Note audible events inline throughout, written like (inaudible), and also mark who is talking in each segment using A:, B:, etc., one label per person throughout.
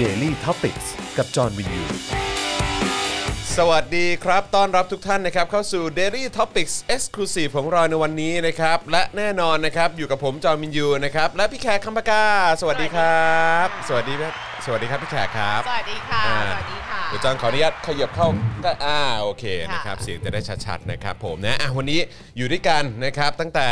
A: Daily t o p i c กกับจอห์นวินยู
B: สวัสดีครับ ต้อนรับทุกท่านนะครับ เข้าสู่ Daily Topics Exclusive ของเราในวันนี้นะครับ และแน่นอนนะครับ อยู่กับผมจอมินยูนะครับ และพี่แขกคำปากา สวัสดีครับ สวัสดีครับ สวัสดีครับพี่แขกครับ
C: สวัสดีค่ะ
B: อ่า
C: สวัสดีค่ะ
B: เดี๋ยวจอนขออนุญาตขยับเข้าก็อ่าโอเค
C: ค่ะ
B: นะครับเสียงจะได้ชัดๆนะครับผมนะอ่ะวันนี้อยู่ด้วยกันนะครับตั้งแต่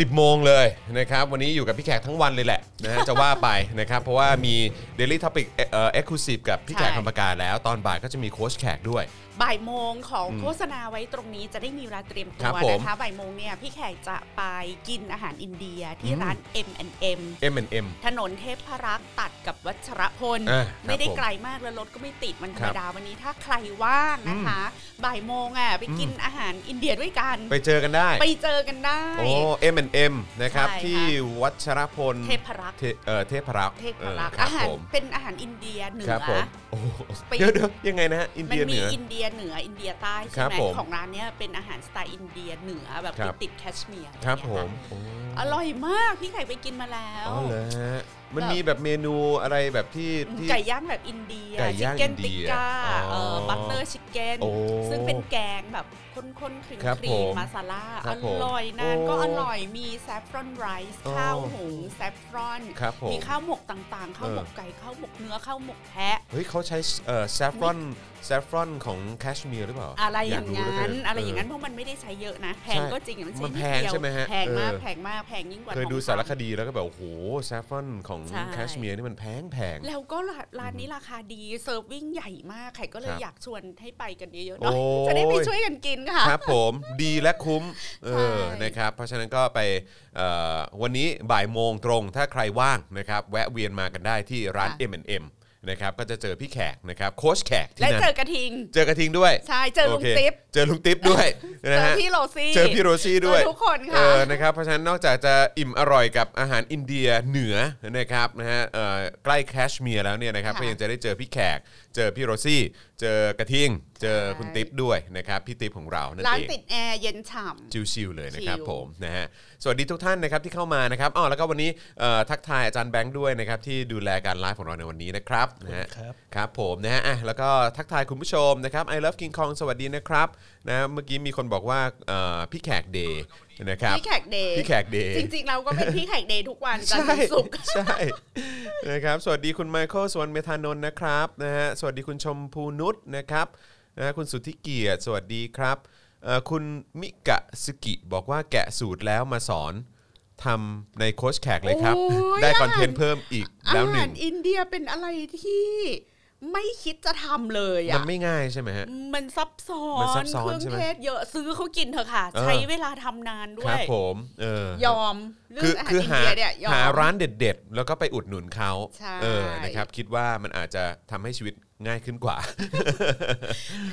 B: 10 โมงเลยนะครับวันนี้อยู่กับพี่แขกทั้งวันเลยแหละนะฮะจะว่าไปนะครับเพราะว่ามี Daily Topic เอ่อ Exclusive กับพี่แขก
C: ใช่
B: คำปากาแล้วตอนบ่ายก็จะมีโค้ชแขกด้วย
C: บ่ายโมงของโฆษณาไว้ตรงนี้จะได้มีเวลาเตรียมตั
B: ครับ
C: ว
B: ผม
C: นะคะ บ่ายโมงเนี่ยพี่แขกจะไปกินอาหารอินเดียที่ร้าน M&M
B: M&M
C: ถนนเทพรักษ์ตัดกับวัชรพล
B: อ่าครับ
C: ไม่ได้
B: ผม
C: ไกลมากแล้วรถก็ไม่ติดมันธร
B: ครั
C: รม
B: บ
C: ดาวันนี้ถ้าใครว่างนะคะ บ่ายโมงอ่ะไปกินอาหารอินเดียด้วยกัน
B: ไปเจอกันได้
C: ไปเจอกันได้
B: โอ้ M&M นะครับ
C: ใช่ค่ะ
B: ที่วัชรพล
C: เทพรักษ์
B: เทเอ่อเทพรักษ์
C: เทพรักษ์
B: เออครั
C: อา
B: บ
C: หาร
B: ผม
C: เป็นอาหารอินเดียเหนื
B: ค
C: อ
B: รับผมโอ้โห
C: ไป
B: เดี๋ยวเดี๋ยวยังไงนะฮะอิน
C: มัน
B: เดียเห
C: มี
B: นือ
C: อินเดียเหนืออินเดียใต้
B: ค
C: ใช่
B: รับ
C: ไหม
B: ผม
C: ของร้านเนี้ยเป็นอาหารสไตล์อินเดียเหนือแบบ
B: ครับ
C: ติดๆแคชเมียร์อะไ
B: ครับผ
C: เงี้ย
B: มโอ้
C: ะอร่อยมาก พี่ไข่ไปกินมาแล้ว
B: อ๋อเหรอฮะมัน
C: แบบ
B: มีแบบเมนูอะไรแบบที่ที่
C: ไก่ย่างแบบอินเดีย
B: ไก่
C: ชิค
B: ย่าง
C: เก้น
B: อินเดีย
C: ติก้า
B: อ๋อ
C: บัตเตอร์ชิคเก้น
B: โอ้
C: ซึ่งเป็นแกงแบบข้นๆครีม
B: ครับ
C: ครี
B: ผม ม
C: มาซาล่า
B: ค
C: อ
B: รับผม
C: ร่อยนานก็
B: โอ้
C: อร่อยมีแซฟฟรอนไรซ์
B: อ๋อ
C: ข้าวหุงแซฟฟรอน
B: ครับผม
C: มีข้าวหมกต่างๆข้าวหมก
B: เออ
C: ไก่ข้าวหมกเนื้อข้าวหมกแพะ
B: เฮ้ยเขาใช้เอ่อแซฟรอนแซฟรอนของแคชเมียร์หรือเปล่า
C: อะไรอย่าง
B: ก
C: นั้
B: เหลื
C: น
B: เกิ
C: อะไรอย่างนั้นเพราะมันไม่ได้ใช้เยอะนะ แพง
B: ใช่
C: ก็จริงอะมัน
B: มั
C: ใช้
B: น
C: นิด
B: แพง
C: เดียว
B: ใช่ไหมฮะ
C: แพงมาก
B: เออ
C: แพงมากแพงยิ่งกว่า
B: เคย
C: ทอง
B: ดู
C: คำ
B: สารคดีแล้วก็แบบโอ้โหแซฟรอนของ
C: ใช่
B: แคชเมียร์นี่มันแพงแพง
C: แล้วก็ร้านร้านนี้ราคาดีเซิร์ฟวิ่งใหญ่มากไข่ก็เล
B: ค
C: ย
B: รับ
C: อยากชวนให้ไปกันเยอะๆหน่อย
B: โอ้ย
C: จะได้ไปช่วยกันกินค่ะ
B: ครับผมดีและคุ้มเออ
C: ใช่
B: นะครับเพราะฉะนั้นก็ไปเอ่อวันนี้บ่ายโมงตรง ถ้าใครว่างนะครับ แวะเวียนมากันได้ที่ร้าน
C: ค่ะ
B: M&M นะครับก็จะเจอพี่แขกนะครับโค้ชแขกที่
C: และ
B: นั่น
C: เจอกระทิง
B: เจอกระทิงด้วย
C: ใช่เจอลุง
B: โค
C: ติ๊บ
B: เจอลุงติ๊บด้วย
C: เจ
B: นะ
C: อ
B: ฮะ
C: พี่โรซี่
B: เจอพี่โรซี่ด้วย
C: เจอทุกคน
B: เอ
C: ค่ะ
B: อนะครับเพราะฉะนั้นนอกจากจะอิ่มอร่อยกับอาหารอินเดียเหนือนะครับนะฮะเอ่อใกล้แคชเมียร์แล้วเนี่ยนะครับ
C: ค่ะ
B: ก็ยังจะได้เจอพี่แขก เจอพี่โรซี่ เจอกระทิง เจอคุณ
C: ใช่
B: ติ๊บด้วยนะครับพี่ติ๊บของเรานั่น
C: ร้าน
B: เอง
C: ติดแอร์เย็นฉ่
B: ชิวๆเลยนะครับ
C: ชิล
B: ผมนะฮะสวัสดีทุกท่านนะครับที่เข้ามานะครับอ๋อแล้วก็วันนี้เอ่อทักทายอาจารย์แบงค์ด้วยนะครับที่ดูแลการไลฟ์ของเราในวันนี้นะครับนะฮะ
A: ครับ
B: ครับผมนะฮะอ่ะแล้วก็ทักทายคุณผู้ชมนะครับ I love King Kong สวัสดีนะครับนะเมื่อกี้มีคนบอกว่าเอ่อพี่แขกเดย์นะค
C: ำ
B: รับ
C: พี่แขกเดย์
B: พี่แขกเดย์
C: จริงๆเราก็เป็นพี่แขกเดย์ทุก
B: (laughs)
C: วันจันท
B: ใช่
C: ร์ถึงศุกร์
B: ใช่นะครับสวัสดีคุณไมเคิลสวนเมธานนท์นะครับนะฮะสวัสดีคุณชมพูนุชนะครับนะฮะคุณสุทธิเกียรติสวัสดีครับเอ่อคุณมิกะสกิบอกว่าแกะสูตรแล้วมาสอนทำในโค้ชแขกเลยครับ
C: โอ้ย
B: ได้คอนเทนต์เพิ่มอีก
C: อา
B: แล้วห
C: หา
B: นึ่
C: รง อินเดียเป็นอะไรที่ไม่คิดจะทำเลย
B: มั
C: อะ
B: นไม่ง่ายใช่ไหมฮะ
C: มันซับซ้อ
B: มันซั
C: น
B: บซ้อน
C: เครื่
B: ใช่ไหม
C: เทศเยอะซื้อเขากินเถอะค่ะ
B: เออ
C: ใช้เวลาทำนานด้
B: คว รับ
C: ย
B: ผมเออย
C: อมเรื่
B: คือ อง
C: อาหาร
B: คือหา
C: อินเดียเนี่ยยอม
B: หาร้านเด็ด ๆ แล้วก็ไปอุดหนุนเขา
C: ใช่
B: เออนะครับคิดว่ามันอาจจะทำให้ชีวิตง่ายขึ้นกว่า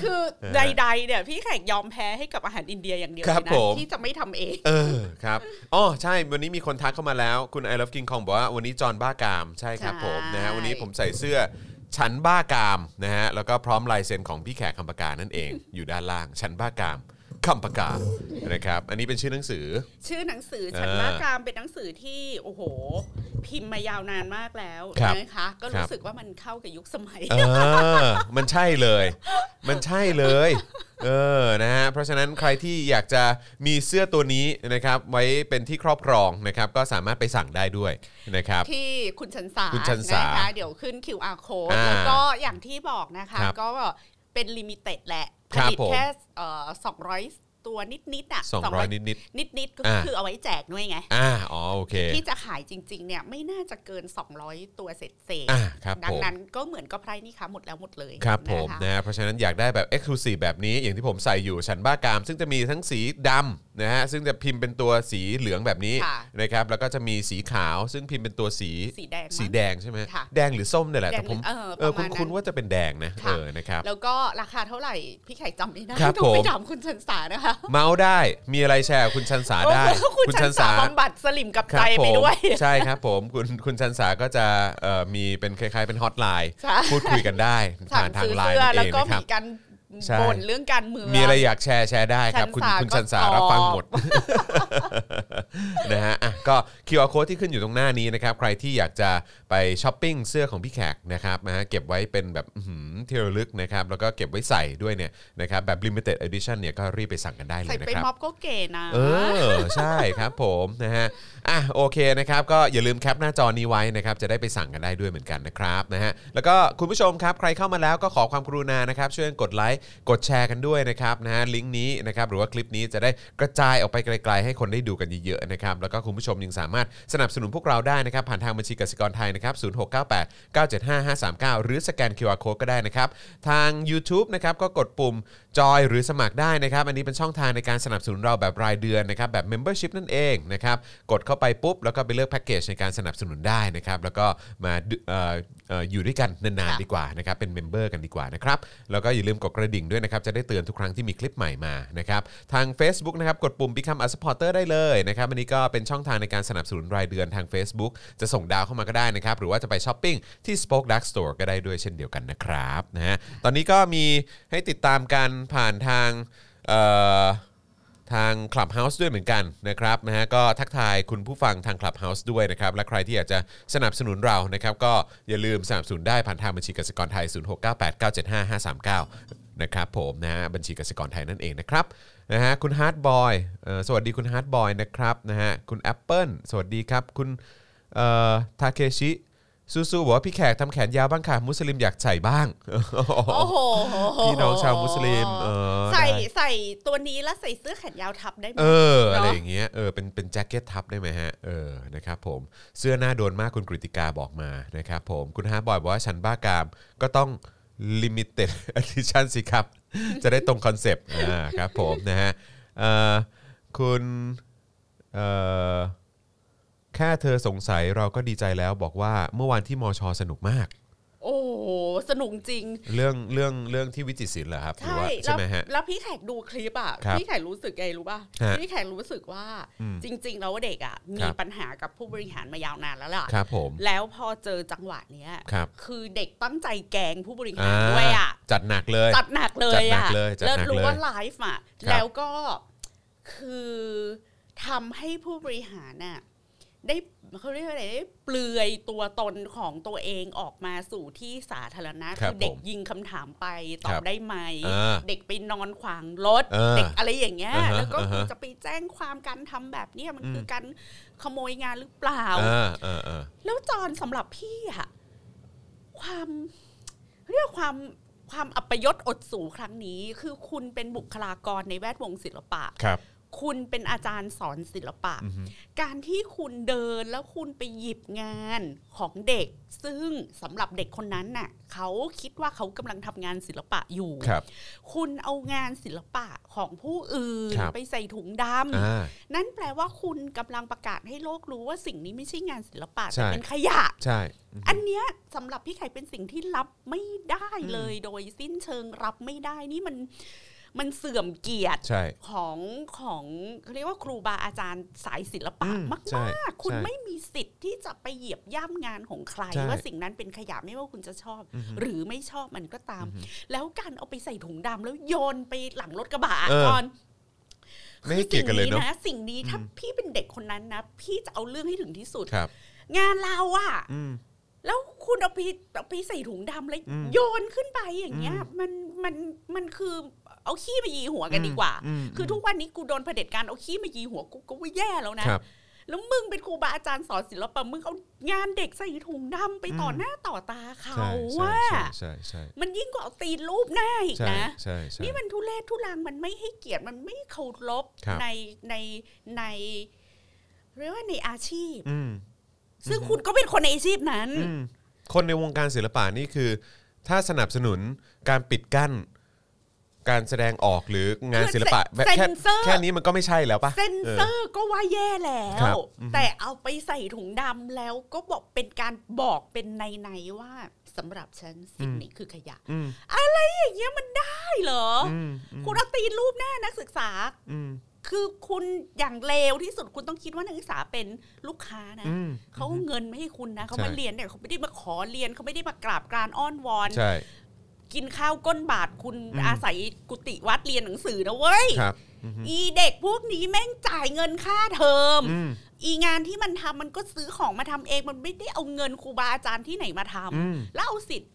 C: คือใดๆเนี่ยพี่แขกยอมแพ้ให้กับอาหารอินเดียอย่างเดียว
B: ครับ
C: เลยนะ
B: ผม
C: ที่จะไม่ทำเอง
B: เออครับอ๋อใช่วันนี้มีคนทักเข้ามาแล้ว คุณไอรัฟกิงคองบอกว่าวันนี้จอนบ้ากาม ใช่ครับ
C: ใช่
B: ผมนะฮะวันนี้ผมใส่เสื้อฉันบ้ากามนะฮะแล้วก็พร้อมลายเซ็นของพี่แขกคำปากานั่นเอง อยู่ด้านล่างฉันบ้ากามคำปากานะครับ อันนี้เป็นชื่อหนังสือ
C: ชื่อหนังสือฉัน
B: เออ
C: มากรามเป็นหนังสือที่โอ้โห พิมพ์มายาวนานมากแล้ว
B: ครับ
C: นะคะ ก็
B: ครั
C: รู้
B: บ
C: สึกว่ามันเข้ากับยุคสมัย
B: เออ มันใช่เลย มันใช่เลย เออ นะฮะ เพราะฉะนั้นใครที่อยากจะมีเสื้อตัวนี้นะครับ ไว้เป็นที่ครอบครองนะครับ ก็สามารถไปสั่งได้ด้วยนะครับ
C: ที่คุณชันสา
B: คุณชันสา
C: คะเดี๋ยวขึ้น QR code
B: อ่า
C: แล้วก็อย่างที่บอกนะคะ
B: ครับ
C: ก็เป็นลิมิเต็ดแหละ ผ
B: ครับ
C: ลิต
B: ผม
C: แค่เอ่อ200 ตัวนิดๆอ่ะ
B: 200 นิด
C: นิดนิดๆก็
B: อ่า
C: คือเอาไว้แจกด้วยไง
B: ๆอ่าอ๋อ โอเค
C: ที่จะขายจริง ๆ เนี่ย ไม่น่าจะเกิน 200 ตัวเศษเศษๆ
B: อ่าครับ
C: ดั
B: ผม
C: นั้นก็เหมือนก็ไพรนี่ค้าหมดแล้วหมดเลย
B: ครับผม
C: นะคะ
B: นะฮะเพราะฉะนั้นอยากได้แบบ Exclusive แบบนี้อย่างที่ผมใส่อยู่ฉันบ้ากาม ซึ่งจะมีทั้งสีดำนะฮะซึ่งจะพิมพ์เป็นตัวสีเหลืองแบบนี้
C: ค่ะ
B: นะครับแล้วก็จะมีสีขาวซึ่งพิมพ์เป็นตัวสี
C: สีแดงมั้ง
B: สีแดงใช่ไหม
C: ค่ะ
B: แดงหรือส้มเนี่ยแหละ
C: แดง
B: แต่ผม
C: เออ
B: เออ
C: ประมาณนั้น
B: คุ้นๆว่าจะเป็นแดงนะเอ
C: ค่ะ
B: อนะครับ
C: แล้วก็ราคาเท่าไหร่ พี่ไข่จำไม่ได้
B: ครับ
C: ต้องไป
B: ผม
C: ถามคุณชันสานะคะ
B: เมาส์ได้มีอะไรแชร์กับคุณชันสา
C: โอ้
B: ได้
C: โหคุณชันสาบำบัดสลิมกับ
B: ค
C: ใจ
B: รับผ
C: ไป
B: ม
C: ด้วย
B: ใช่ครับผมคุณคุณชันสาก็จะเอ่อมีเป็นคล้ายๆเป็นฮอตไลน์
C: ใช่
B: พูดคุยกันได้
C: สั่
B: ผ่าง นทาง
C: ซื้อ
B: ไลน์
C: เสื้อ
B: นั่น
C: แล้ว
B: เอง
C: ก็
B: นะครั
C: มี
B: บ
C: การ
B: ใช่
C: บ่นเรื่องการเมือง
B: มีอะไรอยากแชร์แชร์ได้ครับ
C: ชัน
B: คุณคุ
C: สา
B: ณ
C: ก็
B: ชันสา
C: ตอบ
B: รับฟังหมด (laughs) นะฮะอ่ะก็ QR code ที่ขึ้นอยู่ตรงหน้านี้นะครับ ใครที่อยากจะไปช้อปปิ้งเสื้อของพี่แขกนะครับนะฮะเก็บไว้เป็นแบบอื้อหือที่ระลึกนะครับ แล้วก็เก็บไว้ใส่ด้วยเนี่ยนะครับแบบ limited edition เนี่ยก็รีบไปสั่งกันได้เล
C: ใส่
B: ยนะ
C: ไป
B: ครับ
C: ม็อบก็เก๋นะ
B: เออ ใช่ครับผมนะฮะอ่ะโอเคนะครับ ก็อย่าลืมแคปหน้าจอนี้ไว้นะครับจะได้ไปสั่งกันได้ด้วยเหมือนกันนะครับนะฮะแล้วก็คุณผู้ชมครับใครเข้ามาแล้วก็ขอความกรุณานะครับ ช่วยกดไลค์กดแชร์กันด้วยนะครับนะฮะลิงก์นี้นะครับหรือว่าคลิปนี้จะได้กระจายออกไปไกล ๆ ให้คนได้ดูกันเยอะๆนะครับแล้วก็คุณผู้ชมยังสามารถสนับสนุนพวกเราได้นะครับผ่านทางบัญชีกสิกรไทยนะครับศูนย์หกเก้าแปดเก้าเจ็ดห้าห้าสามเก้าหรือสแกน QR code ก็ได้นะครับทาง u t u b e นะครับก็กดปุ่ม จอยหรือสมัครได้นะครับ อันนี้เป็นช่องทางในการสนับสนุนเราแบบรายเดือนนะครับ แบบ Membership นั่นเองนะครับ กดเข้าไปปุ๊บ แล้วก็ไปเลือกแพ็กเกจในการสนับสนุนได้นะครับ แล้วก็มาดูเอ่อเอ่ออยู่ด้วยกันนานๆดีกว่านะครับ เป็นเมมเบอร์กันดีกว่านะครับ แล้วก็อย่าลืมกดกระดิ่งด้วยนะครับ จะได้เตือนทุกครั้งที่มีคลิปใหม่มานะครับ ทาง Facebook นะครับ กดปุ่ม Become a supporter ได้เลยนะครับ อันนี้ก็เป็นช่องทางในการสนับสนุนรายเดือนทาง Facebook จะส่งดาวเข้ามาก็ได้นะครับ หรือว่าจะไปช้อปปิ้งที่ Spoke Dark Store ก็ได้ด้วยเช่นเดียวกันนะครับนะฮะ ตอนนี้ก็มีให้ติดตามกันผ่านทางเอ่อทาง Clubhouse ด้วยเหมือนกันนะครับนะฮะก็ทักทายคุณผู้ฟังทาง Clubhouse ด้วยนะครับ และใครที่อยากจะสนับสนุนเรานะครับ ก็อย่าลืมสนับสนุนได้ผ่านทางบัญชีกสิกรไทย 0698975539 นะครับผมนะฮะบัญชีกสิกรไทยนั่นเองนะครับนะฮะคุณฮาร์ดบอยสวัสดีคุณฮาร์ดบอยนะครับนะฮะคุณแอปเปิลสวัสดีครับ คุณทาเคชิสู้ๆบอกว่าพี่แขกทำแขนยาวบ้างค่ะมุสลิมอยากใส่บ้าง (laughs)
C: โอ้โห
B: พี่น้องชาวมุสลิมเออ
C: ใส่
B: ได้
C: ใส่ตัวนี้แล้วใส่เสื้อแขนยาวทับได้ไหม
B: เออ
C: เนอะ
B: อะไรอย่างเงี้ยเออเป็นเป็นแจ็คเก็ตทับได้ไหมฮะเออนะครับผมเสื้อหน้าโดนมากคุณกริติกาบอกมานะครับผมคุณฮาร์ดบอยบอกว่าฉันบ้ากามก็ต้องลิมิ (laughs) เต็ดอ i t i o n สิครับ จะได้ตรงคอนเซปต์อ่าครับผมนะฮะเอ่อคุณเอ่อแค่เธอสงสัยเราก็ดีใจแล้วบอกว่าเมื่อวานที่มอชอสนุกมาก
C: โอ้โหสนุกจริง
B: เรื่องเรื่องเรื่องที่วิจิตรศิลป์เหรอครับหรือ
C: ใช่
B: ว่า
C: แล้
B: ใช่
C: ว
B: ไหมฮะ
C: แล้วพี่แขกดูคลิปอ่ะ
B: ครับ
C: พี่แขกรู้สึกไงรู้ป่ะ
B: ฮะ
C: พี่แขกรู้สึกว่า
B: อืม
C: จริง ๆ แล้วเด็กอ่ะ
B: ครั
C: มี
B: บ
C: ปัญหากับผู้บริหารมายาวนานแล้วล่ะ
B: ครับผม
C: แล้วพอเจอจังหวะเนี้ย
B: ครับ
C: อเด็กตั้งใจแกล้งผู้บริหา
B: อ่าร
C: ด้วยอ่ะ
B: จัดหนักเลย
C: จัดหนักเล
B: จั
C: ย
B: ดหนัก
C: อ่ะ
B: เลยจัดหนักเลย
C: รู้ว่าไลฟ์อ่ะ
B: ครับ
C: แล้วก็คือทำให้ผู้บริหารน่ะได้เขาเรียกว่าอะไรได้เปลือยตัวตนของตัวเองออกมาสู่ที่สาธารณะ
B: ครับ
C: เด็ก
B: ผม
C: ยิงคำถามไป
B: ค
C: ตอ
B: รั
C: บบ ได้ไหม
B: อ่า
C: เด็กไปนอนขวางรถ
B: อ่า
C: เด็กอะไรอย่างเงี้ย
B: อ่าฮะ
C: แล้วก็
B: อ่าฮะ
C: จะไปแจ้งความการทำแบบเนี้ยมันคือการขโมยงานหรือเปล่า
B: อ่าอ่าอ่า
C: แล้วจอนสำหรับพี่อะความเรียกว่าความความอัปยศอดสูครั้งนี้ คือคุณเป็นบุคลากรในแวดวงศิลปะ
B: ครับ
C: คุณเป็นอาจารย์สอนศิลปะ การที่คุณเดินแล้วคุณไปหยิบงานของเด็ก ซึ่งสำหรับเด็กคนนั้นน่ะเขาคิดว่าเขากำลังทำงานศิลปะอยู่
B: ครับ
C: คุณเอางานศิลปะของผู้อื่น
B: ครับ
C: ไปใส่ถุงดำ
B: อ่า
C: นั่นแปลว่าคุณกำลังประกาศให้โลกรู้ว่าสิ่งนี้ไม่ใช่งานศิลปะ
B: ใช่
C: แต่เป็นขยะ
B: ใช่
C: อันเนี้ยสำหรับพี่ไข่เป็นสิ่งที่รับไม่ได้เลยโดยสิ้นเชิงรับไม่ได้นี่มันมันเสื่อมเกียรติ
B: ใช่
C: ของของเขาเรียกว่าครูบาอาจารย์สายศิลปะ
B: อืม
C: มาก
B: ใช่
C: ๆคุณ
B: ใช่
C: ไม่มีสิทธิ์ที่จะไปเหยียบย่ำงานของใคร
B: ใช่
C: ว่าสิ่งนั้นเป็นขยะไม่ว่าคุณจะชอบ
B: อือฮึ
C: หรือไม่ชอบมันก็ตาม
B: อือฮึ
C: แล้วการเอาไปใส่ถุงดำแล้วโยนไปหลังรถกระบะ
B: เออ
C: ตอน
B: ไม่ให้เกียรติกันเลยเนาะ
C: คือสิ่งนี้นะสิ่งนี้ถ้าพี่เป็นเด็กคนนั้นนะ พี่จะเอาเรื่องให้ถึงที่สุด
B: ครับ
C: งานเราอะ
B: อืม
C: แล้วคุณเอาไปเอาไปใส่ถุงดำแล้ว
B: อืม
C: โยนขึ้นไปอย่างเงี้ย มันมันมันคือเอาขี้มายีหัวกันดีกว่า
B: อืมอืม
C: คือทุกวันนี้กูโดนเผด็จการเอาขี้มายีหัวกูก็ว่าแย่แล้วนะครับแล้วมึงเป็นครูบาอาจารย์สอนศิลปะมึงเอางานเด็กใส่ถุงดำไปต่ออ
B: ม
C: หน้าต่อตาเขา
B: ใช่
C: ว่า
B: ใช่ใช่
C: มันยิ่งกว่าเอาตีนรูปหน้าอีก
B: ใช่
C: นะ
B: ใช่ใช่
C: นี่มันทุเลศทุลังมันไม่ให้เกียรติมันไม่เคารพ
B: ครับ
C: ในในในเรียกว่าในอาชีพ
B: อืม
C: ซึ่งคุณก็เป็นคนในอาชีพนั้น
B: อืมคนในวงการศิลปะนี่คือ ถ้าสนับสนุนการปิดกั้น การแสดงออกหรืองานศิลปะ
C: คือเซ็น
B: แค่
C: เซอร์
B: แค่นี้มันก็ไม่ใช่แล้วปะ
C: เซนเซอร์ก็ว่าแย่แล้
B: ครั
C: ว
B: บอือฮึ
C: แต่เอาไปใส่ถุงดำแล้วก็บอกเป็นการบอกเป็นในในๆว่าสำหรับฉันสิ่งนี้คือขยะ
B: อืม
C: อย่างเงี้ยมันได้เหรออ
B: อืม
C: คุณเอาตีนรูปหน้านักศึกษา
B: อืม
C: คือคุณอย่างเลวที่สุดคุณต้องคิดว่านักศึกษาเป็นลูกค้านะ
B: อืม
C: เขาเอาเงินไม่ให้คุณนะเขา
B: ใช่
C: มาเรียนเนี่ยเขาไม่ได้มาขอเรียนเขาไม่ได้มากราบกรานอ้อนวอน
B: ใช่
C: กินข้าวก้นบาทคุณอาศัยกุฏิวัดเรียนหนังสือนะเว้ย
B: ครับอือฮึ
C: อีเด็กพวกนี้แม่งจ่ายเงินค่าเทอม
B: อืม
C: อีงานที่มันทำมันก็ซื้อของมาทำเองมันไม่ได้เอาเงินครูบาอาจารย์ที่ไหนมาทำ
B: อืม
C: แล้วเอาสิทธิ์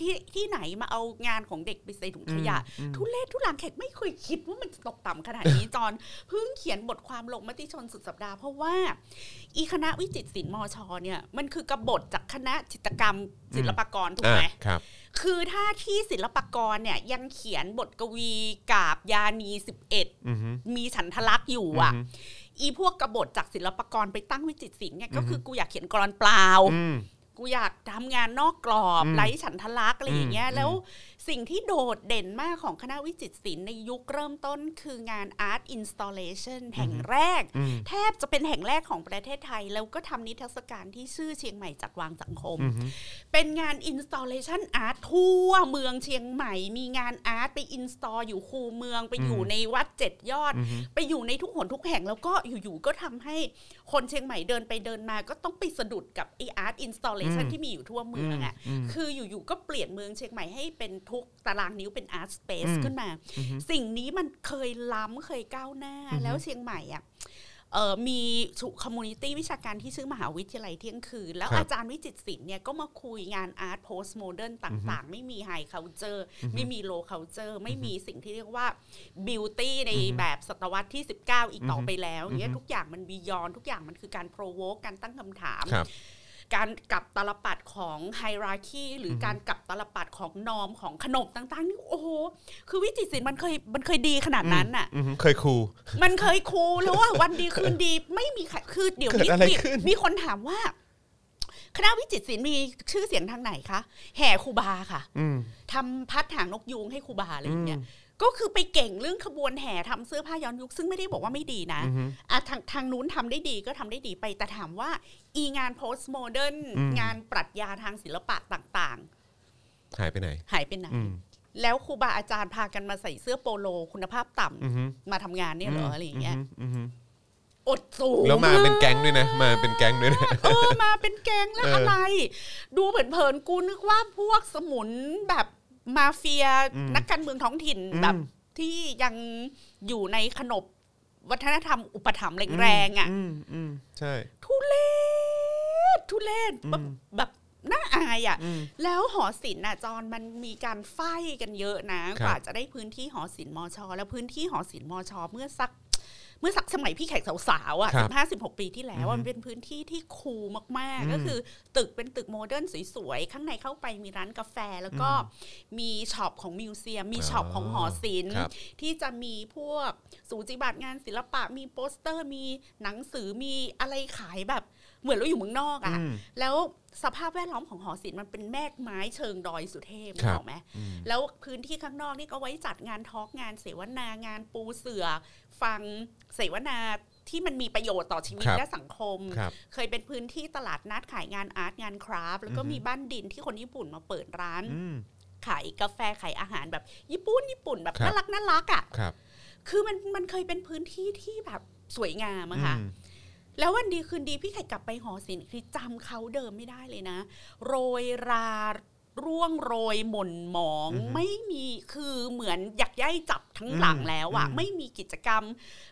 C: ที่ที่ไหนมาเอางานของเด็กไปใส่ถุงขยะ
B: อืมอืม
C: ทุเรศทุลังแขกไม่เคยคิดว่ามันจะตกต่ำขนาดนี้ จอนเพิ่งเขียนบทความลงมติชนสุดสัปดาห์เพราะว่า อีคณะวิจิตรศิลป์มชเนี่ยมันคือกบฏจากคณะจิตรกรรมศิลปากรถูก
B: อ่า
C: ไหม
B: ครับ
C: คือถ้าที่ศิลปากรเนี่ยยังเขียนบทกวีกาบยานี 11
B: อือฮึ
C: มีฉันทลักษณ์อยู่อ่ะ
B: อือฮึ
C: อีพวกกบฏจากศิลปากรไปตั้งวิจิตรศิลป์เนี่ยก็คือ
B: ม
C: อกูอยากเขียนกรอนเปล่า
B: อืม
C: กูอยากทำงานนอกกรอบ
B: อืม
C: ไร้ฉันทลักษณ์อะไรอย่างเงี้ย
B: อืม
C: แล้วสิ่งที่โดดเด่นมากของคณะวิจิตรศิลป์ในยุคเริ่มต้นคืองานอาร์ตอินสต l เลชันแห่งแรก
B: อืม
C: แทบจะเป็นแห่งแรกของประเทศไทย แล้วก็ทำนิทรรศการที่ชื่อเชียงใหม่จัดวางสังคม
B: อือฮึ
C: เป็นงาน installation art ทั่วเมืองเชียงใหม่ มีงานอาร์ตไป install อยู่คูเมืองไปอยู่
B: อืม
C: ในวัดเจ็ดยอด
B: อือฮึ
C: ไปอยู่ในทุกหนทุกแห่งแล้วก็อยู่ๆก็ทำให้คนเชียงใหม่เดินไปเดินมาก็ต้องไปสะดุดกับไออาร์ตอินสตอเลชัน
B: อืม
C: ที่มีอยู่ทั่วเมืองอ่ะ
B: อืม
C: คืออยู่ๆก็เปลี่ยนเมืองเชียงใหม่ให้เป็นทุกตารางนิ้วเป็นอาร์ตสเปซ
B: อืม
C: ขึ้นมา
B: อือฮึ
C: สิ่งนี้มันเคยล้ำเคยก้าวหน้า
B: อือฮึ
C: แล้วเชียงใหม่อ่ะเออมีชุคอมมูนิตี้วิชาการที่ชื่อมหาวิทยาลัยเที่ยงคืน แล้วอาจารย์วิจิตรศิลป์เนี่ยก็มาคุยงานอาร์ตโพสต์โมเดิร์นต่างๆ ไม่มีไฮเคาเจอร์ไม่มีโลเคาเจอร์ไม่มีสิ่งที่เรียกว่าบิวตี้ในแบบศตวรรษที่ 19 อีกต่ออ
B: อฮึ
C: ไปแล้วอย่างเงี้ย
B: อือฮึ
C: ทุกอย่างมันบียอนทุกอย่างมันคือการโปรโวกการตั้งคำถาม
B: ครับ
C: การกลับตาลปัดของไฮราคีหรืออ
B: อฮึ
C: การกลับตาลปัดของนอมของขนบต่างๆนี่โอ้โห คือวิจิตรศิลป์มันเคยมันเคยดีขนาดนั้นน่ะ
B: อือฮึเคยครู
C: มันเคยคูลแล้วว่าวันดีคืนดีไม่มีใครคือเดี๋ยว
B: เกิ
C: นี้
B: ดอะไร
C: มี
B: ขึ้น
C: มีคนถามว่า คณะวิจิตรศิลป์มีชื่อเสียงทางไหนคะ แห่ครูบาค่ะ
B: อืม
C: ทำพัดถางนกยูงให้ครูบาอะไรอย่างเงี้ยก็คือไปเก่งเรื่องขบวนแห่ทำเสื้อผ้าย้อนยุคซึ่งไม่ได้บอกว่าไม่ดีนะ
B: อือฮึ
C: อะทางทางนู้นทำได้ดีก็ทำได้ดีไปแต่ถามว่า อีงานโพสต์โมเดิร์น
B: อืม
C: งานปรัชญาทางศิลปะต่าง
B: หายไปไหน
C: ๆ หายไปไหน
B: อืม
C: แล้วครูบาอาจารย์พากันมาใส่เสื้อโปโลคุณภาพต่ำ
B: อือฮึ
C: มาทำงานเนี่ยเหรออะไรอย่างเงี้ย
B: อือฮึ
C: อดสูง
B: แล้วมาเป็นแก๊งด้วยนะ มาเป็นแก๊งด้วยนะ (laughs)
C: เออมาเป็นแกงแล้ว
B: เอออ
C: อะไร ดูเผินๆกูนึกว่าพวกสมุนแบบมาเฟีย
B: อืม
C: นักการเมืองท้องถิ่น
B: อืม
C: แบบที่ยังอยู่ในขนบวัฒนธรรมอุปถัมภ์แรงๆอ่ะ
B: อืมอืมใช่
C: ทุเลศทุเลศ
B: อืม
C: แบบแบบน่าอายอ่ะ
B: อืม
C: แล้วหอศิลป์น่ะจอนมันมีการไฟกันเยอะนะ
B: ครับ
C: กว่าจะได้พื้นที่หอศิลป์มช แล้วพื้นที่หอศิลป์มช เมื่อสัก เมื่อสักสมัยพี่แขกสาวๆอ่ะสิบห้าสิบหกปีที่แล้วอะมันเป็นพื้นที่ที่คูลมากๆ ก็คือตึกเป็นตึกโมเดิร์นสวยๆ ข้างในเข้าไปมีร้านกาแฟแล้วก็มีช็อปของมิวเซียม มีช็อปของหอศิลป์
B: ครับ
C: ที่จะมีพวกสูจิบัตรงานศิลปะมีโปสเตอร์มีหนังสือมีอะไรขายแบบ เหมือนเราอยู่เมืองนอกอะ่ะ
B: อืม
C: แล้วสภาพแวดล้อมของหอศิลป์มันเป็นแมกไม้เชิงดอยสุเทพ
B: ครับ
C: ถูกไหมแล้วพื้นที่ข้างนอกนี่ก็ไว้จัดงานทอล์กงานเสวนางานปูเสือ ฟังเสวนาที่มันมีประโยชน์ต่อชีวิตและสังคม
B: ครับ
C: เคยเป็นพื้นที่ตลาดนัดขายงานอาร์ตงานคราฟต์แล้วก็
B: อือฮึ
C: มีบ้านดินที่คนญี่ปุ่นมาเปิดร้าน
B: อืม
C: ขายกาแฟขายอาหารแบบ ญี่ปุ่นญี่ปุ่นแบบ
B: ครับ
C: น่ารักน่ารักอ่ะ
B: ครับ
C: คือมันมันเคยเป็นพื้นที่ที่แบบสวยงามอะค่ะ
B: อืม
C: แล้ววันดีคืนดีพี่ไข่กลับไปหอศิลป์คือจำเขาเดิมไม่ได้เลยนะ โรยราร่วงโรยหม่นหมอง
B: อือฮึ
C: ไม่มีคือเหมือนอยากย่ายจับทั้งหลังแล้วอะ
B: อืม
C: ไม่มีกิจกรรม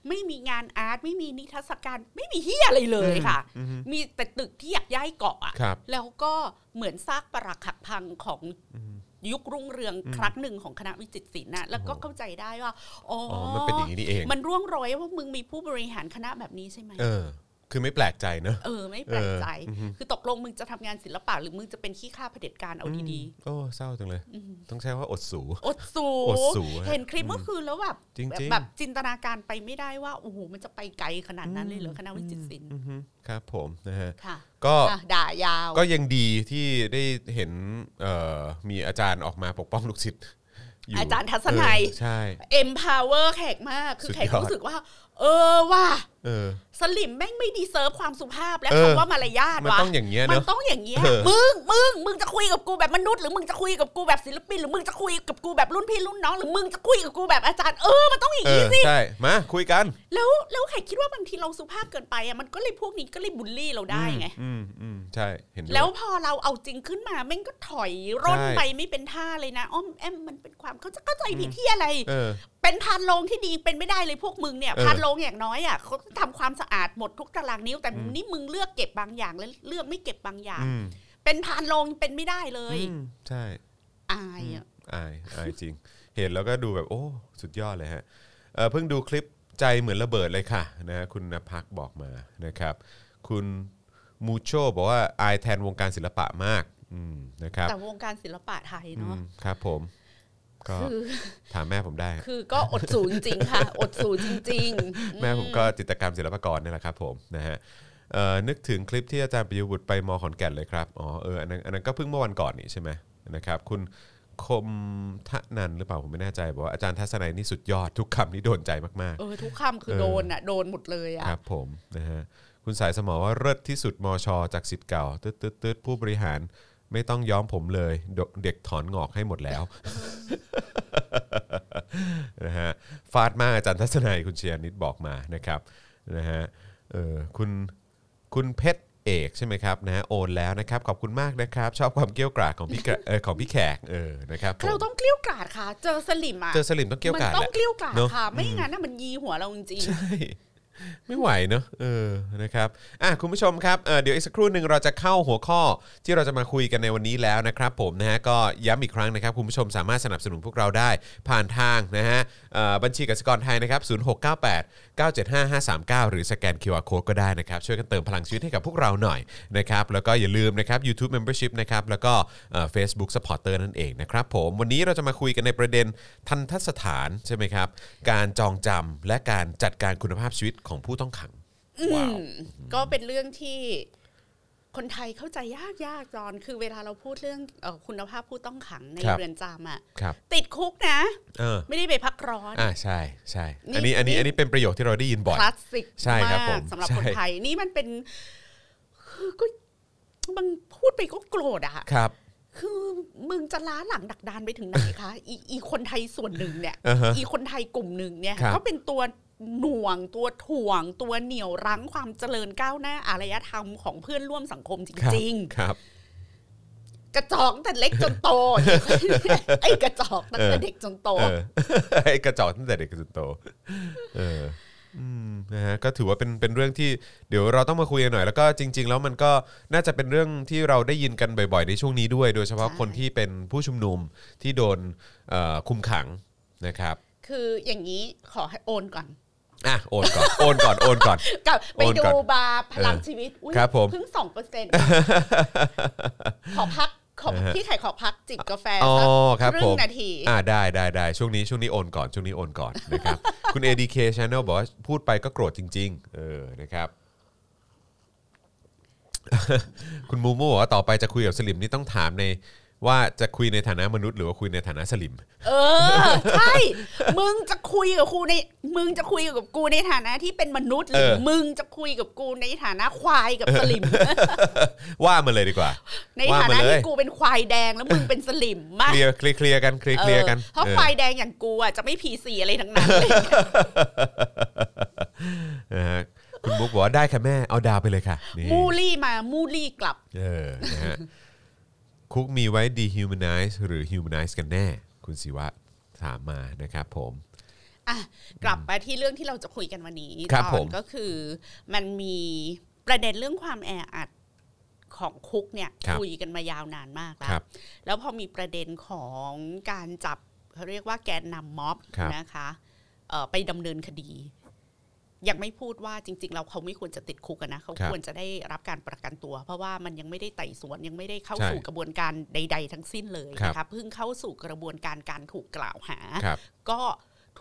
C: ไม่มีงานอาร์ตไม่มีนิทรรศการไม่มีเฮียอะไรเลยค่ะ
B: อืมอืม
C: มีแต่ตึกที่อยากย่ายเกาะอะ
B: ครับ
C: แล้วก็เหมือนซากปรักหักพังของ
B: อืม
C: ยุครุ่งเรือง
B: อืม
C: ครั้งหนึ่งของคณะวิจิตรศิลป์นะแล้วก็
B: โอ้โห
C: เข้าใจได้ว่าอ๋อ
B: อ๋
C: อ
B: อ มันเป็นอย่างนี้นี่เอง
C: มันร่วงโรยว่ามึงมีผู้บริหารคณะแบบนี้ใช่ไหม
B: เออ คือไม่แปลกใจเนอะ
C: เออ ไม่แปลกใจ
B: เอออืม
C: คือตกลงมึงจะทำงานศิลปะหรือมึงจะเป็นขี้ข้าเผด็จการเอาดี
B: โอ้เศร้าจังเลย
C: ๆอืม
B: ต้องใช้ว่าอดสู
C: อดสู
B: อดสูฮะ
C: เห็นคลิปเมื่อคืนแล้วแบบ
B: จริงๆ
C: แบบแบบจินตนาการไปไม่ได้ว่าโอ้โหมันจะไปไกลขนาดนั้นเลยเหรอคณะวิจิตรศิลป์
B: อืมอืมครับผมนะฮะ
C: ค่ะ
B: ก็
C: อ่ะด่ายาว
B: ก็ยังดีที่ได้เห็นเอ่อมีอาจารย์ออกมาปกป้องลูกศิษย์อยู่
C: อาจารย์ทัศนัย
B: เออใช่
C: empower แขกมาก คือ
B: สุดยอด
C: แขกรู้สึกว่า เออว่ะ
B: เออ
C: สลิมแม่งไม่ดีเซิร์ฟความสุภาพและ
B: เออ
C: คำว่ามารยาท
B: มัน
C: วะ
B: ต้องอย่างเงี้ย
C: มั
B: เนาะ
C: ต้องอย่างเงี้ย
B: เออ
C: มึงมึงมึงจะคุยกับกูแบบมนุษย์หรือมึงจะคุยกับกูแบบศิลปินหรือมึงจะคุยกับกูแบบรุ่นพี่รุ่นน้องหรือมึงจะคุยกับกูแบบอาจารย์เออมันต้องอย่าง
B: เอ
C: งี้
B: อ
C: สิ
B: ใช่มาคุยกัน
C: แล้วแล้วใครคิดว่าบางทีเราสุภาพเกินไปอ่ะมันก็เลยพวกนี้ก็เลยบูลลี่เราได้ไง
B: อืมอืมใช่เห็นด้ย
C: แล้วพอเราเอาจริงขึ้นมาแม่งก็ถอยร่น
B: ใช่
C: ไปไม่เป็นท่าเลยนะอ้อมแอมมันเป็นความเขาจะเข้าใจผิดที่อะไร
B: เออ
C: เป็นพานโรงที่ดีเป็นไม่ได้เลยพวกมึงเนี่ย
B: เออ
C: พานโรงอย่างน้อยอ่ะเขาทำความสะอาดหมดทุกตารางนิ้ว แต่
B: อืม
C: นี่มึงเลือกเก็บบางอย่างและเลือกไม่เก็บบางอย่าง
B: อืม
C: เป็นพานโรงเป็นไม่ได้เลย
B: อืมใช่
C: อายอะ
B: อายอายจริง เห็นแล้วก็ดูแบบโอ้สุดยอดเลยฮะเอ่อเพิ่งดูคลิปใจเหมือนระเบิดเลยค่ะนะฮะคุณนภักบอกมานะครับ คุณมูโชบอกว่าอายแทนวงการศิลปะมากอืมนะครับ
C: แต่วงการศิลปะไทย
B: อื
C: เนาะ
B: มครับผม ก็
C: คือ
B: ถามแม่ผมได้ฮะ
C: คือก็อดสูนย์จริงๆ
B: (laughs)
C: ค่ะ อดสูนย์จริงๆ
B: แม่ผมก็จิตรกรรมศิลปากรนี่แหละครับผมนะฮะเอ่อนึกถึงคลิปที่อาจารย์ปิยบุตรไปมอขอนแก่นเลยครับอ๋อเอออันนั้นอันนั้นก็เพิ่งเมื่อวันก่อนนี่ใช่ไหมนะครับ คุณคมทะนันหรือเปล่าผมไม่แน่ใจบอกว่าอาจารย์ทัศนัยนี่สุดยอดทุกคำนี่โดนใจมากๆ
C: เออทุกคำคือโดนอ่ะโดนหมดเลยอ่ะ
B: ครับผมนะฮะคุณสายสมอว่าเลิศที่สุดมอชอจากสิทธิ์เก่าตืดตืดตืดผู้บริหารไม่ต้องย้อมผมเลยเดเด็กถอนงอกให้หมดแล้ว (laughs) นะฮะฟาดมากอาจารย์ทัศนัยคุณเชียร์นิดบอกมานะครับนะฮะเออคุณคุณเพชรเอกใช่ไหมครับนะฮะโอนแล้วนะครับ ขอบคุณมากนะครับ ชอบความเกรี้ยวกราดของพี่แกรเออของพี่แขกเออนะครับผม
C: เราต้องเกลี้ยวกล่อดค่ะ เจอสลิมอ่ะ
B: เจอสลิมต้องเกรี้ยว
C: มั
B: กราด
C: ต้อ
B: แห
C: ง
B: ละ
C: เกลี้ยวกล่อด
B: เนอะ
C: ค่ะ ไม่งั้นน่ะมันยีหัวเราจริง
B: (laughs)
C: ๆ
B: ใช่ไม่ไหวเนอะเออนะครับอ่ะคุณผู้ชมครับเอ่อเดี๋ยวอีกสักครู่หนึ่งเราจะเข้าหัวข้อที่เราจะมาคุยกันในวันนี้แล้วนะครับผมนะฮะก็ย้ำอีกครั้งนะครับ คุณผู้ชมสามารถสนับสนุนพวกเราได้ผ่านทางนะฮะเอ่อบัญชีกสิกรไทยนะครับ0698 975539 หรือสแกน QR Code ก็ได้นะครับ ช่วยกันเติมพลังชีวิตให้กับพวกเราหน่อยนะครับแล้วก็อย่าลืมนะครับ YouTube Membership นะครับแล้วก็เอ่อ Facebook Supporter นั่นเองนะครับผมวันนี้เราจะมาคุยกันในประเด็นทันทสถานใช่ไหมครับ การจองจำและการจัดการคุณภาพชีวิตของผู้ต้องขังว้าว
C: ก็เป็นเรื่องที่คนไทยเข้าใจยากยากจอนคือเวลาเราพูดเรื่องเอ่อคุณภาพผู้ต้องขังใน
B: ครับ
C: เรือนจำอะ
B: ครับ
C: ติดคุกนะ
B: เออ
C: ไม่ได้ไปพักร้อน
B: อ่าใช่ใช่อัน
C: นี่
B: นี้อันนี้
C: นี่
B: อันนี้เป็นประโยคที่เราได้ยินบ่อย
C: คลาสสิก
B: ใช่ครับ
C: มา
B: ผ
C: ก
B: ม
C: สำหรับ
B: ใช่
C: คนไทยนี่มันเป็นคือก็มันพูดไปก็โกรธอะ
B: ครับ
C: คือมึงจะล้าหลังดักดานไปถึงไหนคะอีอีคนไทยส่วนหนึ่งเนี่ย
B: อ่าฮะ
C: อีคนไทยกลุ่มหนึ่งเนี่ย
B: ครับ
C: ก็เป็นตัวหน่วงตัวถ่วง ตัวเหนี่ยวรั้งความเจริญก้าวหน้าอารยธรรมของเพื่อนร่วมสังคมจ
B: คบ
C: ริง
B: ครับ
C: ๆ กระจอกตั้งแต่เล็กจน
B: (laughs)
C: โต ไอ้กระจอกตั้งแต่
B: เออ
C: เด็กจนโต
B: เออ ไอ้กระจอกตั้งแต่เด็กจนโตเอออืมนะฮะก็ถือว่าเป็นเป็นเรื่องที่เดี๋ยวเราต้องมาคุยกันหน่อย แล้วก็จริง ๆ แล้วมันก็น่าจะเป็นเรื่องที่เราได้ยินกันบ่อย ๆ ในช่วงนี้ด้วย โดยเฉพาะ
C: ใช่
B: คนที่เป็นผู้ชุมนุมที่โดนเอ่อคุมขังนะครับ
C: คืออย่างนี้ขอให้โอนก่อน
B: อ่ะโอนก่อนโอนก่อนโอนก่อน
C: กลับไป
B: โอนก่
C: ดู
B: อน
C: บาร์พลังชีวิตอุ๊ย
B: ครับผม
C: เพิ่งสองเปอร์เซ็นต์ขอพักขอ
B: เออ
C: พี่ไข่ขอพักจิบกาแฟ
B: อ๋อ
C: สัก
B: ครับ
C: ครึ่
B: ผ
C: ง
B: ม
C: นาที
B: อ่าได้ได้ได้ช่วงนี้ช่วงนี้โอนก่อนช่วงนี้โอนก่ (laughs) อนนะครับ คุณ ADK Channel บอกว่าพูดไปก็โกรธจริง ๆ เออนะครับ (laughs) คุณมูมูบอกว่าต่อไปจะคุยกับสลิมนี่ต้องถามในว่าจะคุยในฐานะมนุษย์หรือว่าคุยในฐานะสลิม
C: เออ ใช่ มึงจะคุยกับกูใน มึงจะคุยกับกูในฐานะที่เป็นมนุษย์หรือ
B: เออ
C: มึงจะคุยกับกูในฐานะควายกับสลิม
B: ว่ามาเลยดีกว่า
C: (laughs) ใน
B: ว่า
C: ฐา
B: มา
C: นะ
B: เลย
C: ที่กูเป็นควายแดงแล้วมึงเป็นสลิมมา
B: เค
C: ก
B: ลียร์เคลียร์เคลียร์กันเคลียร์เคลียร์กัน
C: เพราะ
B: เออ
C: ควายแดงอย่างกูอ่ะจะไม่พีซีอะไรทั้งนั้นเลย
B: นะฮะคุณบุ๊กบอกว่าได้ค่ะแม่เอาดาวไปเลยค่ะนี่
C: มูลี่มามูลี่กลับ
B: เออ นะฮ (laughs) ะ คุกมีไว้ dehumanize หรือ humanize กันแน่ คุณศิวะถามมานะครับผม
C: อ่ะกลับมาที่เรื่องที่เราจะคุยกันวันนี้
B: ครับ
C: ตอ
B: ผ
C: น
B: ม
C: ก็คือ มันมีประเด็นเรื่องความแออัดของคุกเนี่ยคุยกันมายาวนานมากแล้
B: คว รับ
C: แล้วพอมีประเด็นของการจับเขาเรียกว่าแกนนำม็อบ
B: ครับ
C: นะคะเอ่อไปดำเนินคดี ยังไม่พูดว่าจริง ๆ เราเขาไม่ควรจะติดคุกอะนะเขาควรจะได้รับการประกันตัว เพราะว่ามันยังไม่ได้ไต่สวนยังไม่ได้เข้า
B: ใช่
C: สู่กระบวนการใด ๆ ทั้งสิ้นเลย
B: ครับ
C: นะคะเพิ่งเข้าสู่กระบวนการการถูกกล่าวหา
B: ครับ
C: ก็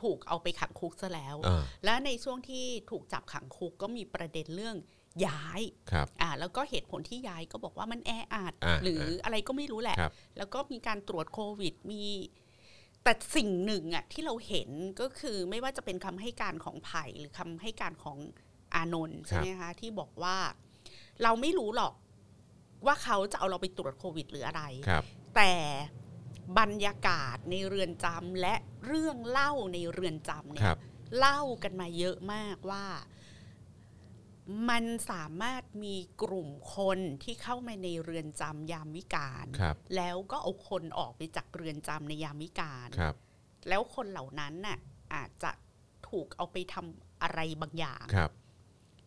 C: ถูกเอาไปขังคุกซะแล้ว
B: อ่า
C: และในช่วงที่ถูกจับขังคุกก็มีประเด็นเรื่องย้าย
B: ครับ
C: อ่าแล้วก็เหตุผลที่ย้ายก็บอกว่ามันแออัด
B: อ่า
C: หรืออะไรก็ไม่รู้แหละ
B: ครับ
C: แล้วก็มีการตรวจโควิดมี แต่สิ่งหนึ่งอะที่เราเห็นก็คือไม่ว่าจะเป็นคำให้การของไผ่หรือคำให้การของ อานนท์ใช่ไหมคะที่บอกว่า เราไม่รู้หรอกว่าเขาจะเอาเราไปตรวจโควิดหรืออะไร
B: ครับ
C: แต่บรรยากาศในเรือนจำและเรื่องเล่าในเรือนจำเนี่
B: ค
C: ย
B: รับ
C: เล่ากันมาเยอะมากว่า มันสามารถมีกลุ่มคนที่เข้ามาในเรือนจำยามวิกาล
B: ครับ
C: แล้วก็เอาคนออกไปจากเรือนจำในยามวิกาล
B: ครับ
C: แล้วคนเหล่านั้นน่ะอาจจะถูกเอาไปทำอะไรบางอย่าง
B: ครับ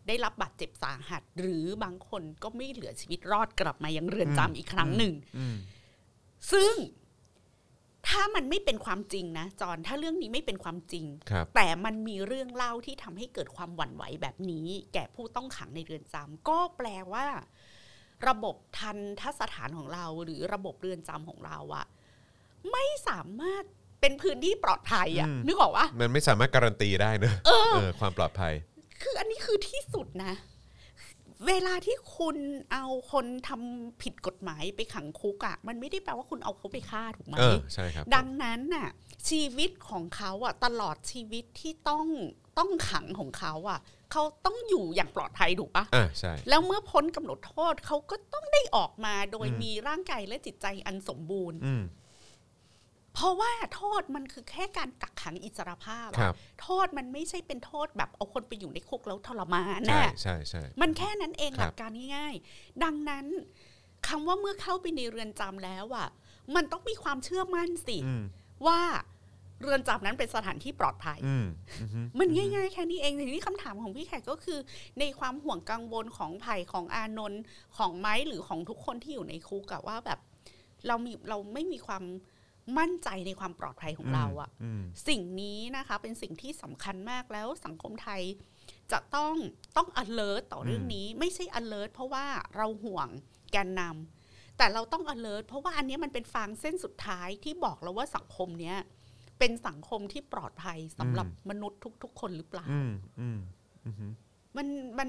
C: ได้รับบาดเจ็บสาหัส หรือบางคนก็ไม่เหลือชีวิตรอดกลับมายังเรือนจำอีกครั้งหนึ่ง
B: อืม
C: ซึ่งถ้ามันไม่เป็นความจริงนะจอนถ้าเรื่องนี้ไม่เป็นความจริง
B: ครับ
C: แต่มันมีเรื่องเล่าที่ทำให้เกิดความหวั่นไหวแบบนี้ แก่ผู้ต้องขังในเรือนจำก็แปลว่า ระบบทันทสถานของเรา หรือระบบเรือนจำของเราอะไม่สามารถเป็นพื้นที่ปลอดภัยอะ
B: อืม
C: นึกออกว่า
B: มันไม่สามารถการันตีได้เนอะเออ ความปลอดภัย
C: คืออันนี้คือที่สุดนะ เวลาที่คุณเอาคนทำผิดกฎหมายไปขังคุกอะมันไม่ได้แปลว่าคุณเอาเขาไปฆ่าถูกไหม
B: เออ ใช่ครับ
C: ดังนั้นน่ะชีวิตของเขาอ่ะตลอดชีวิตที่ต้องต้องขังของเขาอ่ะเขาต้องอยู่อย่างปลอดภัยถูกปะ
B: อ่าใช่
C: แล้วเมื่อพ้นกำหนดโทษเขาก็ต้องได้ออกมาโดย
B: อืม
C: มีร่างกายและจิตใจอันสมบูรณ์
B: อืม
C: เพราะว่าโทษมันคือแค่การกักขังอิสรภาพอะ
B: ครับ
C: โทษมันไม่ใช่เป็นโทษแบบเอาคนไปอยู่ในคุกแล้วทรมาน
B: ใช่
C: น่ะ
B: ใช่ใช่
C: มันแค่นั้นเอง
B: ค
C: ห
B: รับ
C: ลักการง่ายๆ ดังนั้นคำว่าเมื่อเข้าไปในเรือนจำแล้วอ่ะ มันต้องมีความเชื่อมั่นสิ
B: อืม
C: ว่าเรือนจำนั้นเป็นสถานที่ปลอดภัย
B: อืมอืม
C: มันง่ายๆแค่นี้เองทีนี้คำถามของพี่แขกก็คือ ในความห่วงกังวลของไผ่ของอานนท์ของไม้หรือของทุกคนที่อยู่ในคุกอะว่าแบบ เรามีเราไม่มีความมั่นใจในความปลอดภัยของเราอะ
B: อืม
C: สิ่งนี้นะคะเป็นสิ่งที่สำคัญมากแล้วสังคมไทยจะต้องต้อง alert ต่อเรื่องนี้ ไม่ใช่ alert เพราะว่าเราห่วงแกนนำแต่เราต้อง alert เพราะว่าอันเนี้ยมันเป็นฟางเส้นสุดท้ายที่บอกเราว่าสังคมเนี้ย เป็นสังคมที่ปลอดภัยสำหรับมนุษย์ทุก ๆ คนหรือเปล่า
B: อืมอืมอืม
C: มันมัน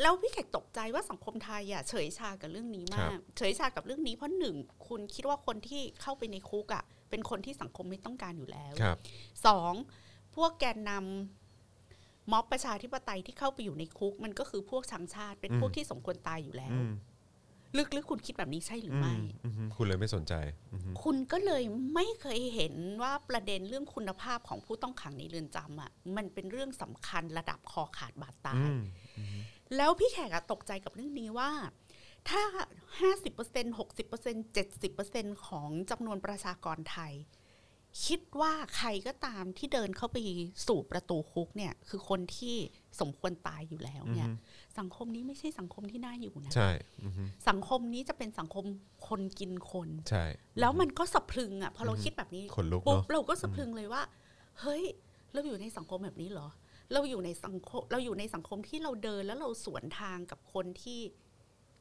C: แล้วพี่แขกตกใจว่าสังคมไทยอ่ะเฉยชากับเรื่องนี้มา
B: ครั
C: ก
B: บ
C: เฉยชากับเรื่องนี้เพราะหนึ่งคุณคิดว่าคนที่เข้าไปในคุกอ่ะ เป็นคนที่สังคมไม่ต้องการอยู่แล้ว
B: ครับ
C: สองพวกแกนนำม็อบประชาธิปไตยที่เข้าไปอยู่ในคุก มันก็คือพวกชังชาติ เป็น
B: อืม
C: พวกที่สมควรตายอยู่แล้ว
B: อืม
C: ลึกๆคุณคิดแบบนี้ใช่หรือไม่
B: อืมคุณเลยไม่สนใจอืม
C: คุณก็เลยไม่เคยเห็นว่าประเด็นเรื่องคุณภาพของผู้ต้องขังในเรือนจำอ่ะมันเป็นเรื่องสำคัญระดับคอขาดบาดตา
B: อื
C: ย
B: ม
C: แล้วพี่แขกอะตกใจกับเรื่องนี้ว่า ถ้า 50% 60% 70%ของจำนวนประชากรไทย คิดว่าใครก็ตามที่เดินเข้าไปสู่ประตูคุกเนี่ย คือคนที่สมควรตายอยู่แล้วเนี่ย
B: อือฮึ
C: สังคมนี้ไม่ใช่สังคมที่น่าอยู่นะ
B: ใช่อืม
C: สังคมนี้จะเป็นสังคมคนกินคน
B: ใช่
C: แล้วมันก็สะพรึงอ่ะพอเราคิดแบบนี้
B: ขนลุก
C: ปุ๊บ
B: เนาะ
C: เราก็สะพรึงเลยว่า เฮ้ย เราอยู่ในสังคมแบบนี้เหรอ เราอยู่ในสังคม เราอยู่ในสังคมที่เราเดินแล้วเราสวนทางกับคนที่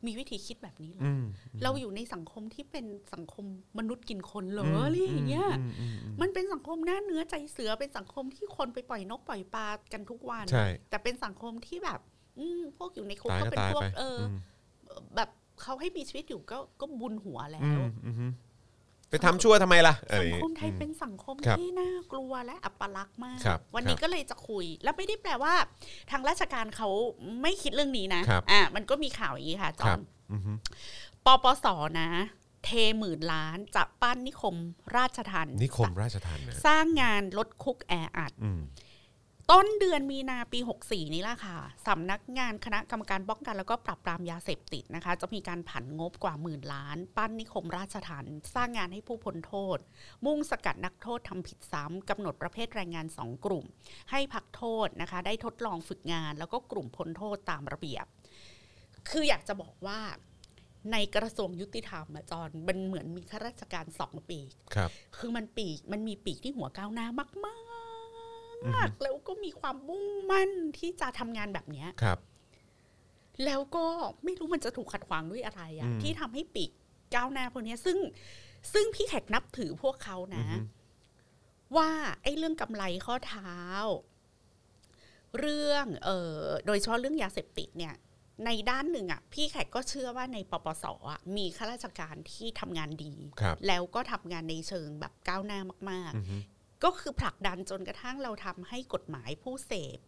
C: มีวิธีคิดแบบนี้เหรออ
B: อืม
C: เราอยู่ในสังคมที่เป็นสังคมมนุษย์กินคนเหรออะไรอย่างเงี้ย
B: อืมอืมอืม
C: มันเป็นสังคมหน้าเนื้อใจเสือเป็นสังคมที่คนไปปล่อยนกปล่อยปลากันทุกวัน
B: ใช่
C: แต่เป็นสังคมที่แบบ อืมพวกอยู่ในคุก
B: ตาย
C: ก็
B: ก็
C: เป็น
B: ตาย
C: พวก
B: ไป
C: เอออ
B: ม
C: แบบเขาให้มีชีวิตอยู่ก็ก็บุญหัวแล้
B: อื
C: ว
B: มอืมไปทำชั่วทำไมล่ะอะไร
C: สั
B: อง ย่าง
C: ค
B: งี้
C: มไทย
B: อืม
C: เป็นสังคม
B: ครับ
C: ที่น่ากลัวและอัปลักษณ์มาก
B: ครับ
C: วันนี้ก็เลยจะคุย แล้วไม่ได้แปลว่า ทางราชการเขาไม่คิดเรื่องนี้นะครับ อ่ามันก็มีข่าวอย่างนี้ค่ะจ
B: ค
C: อ
B: รั
C: ม
B: บอืม
C: ปปสนะ เทหมื่นล้านจะปั้นนิคมราชทัน
B: นิคมราชธานีนะ
C: สร้างงานลดคุกแออัด
B: อืม
C: ต้นเดือนมีนาปี 64 นี้ล่ะค่ะสำนักงานคณะกรรมการป้องกันแล้วก็ปราบปรามยาเสพติดนะคะ จะมีการผันงบกว่าหมื่นล้าน ปั้นนิคมราชฐานสร้างงานให้ผู้พ้นโทษ มุ่งสกัดนักโทษทำผิดซ้ำกำหนดประเภทแรงงาน 2 กลุ่ม ให้พักโทษนะคะ ได้ทดลองฝึกงาน แล้วก็กลุ่มพ้นโทษตามระเบียบ คืออยากจะบอกว่าในกระทรวงยุติธรรมอะจอนมันเหมือนมีข้าราชการสองปีก
B: ครับ
C: คือมันปีกมันมีปีกที่หัวก้าวหน้ามากๆ แล้วก็มีความมุ่งมั่นที่จะทำงานแบบเนี้ย
B: ครับ
C: แล้วก็ไม่รู้มันจะถูกขัดขวางด้วยอะไร
B: อื
C: อะ
B: ม
C: ที่ทำให้ปีกก้าวหน้าพวกเนี้ยซึ่งซึ่งพี่แขกนับถือพวกเขานะ
B: อือฮึ
C: ว่าไอ้เรื่องกำไรข้อเท้า เรื่องเอ่อโดยเฉพาะเรื่องยาเสพติดเนี่ย ในด้านหนึ่งอะพี่แขกก็เชื่อว่าในปปสอะมีข้าราชการที่ทำงานดี
B: ครับ
C: แล้วก็ทำงานในเชิงแบบก้าวหน้ามาก
B: อืม
C: ๆ ก็คือผลักดันจนกระทั่งเราทำให้กฎหมายผู้เสพ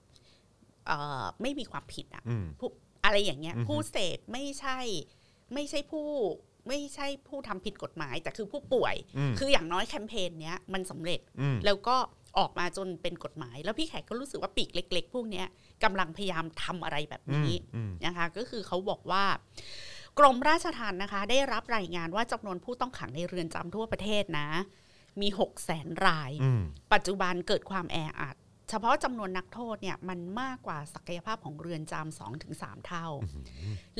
C: เอ่อไม่มีความผิดอะ
B: อืม
C: ผู้อะไรอย่างเงี้ย
B: อือฮึ
C: ผู้เสพไม่ใช่ ไม่ใช่ผู้ไม่ใช่ผู้ทำผิดกฎหมาย แต่คือผู้ป่วย
B: อืม
C: คืออย่างน้อยแคมเปญเนี้ยมันสำเร็จ
B: อืม
C: แล้วก็ออกมาจนเป็นกฎหมาย แล้วพี่แขกก็รู้สึกว่าปีกเล็ก ๆ พวกเนี้ยกำลังพยายามทำอะไรแบบ
B: อืม
C: นี้
B: อืม
C: นะคะก็คือเขาบอกว่า กรมราชทัณฑ์นะคะ ได้รับรายงานว่าจำนวนผู้ต้องขังในเรือนจำทั่วประเทศนะ มี 6 0แสนราย
B: อืม
C: ปัจจุบันเกิดความแออัด เฉพาะจำนวนนักโทษเนี่ยมันมากกว่าศักยภาพของเรือนจำสองถึงสามเท่า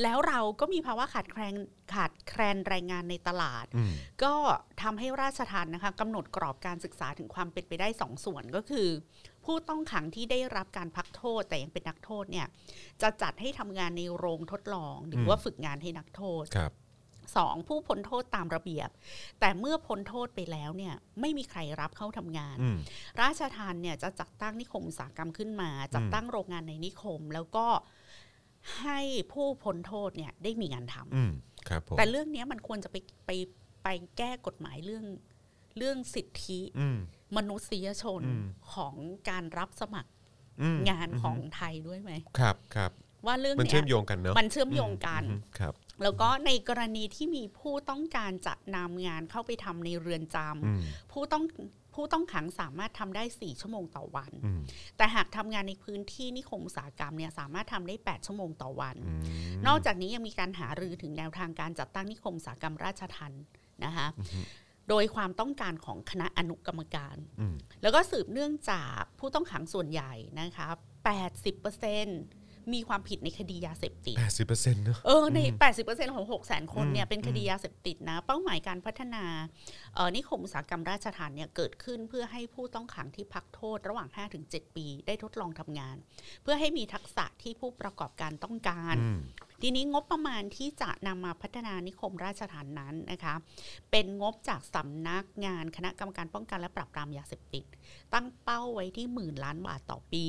C: แล้วเราก็มีภาวะขาดแคลนขาดแคลนแรงงานในตลาด
B: อืม
C: ก็ทำให้ราชทัณฑ์นะคะกำหนดกรอบการศึกษาถึงความเป็นไปได้สองส่วนก็คือ ผู้ต้องขังที่ได้รับการพักโทษแต่ยังเป็นนักโทษเนี่ยจะจัดให้ทำงานในโรงทดลอง หรือว่าฝึกงานให้นักโทษ
B: ครับ
C: สองผู้พ้นโทษตามระเบียบ แต่เมื่อพ้นโทษไปแล้วเนี่ยไม่มีใครรับเข้าทำงาน
B: อืม
C: ราชทานเนี่ยจะจัดตั้งนิคมอุตสาหกรรมขึ้นมา จัดตั้งโรงงานในนิคม แล้วก็ให้ผู้พ้นโทษเนี่ยได้มีงานทำ
B: อืมครับผม
C: แต่เรื่องเนี้ยมันควรจะไปไปไปแก้กฎหมายเรื่องเรื่องสิทธิ
B: อืม
C: มนุษยชน
B: อืม
C: ของการรับสมัคร
B: อืม
C: งานของไทยด้วยไหม
B: ครับครับ
C: ว่าเรื่อง
B: มัน
C: เนี้
B: เชื่อม
C: ย
B: โยงกันเนอะ
C: มันเชื่อมโยงกัน
B: อืมครับ
C: แล้วก็ในกรณีที่มีผู้ต้องการจะนำงานเข้าไปทำในเรือนจำ
B: อืม
C: ผู้ต้องผู้ต้องขังสามารถทำได้ 4 ชั่วโมงต่อวัน
B: อืม
C: แต่หากทำงานในพื้นที่นิคมอุตสาหกรรมเนี่ยสามารถทำได้ 8 ชั่วโมงต่อวัน
B: อืม
C: นอกจากนี้ยังมีการหารือถึงแนวทางการจัดตั้งนิคมอุตสาหกรรมราชทันนะคะ โดยความต้องการของคณะอนุกรรมการ
B: อืม
C: แล้วก็สืบเนื่องจากผู้ต้องขังส่วนใหญ่นะคะ 80%มีความผิดในคดียาเสพติด
B: แปดสิบเปอร์เซ็นต์เนอะ
C: เออใน 80%ของ 6 0 0 0 0 คนเนี่ยเป็นคดียาเสพติดนะ เป้าหมายการพัฒนาเอ่อนิคมอุตสาหกรรมราชทานเนี่ยเกิดขึ้นเพื่อให้ผู้ต้องขังที่พักโทษระหว่าง 5-7 ปี ได้ทดลองทำงาน เพื่อให้มีทักษะที่ผู้ประกอบการต้องการ
B: อืม
C: ทีนี้งบประมาณที่จะนำมาพัฒนานิคมราชฐานนั้นนะคะ เป็นงบจากสำนักงานคณะกรรมการป้องกันและปราบปรามยาเสพติด ตั้งเป้าไว้ที่หมื่นล้านบาทต่อปี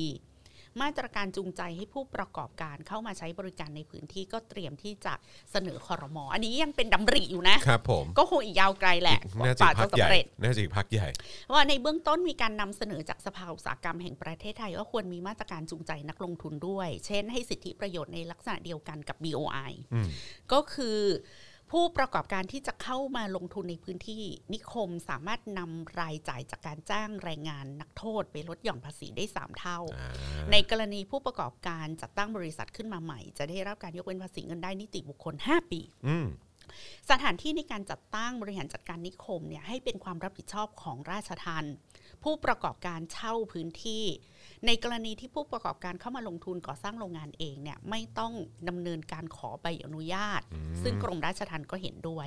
C: มาตรการจูงใจให้ผู้ประกอบการเข้ามาใช้บริการในพื้นที่ก็เตรียมที่จะเสนอคอรมออันนี้ยังเป็นดำริอยู่นะ
B: ครับผม
C: ก็คงอีกยาวไกลแหละ
B: น่าจะ
C: ป่า
B: อีกพั
C: จะ
B: กใหญ่
C: สำเร็จ
B: น่าจะอีกพักใหญ่
C: ว่าในเบื้องต้นมีการนำเสนอจากสภาอุตสาหกรรมแห่งประเทศไทยว่าควรมีมาตรการจูงใจนักลงทุนด้วย เช่นให้สิทธิประโยชน์ในลักษณะเดียวกันกับ BOI
B: อืม
C: ก็คือผู้ประกอบการที่จะเข้ามาลงทุนในพื้นที่นิคมสามารถนำรายจ่ายจากการจ้างแรงงานนักโทษไปลดหย่อนภาษีได้ 3 เท่า
B: อ่า
C: ในกรณีผู้ประกอบการจัดตั้งบริษัทขึ้นมาใหม่ จะได้รับการยกเว้นภาษีเงินได้นิติบุคคล 5 ปี
B: อืม
C: สถานที่ในการจัดตั้งบริหารจัดการนิคมเนี่ยให้เป็นความรับผิดชอบของราชทันผู้ประกอบการเช่าพื้นที่ ในกรณีที่ผู้ประกอบการเข้ามาลงทุนก่อสร้างโรงงานเองเนี่ยไม่ต้องดำเนินการขอใบอนุญาต ซึ่งกรมราชทันก็เห็นด้วย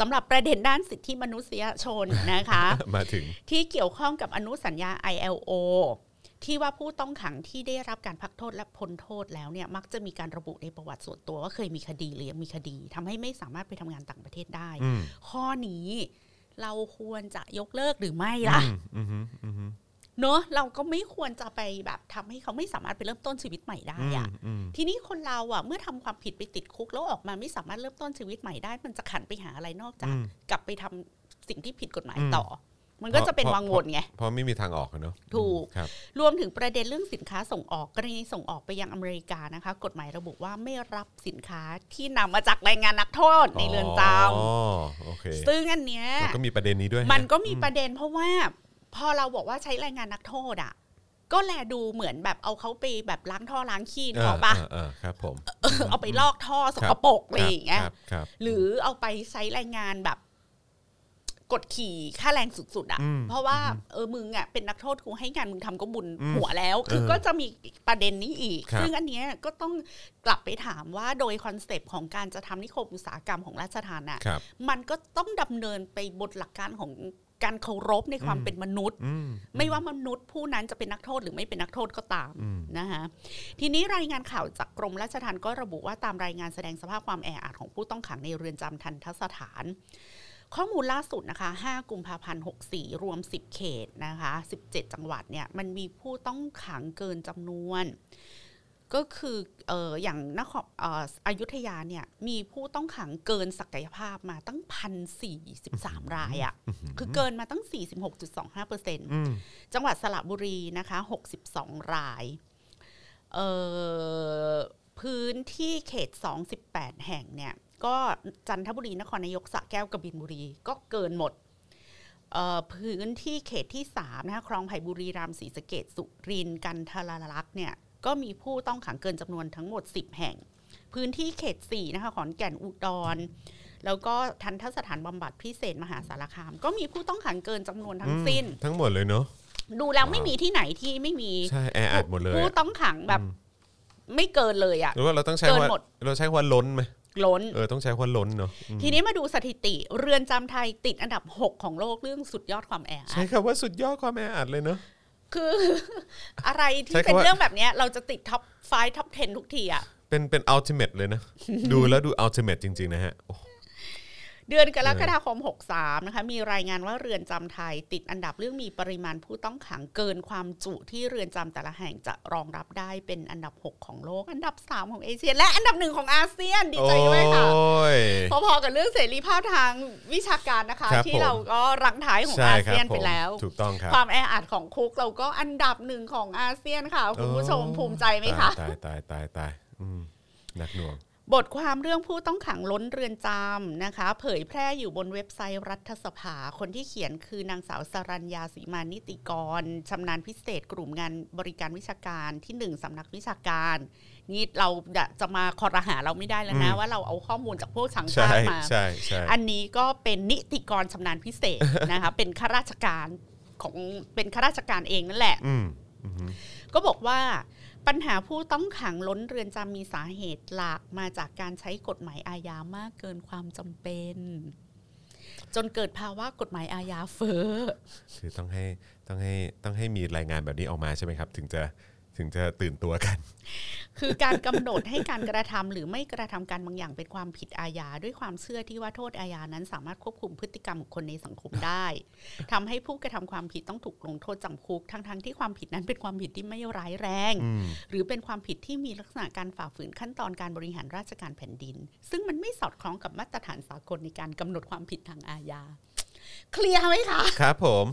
C: สำหรับประเด็นด้านสิทธิมนุษยชนนะคะ
B: มาถึง
C: ที่เกี่ยวข้องกับอนุสัญญา ILO ที่ว่าผู้ต้องขังที่ได้รับการพักโทษและพ้นโทษแล้วเนี่ยมักจะมีการระบุในประวัติส่วนตัวว่าเคยมีคดีหรือยังมีคดีทำให้ไม่สามารถไปทำงานต่างประเทศได้
B: อืม
C: ข้อนี้เราควรจะยกเลิกหรือไม่ล่ะ
B: อืมอืมอืม
C: เนอะเราก็ไม่ควรจะไปแบบทำให้เขาไม่สามารถไปเริ่มต้นชีวิตใหม่ได้
B: อืม
C: อะ
B: อืม
C: ทีนี้คนเราอะเมื่อทำความผิดไปติดคุกแล้วออกมาไม่สามารถเริ่มต้นชีวิตใหม่ได้ มันจะขันไปหาอะไรนอกจาก กลับไปทำสิ่งที่ผิดกฎหมายต่อ มันก็จะเป็นวังวนไง
B: เพราะไม่มีทางออกอะเนอะ
C: ถูก
B: ครับ
C: รวมถึงประเด็นเรื่องสินค้าส่งออกกรณีส่งออกไปยังอเมริกานะคะ กฎหมายระบุว่าไม่รับสินค้าที่นำมาจากแรงงานนักโทษในเรือนจ
B: อ๋อโอเค
C: ำซึ่งอันเนี้ย
B: แล้วก็มีประเด็นนี้ด้วยฮะ
C: มันก็มีประเด็นเพราะว่า พอเราบอกว่าใช้แรงงานนักโทษอ่ะ ก็แลดูเหมือนแบบเอาเขาไปแบบล้างท่อล้างขี้นึกออกปะ
B: าาครับผม
C: เอาไปลอกท่อสกปรกอะไรอย่างเงี้ย
B: ครับครับ
C: หรือเอาไปใช้แรงงานแบบกดขี่ค่าแรงสุดๆอะ่ะ
B: อืม
C: เพราะว่าเออมึงอะ่ะเป็นนักโทษกูให้งานมึงทำก็บุญ
B: อืม
C: หัวแล้ว คือ
B: เออ
C: ก็จะมีประเด็นนี้อีก
B: ครับ
C: ซึ่งอันเนี้ยก็ต้องกลับไปถามว่าโดยคอนเซปต์ของการจะทำนิคมอุตสาหกรรมของราชทานอ่ะ
B: ครับ
C: มันก็ต้องดำเนินไปบนหลักการของการเคารพในความ
B: อืม
C: เป็นมนุษย์
B: อืม
C: ไม่ว่ามนุษย์ผู้นั้นจะเป็นนักโทษหรือไม่เป็นนักโทษก็ตาม
B: อืม
C: นะคะทีนี้รายงานข่าวจากกรมราชทัณฑ์ก็ระบุว่าตามรายงานแสดงสภาพความแออัดของผู้ต้องขังในเรือนจำทันทสถาน ข้อมูลล่าสุดนะคะ 5 กุมภาพันธ์ 64 รวม 10 เขตนะคะ 17 จังหวัดเนี่ยมันมีผู้ต้องขังเกินจำนวน ก็คือเอออย่างนครเอออยุธยาเนี่ยมีผู้ต้องขังเกินศักยภาพมาตั้ง 1,043 รายอะ่ะคือเกินมาตั้ง 46.25%เปอร์เซ็นต์
B: อืม
C: จังหวัดสระบุรีนะคะ 62 ราย เอ่อพื้นที่เขต 28 แห่งเนี่ยก็จันทบุรีนครนายกสระแก้วกบินบุรี ก็เกินหมดเอ่อพื้นที่เขตที่3นะคะคลองไผ่บุรีรัมย์ศรีสะเกดสุรินทร์กันทรลักษณ์เนี่ยก็มีผู้ต้องขังเกินจำนวนทั้งหมด 10 แห่ง พื้นที่เขต4นะคะขอนแก่นอุดร แล้วก็ทันทสถานบำบัดพิเศษมหาสารคาม ก็มีผู้ต้องขังเกินจำนวนทั้งสิ้น
B: ทั้งหมดเลยเนาะ
C: ดูแล้วไม่มีที่ไหนที่ไม่มี
B: ใช่แออัดหมดเลย
C: ผู้
B: อะ
C: ต้องขังแบบไม่เกินเลยอะ
B: หรือว่าเราต้องใช้
C: เกิน
B: ว่า
C: หมด
B: เราใช้ว่าล้นไหม
C: ล้น
B: เออต้องใช้ว่าล้นเนาะอืม
C: ทีนี้มาดูสถิติ เรือนจำไทยติดอันดับ 6 ของโลกเรื่องสุดยอดความแออั
B: ใช้
C: ด
B: คำว่าสุดยอดความแออัดเลยเนาะ
C: คือ (laughs) อะไรที่
B: ใช้
C: เป็น
B: คำว่า
C: เรื่องแบบเนี้ย เราจะติดท็อปไฟท็อป 10 ทุกทีอะ
B: เป็นเป็นอัลติเมท
C: (laughs)
B: เลยนะ ดูแล้วดูอัลติเมทจริงๆนะฮะโอ้
C: เดือนกรกฎาคม 63 นะคะ มีรายงานว่าเรือนจำไทย ติดอันดับเรื่องมีปริมาณผู้ต้องขังเกินความจุที่เรือนจำแต่ละแห่งจะรองรับได้เป็นอันดับ 6 ของโลก อันดับ 3 ของเอเชีย และอันดับหนึ่งของอาเซียนดีใจด้วยค่ะ
B: โอ้ย
C: พอๆกับเรื่องเสรีภาพทางวิชาการนะคะ
B: ครับ
C: ที่
B: ผม
C: เราก็รังท้ายของ
B: ใช่
C: อา
B: ครั
C: เซียน
B: ผ
C: ไป
B: ม
C: แล้ว
B: ถูกต้องครับ
C: ความแออัดของคุกเราก็อันดับหนึ่งของอาเซียนค่ะ คุณผู้ชม
B: โอ้
C: ภูมิใจไหมคะ
B: ตายตายตายตายอืมหนักหน่วง
C: บทความเรื่องผู้ต้องขังล้นเรือนจำนะคะ เผยแพร่อยู่บนเว็บไซต์รัฐสภาคนที่เขียนคือนางสาวสรัญญาสีมานิติกรชำนาญพิเศษกลุ่มงานบริการวิชาการที่หนึ่งสำนักวิชาการ นี่เราจะมาคอรหาเราไม่ได้แล้วนะ
B: อืม
C: ว่าเราเอาข้อมูลจากพวกสัง
B: ใช่
C: ฆาตมา
B: ใช่ใช่
C: อันนี้ก็เป็นนิติกรชำนาญพิเศษ นะคะ (laughs) เป็นข้าราชการของเป็นข้าราชการเองนั่นแหละ
B: อืมอือหือ
C: ก็บอกว่าปัญหาผู้ต้องขังล้นเรือนจำมีสาเหตุหลักมาจากการใช้กฎหมายอาญามากเกินความจำเป็น จนเกิดภาวะกฎหมายอาญาเฟ้อ
B: คือต้องให้ต้องให้ต้องให้มีรายงานแบบนี้ออกมาใช่ไหมครับ ถึงจะถึงจะตื่นตัวกัน
C: คือการกำหนดให้การกระทำหรือไม่กระทำการบางอย่างเป็นความผิดอาญาด้วยความเชื่อที่ว่าโทษอาญานั้นสามารถควบคุมพฤติกรรมของคนในสังคมได้ทำให้ผู้กระทำความผิดต้องถูกลงโทษจำคุกทั้งๆที่ความผิดนั้นเป็นความผิดที่ไม่ร้ายแรง
B: อืม
C: หรือเป็นความผิดที่มีลักษณะการฝ่าฝืนขั้นตอนการบริหารราชการแผ่นดิน ซึ่งมันไม่สอดคล้องกับมาตรฐานสากลในการกำหนดความผิดทางอาญา เคลียร์ไหมคะ
B: ครับผม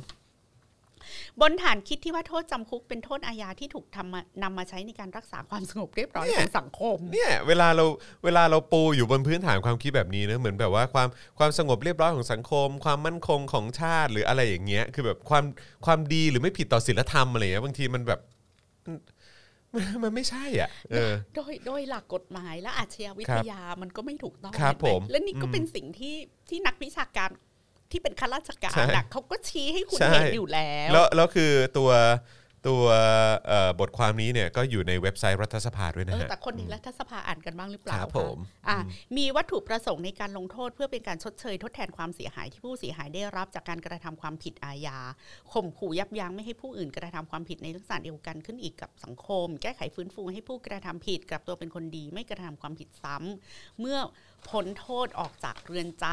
C: บนฐานคิดที่ว่าโทษจำคุกเป็นโทษอาญาที่ถูกทำมานำมาใช้ในการรักษาความสงบเรียบร้อย
B: เนี่ย
C: ของสังคม
B: เนี่ยเวลาเราเวลาเราปูอยู่บนพื้นฐานความคิดแบบนี้นะเหมือนแบบว่าความความสงบเรียบร้อยของสังคม ความมั่นคงของชาติหรืออะไรอย่างเงี้ย คือแบบความความดีหรือไม่ผิดต่อศีลธรรมอะไรอย่างเงี้ยบางทีมันแบบ (laughs) มันมันไม่ใช่อ่ะเออ
C: โดยโดยหลักกฎหมายและอาชญาวิทยามันก็ไม่ถูกต้อง
B: ครับผ
C: เห็นไห
B: ม
C: และนี่ก็
B: อืม
C: เป็นสิ่งที่ที่นักวิชาการที่เป็นข้าราชการ
B: ใช่
C: น่ะเขาก็ชี้ให้คุณ
B: ใช่
C: เห็นอยู่แล้ว
B: แล้วแล้วคือตัวตัวเอ่อบทความนี้เนี่ยก็อยู่ในเว็บไซต์รัฐสภาด้วยนะ
C: เออ
B: ฮะ
C: แต่คนในรัฐสภาอ่านกันบ้างหรือเป
B: ครับ
C: ล่าะ
B: ผม
C: อ่ะมีวัตถุประสงค์ในการลงโทษ เพื่อเป็นการชดเชยทดแทนความเสียหายที่ผู้เสียหายได้รับจากการกระทำความผิดอาญาข่มขู่ยับยั้งไม่ให้ผู้อื่นกระทำความผิดในลักษณะเดียวกันขึ้นอีกกับสังคม แก้ไขฟื้นฟูให้ผู้กระทำผิดกลับตัวเป็นคนดีไม่กระทำความผิดซ้ำเมื่อพ้นโทษออกจากเรือนจ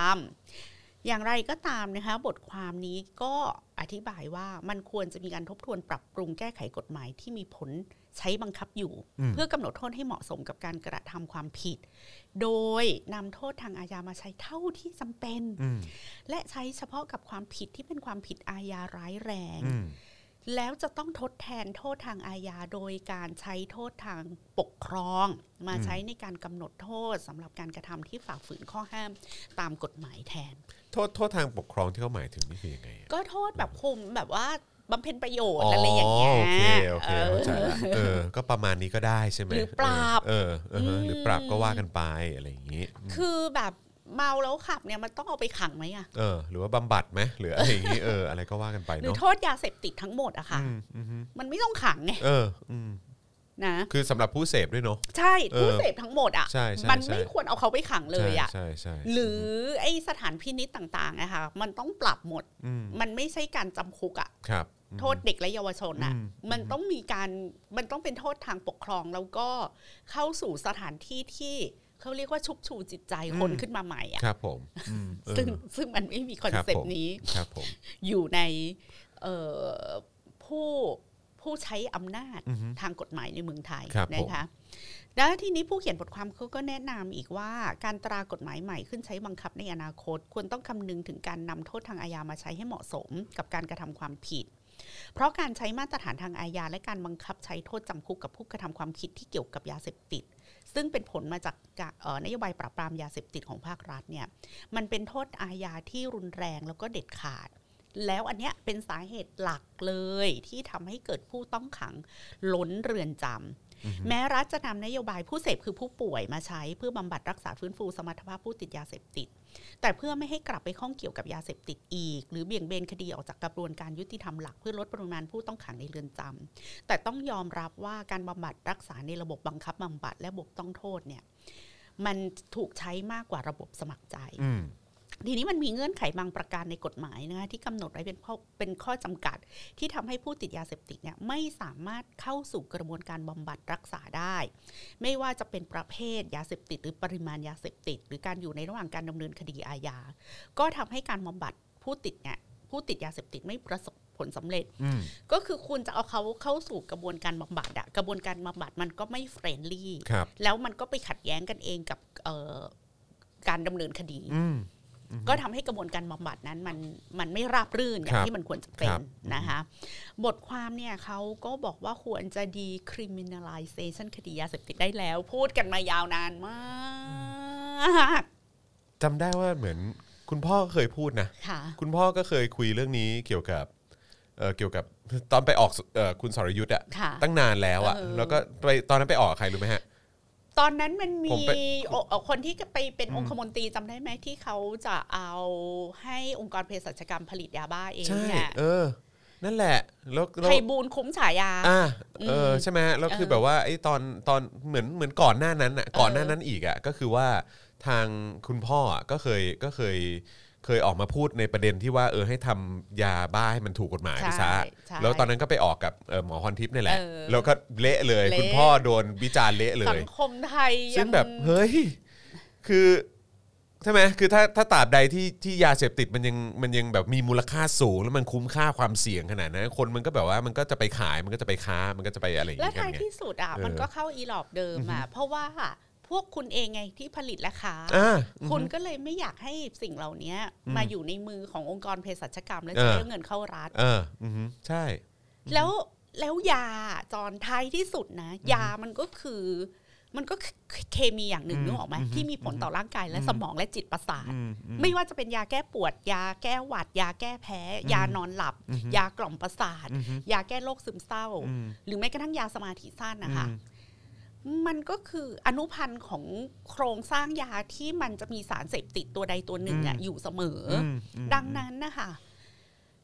C: ำอย่างไรก็ตามนะคะบทความนี้ก็อธิบายว่ามันควรจะมีการทบทวนปรับปรุงแก้ไขกฎหมายที่มีผลใช้บังคับอยู่
B: อืม
C: เพื่อกำหนดโทษให้เหมาะสมกับการกระทำความผิด โดยนำโทษทางอาญามาใช้เท่าที่จำเป็น
B: อืม
C: และใช้เฉพาะกับความผิดที่เป็นความผิดอาญาร้ายแรง
B: อืม
C: แล้วจะต้องทดแทนโทษทางอาญาโดยการใช้โทษทางปกครอง มาใช้ในการกำหนดโทษสำหรับการกระทำที่ฝ่าฝืนข้อห้ามตามกฎหมายแทน
B: โทษโทษทางปกครองที่เขาหมายถึงนี่คือยังไงอะ
C: ก็โทษแบบคุมแบบว่าบำเพ็ญประโยชน์อะไรอย่างเงี้ย
B: โอเคโอเคเข้าใจละเออ ก็ประมาณนี้ก็ได้ใช่ไหม
C: หรือปรับ
B: เออเออเออ หรือปรับก็ว่ากันไปอะไรอย่างงี้
C: คือแบบเมาแล้วขับเนี่ยมันต้องเอาไปขังไหมอะ
B: เออหรือว่าบำบัดไหมหรืออะไรอย่างนี้เอออะไรก็ว่ากันไป
C: หรือ
B: เนาะ
C: โทษยาเสพติดทั้งหมดอะค่ะ
B: อืมอืมฮึ
C: มันไม่ต้องขังไง
B: เอออืม
C: นะ
B: คือสำหรับผู้เสพด้วยเนาะ
C: ใช่
B: เออ
C: ผู้เสพทั้งหมดอะ
B: ใช่ใช่
C: มัน
B: ใช่
C: ไม่ควรเอาเขาไปขังเลยอะ
B: ใช่ใช่ใช่
C: หรือไอสถานพินิษต่างๆนะคะมันต้องปรับหมด
B: ม
C: มันไม่ใช่การจำคุกอะ
B: ครับ
C: โทษเด็กและเยาวชนอะ
B: อืม
C: มันต้องมีการมันต้องเป็นโทษทางปกครองแล้วก็เข้าสู่สถานที่ที่เขาเรียกว่าชุบชูจิตใจคนขึ้นมาใหม่อะ
B: ครับผมอืมเออ
C: ซึ่งซึ่งมันไม่มีคอนเซป
B: รับผม
C: ต์นี้
B: ครับผม
C: อยู่ในเอ่อผู้ผู้ใช้อำนาจ
B: อือฮึ
C: ทางกฎหมายในเมืองไทย
B: ครับ
C: นะคะ แล้วทีนี้ผู้เขียนบทความเขาก็แนะนำอีกว่า การตรากฎหมายใหม่ขึ้นใช้บังคับในอนาคต ควรต้องคำนึงถึงการนำโทษทางอาญามาใช้ให้เหมาะสมกับการกระทำความผิด เพราะการใช้มาตรฐานทางอาญาและการบังคับใช้โทษจำคุกกับผู้กระทำความผิดที่เกี่ยวกับยาเสพติด ซึ่งเป็นผลมาจากกะเอ่อนโยบายปราบปรามยาเสพติดของภาครัฐเนี่ยมันเป็นโทษอาญาที่รุนแรงแล้วก็เด็ดขาด แล้วอันเนี้ยเป็นสาเหตุหลักเลยที่ทำให้เกิดผู้ต้องขังล้นเรือนจำแม้รัฐจะนำนโยบายผู้เสพคือผู้ป่วยมาใช้เพื่อบำบัดรักษาฟื้นฟูสมรรถภาพผู้ติดยาเสพติด แต่เพื่อไม่ให้กลับไปข้องเกี่ยวกับยาเสพติดอีก หรือเบี่ยงเบนคดีออกจากกระบวนการยุติธรรมหลักเพื่อลดปริมาณผู้ต้องขังในเรือนจำแต่ต้องยอมรับว่าการบำบัดรักษาในระบบบังคับบังบัดและระบบต้องโทษเนี่ยมันถูกใช้มากกว่าระบบสมัครใจ
B: อืม
C: ทีนี้มันมีเงื่อนไขบางประการในกฎหมายนะคะที่กำหนดไว้เป็นข้อเป็นข้อจำกัด ที่ทำให้ผู้ติดยาเสพติดเนี่ยไม่สามารถเข้าสู่กระบวนการบำบัดรักษาได้ ไม่ว่าจะเป็นประเภทยาเสพติด หรือปริมาณยาเสพติด หรือการอยู่ในระหว่างการดำเนินคดีอาญาก็ทำให้การบำบัดผู้ติดเนี่ยผู้ติดยาเสพติดไม่ประสบผลสำเร็จ
B: อืม
C: ก็คือคุณจะเอาเขาเข้าสู่กระบวนการบำบัดอะกระบวนการบำบัดมันก็ไม่เฟรนลี่
B: ครับ
C: แล้วมันก็ไปขัดแย้งกันเองกับเอ่อการดำเนินคดี
B: อืม
C: ก็ทำให้กระบวนการบำบัดนั้นมันมันไม่ราบรื่นอย่า
B: ครั
C: ง
B: บ
C: ที่มันควรจะเป็
B: คน รับ
C: นะคะบทความเนี่ยเขาก็บอกว่าควรจะดี criminalization คดียาเสพติดได้แล้ว พูดกันมายาวนานมาก
B: จำได้ว่าเหมือนคุณพ่อเคยพูดนะ
C: ค่ะ
B: คุณพ่อก็เคยคุยเรื่องนี้เกี่ยวกับเอ่อเกี่ยวกับตอนไปออกเอ่อคุณสรยุทธ์อะ
C: ค่ะ
B: ตั้งนานแล้วอะ
C: เออ
B: แล้วก็ไปตอนนั้นไปออกกับใครรู้ไหมฮะ
C: ตอนนั้นมัน
B: ผ
C: มี
B: มไป
C: โอเอ่อคนที่ไปเป็นองคมนตรีจำได้ไหมที่เขาจะเอาให้องค์กรเภสัชกรรมผลิตยาบ้าเอง
B: ใช่
C: เนี่ย
B: เออ นั่นแหละแล้วแล้ว
C: ไพบูลย์คุ้มฉายา
B: อ่า
C: อืม
B: เออใช่ไหมฮะแล้วคือ
C: เออ
B: แบบว่าไอ้ตอนตอนเหมือนเหมือนก่อนหน้านั้นอะก่อนหน้า
C: เออ
B: นั้นอีกอะก็คือว่าทางคุณพ่ออะก็เคยก็เคยเคยออกมาพูดในประเด็นที่ว่าเออให้ทำยาบ้าให้มันถูกกฎหมายไปซะ
C: ใช่
B: แล้วตอนนั้นก็ไปออกกับเอ่อหมอพรทิพย์นี่แหละ
C: เออ
B: แล้วก็เละเลย
C: เละ
B: คุณพ่อโดนวิจารณ์เละเล
C: สั
B: ย
C: งคมไทย
B: ซึ่
C: ยัง ง
B: แบบเฮ้ย คือใช่ไหมคือถ้าถ้าตราบใดที่ที่ยาเสพติดมันยังมันยังแบบมีมูลค่าสูง แล้วมันคุ้มค่าความเสี่ยงขนาดนั้นคนมันก็แบบว่ามันก็จะไปขายมันก็จะไปค้ามันก็จะไปอะไรอย่าง
C: และ
B: เงี้ยกั
C: ท้าย
B: นไง
C: ที่สุดอ่ะ
B: เออ
C: มันก็เข้าอีหลอบเดิมอ่ะเพราะว่าพวกคุณเองไงที่ผลิตและค้า
B: อ่า
C: คุณก็เลยไม่อยากให้สิ่งเหล่านี้
B: อืม
C: มาอยู่ในมือขององค์กรเภสัชกรรม และ
B: เออ
C: ใช้เงินเข้ารัฐ
B: เอออือฮึใช่
C: แล้วแล้วยาจอนท้ายที่สุดนะ ยามันก็คือ มันก็คือเคมีอย่างหนึ่ง
B: อืม
C: นึกออกไหม
B: อืม
C: ที่มีผลต่อร่างกายและ
B: อืม
C: สมองและจิตประสาท
B: อืมอืม
C: ไม่ว่าจะเป็นยาแก้ปวด ยาแก้หวัด ยาแก้แพ้ ยานอนหลับ
B: อือฮึ
C: ยากล่อมประสาท
B: อือฮึ
C: ยาแก้โรคซึมเศร้า
B: อืม
C: หรือแม้กระทั่งยาสมาธิสั้นนะคะ
B: อืม
C: มันก็คืออนุพันธ์ของโครงสร้างยาที่มันจะมีสารเสพติดตัวใดตัวหนึ่งอะ
B: อืม
C: อยู่เสมอ
B: อื
C: อ
B: มอืม
C: ดังนั้นนะคะ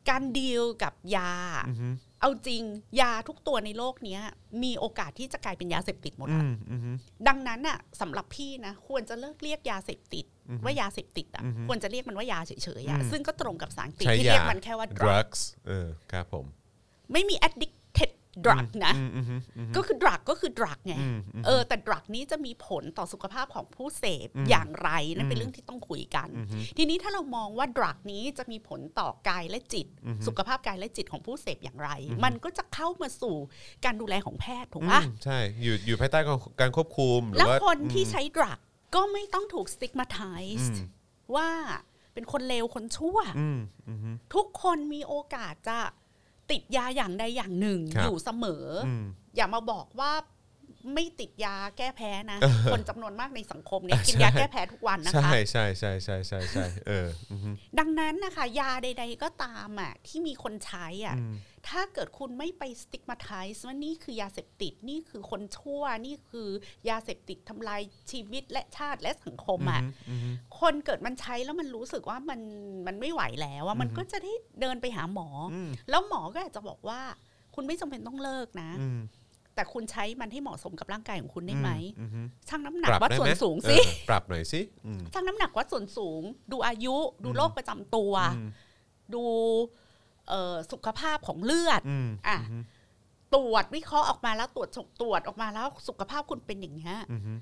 C: การดีลกับยา
B: อือฮึ
C: เอาจริงยาทุกตัวในโลกเนี้ย มีโอกาสที่จะกลายเป็นยาเสพติดหมด
B: อื
C: อะ
B: มอือฮึ
C: ดังนั้นอะสำหรับพี่นะควรจะเลิกเรียกยาเสพติด
B: อือฮึ
C: ว่ายาเสพติดอะ
B: อือฮึ
C: ควรจะเรียกมันว่ายาเฉยๆอะ
B: อืม
C: ซึ่งก็ตรงกับสารติด
B: ใช้
C: ที่เรียก
B: ยามั
C: มันแค่ว่า drug
B: drugs เออครับผม
C: ไม่มี addicted drug นะ
B: อืมอือฮึอือฮึ
C: ก็คือ drug ก็คือ drug ไง
B: อืมอืม
C: เออแต่ดรักนี้จะมีผลต่อสุขภาพของผู้เสพ
B: อืม
C: อย่างไรนั่น
B: อื
C: เป็
B: ม
C: นเรื่องที่ต้องคุยกัน
B: อือฮึ
C: ทีนี้ถ้าเรามองว่าดรักนี้จะมีผลต่อกายและจิต
B: อือฮึ
C: สุขภาพกายและจิตของผู้เสพอย่างไร
B: อือฮึ
C: มันก็จะเข้ามาสู่การดูแลของแพทย์ถูกปะ
B: อืมใช่อยู่อยู่ภายใต้ของการควบคุมหรือ
C: แล้ว
B: ว่า
C: คนที่
B: อืม
C: ใช้ดรักก็ไม่ต้องถูกสติ๊กมาไทส์
B: อืม
C: ว่าเป็นคนเลวคนชั่ว
B: อืมอืมอืม
C: ทุกคนมีโอกาสจะติดยาอย่างใดอย่างหนึ่ง
B: ครับ
C: อยู่เสมออ
B: อืม
C: อย่ามาบอกว่าไม่ติดยาแก้แพ้นะ
B: เออ
C: คนจำนวนมากในสังคมเนี่ยกิน
B: ใช่
C: ยาแก้แพ้ทุกวันนะ
B: ใช่
C: คะ
B: ใช่ใช่ใช่ใช่ใช่เอออืมอืม
C: ดังนั้นนะคะ ยาใด ๆ ก็ตามอ่ะที่มีคนใช้อ่ะ
B: อืม
C: ถ้าเกิดคุณไม่ไปสติ๊กมา i ท e ว่านี่คือยาเสพติดนี่คือคนชั่วนี่คือยาเสพติดทำลายชีวิตและชาติและสังคมอ่ะคนเกิดมันใช้แล้วมันรู้สึกว่ามันมันไม่ไหวแล้วอ่ะมัน
B: อือฮึ
C: ก็จะได้เดินไปหาหมออ
B: อืม
C: แล้วหมอก็อาจจะบอกว่า คุณไม่จำเป็นต้องเลิกนะ
B: อืม
C: แต่คุณใช้มันให้เหมาะสมกับร่างกายของคุณได้ไหม
B: อืม
C: ชั่งน้ำหนัก
B: ปรับ
C: วัด
B: ไไห
C: ส่ว
B: ม
C: นสูง
B: เอ
C: สิ
B: อปรับหน่อยสิอืม
C: ชั่งน้ำหนักวัดส่วนสูง ดูอายุ ดู
B: อืม
C: โรคประจำตัว
B: อืม
C: ดูเอ่อสุขภาพของเลือด
B: อืม
C: อ่ะ ตรวจวิเคราะห์ออกมาแล้วตรวจตรวจออกมาแล้วสุขภาพคุณเป็นอย่างนี้ย
B: อืมอืม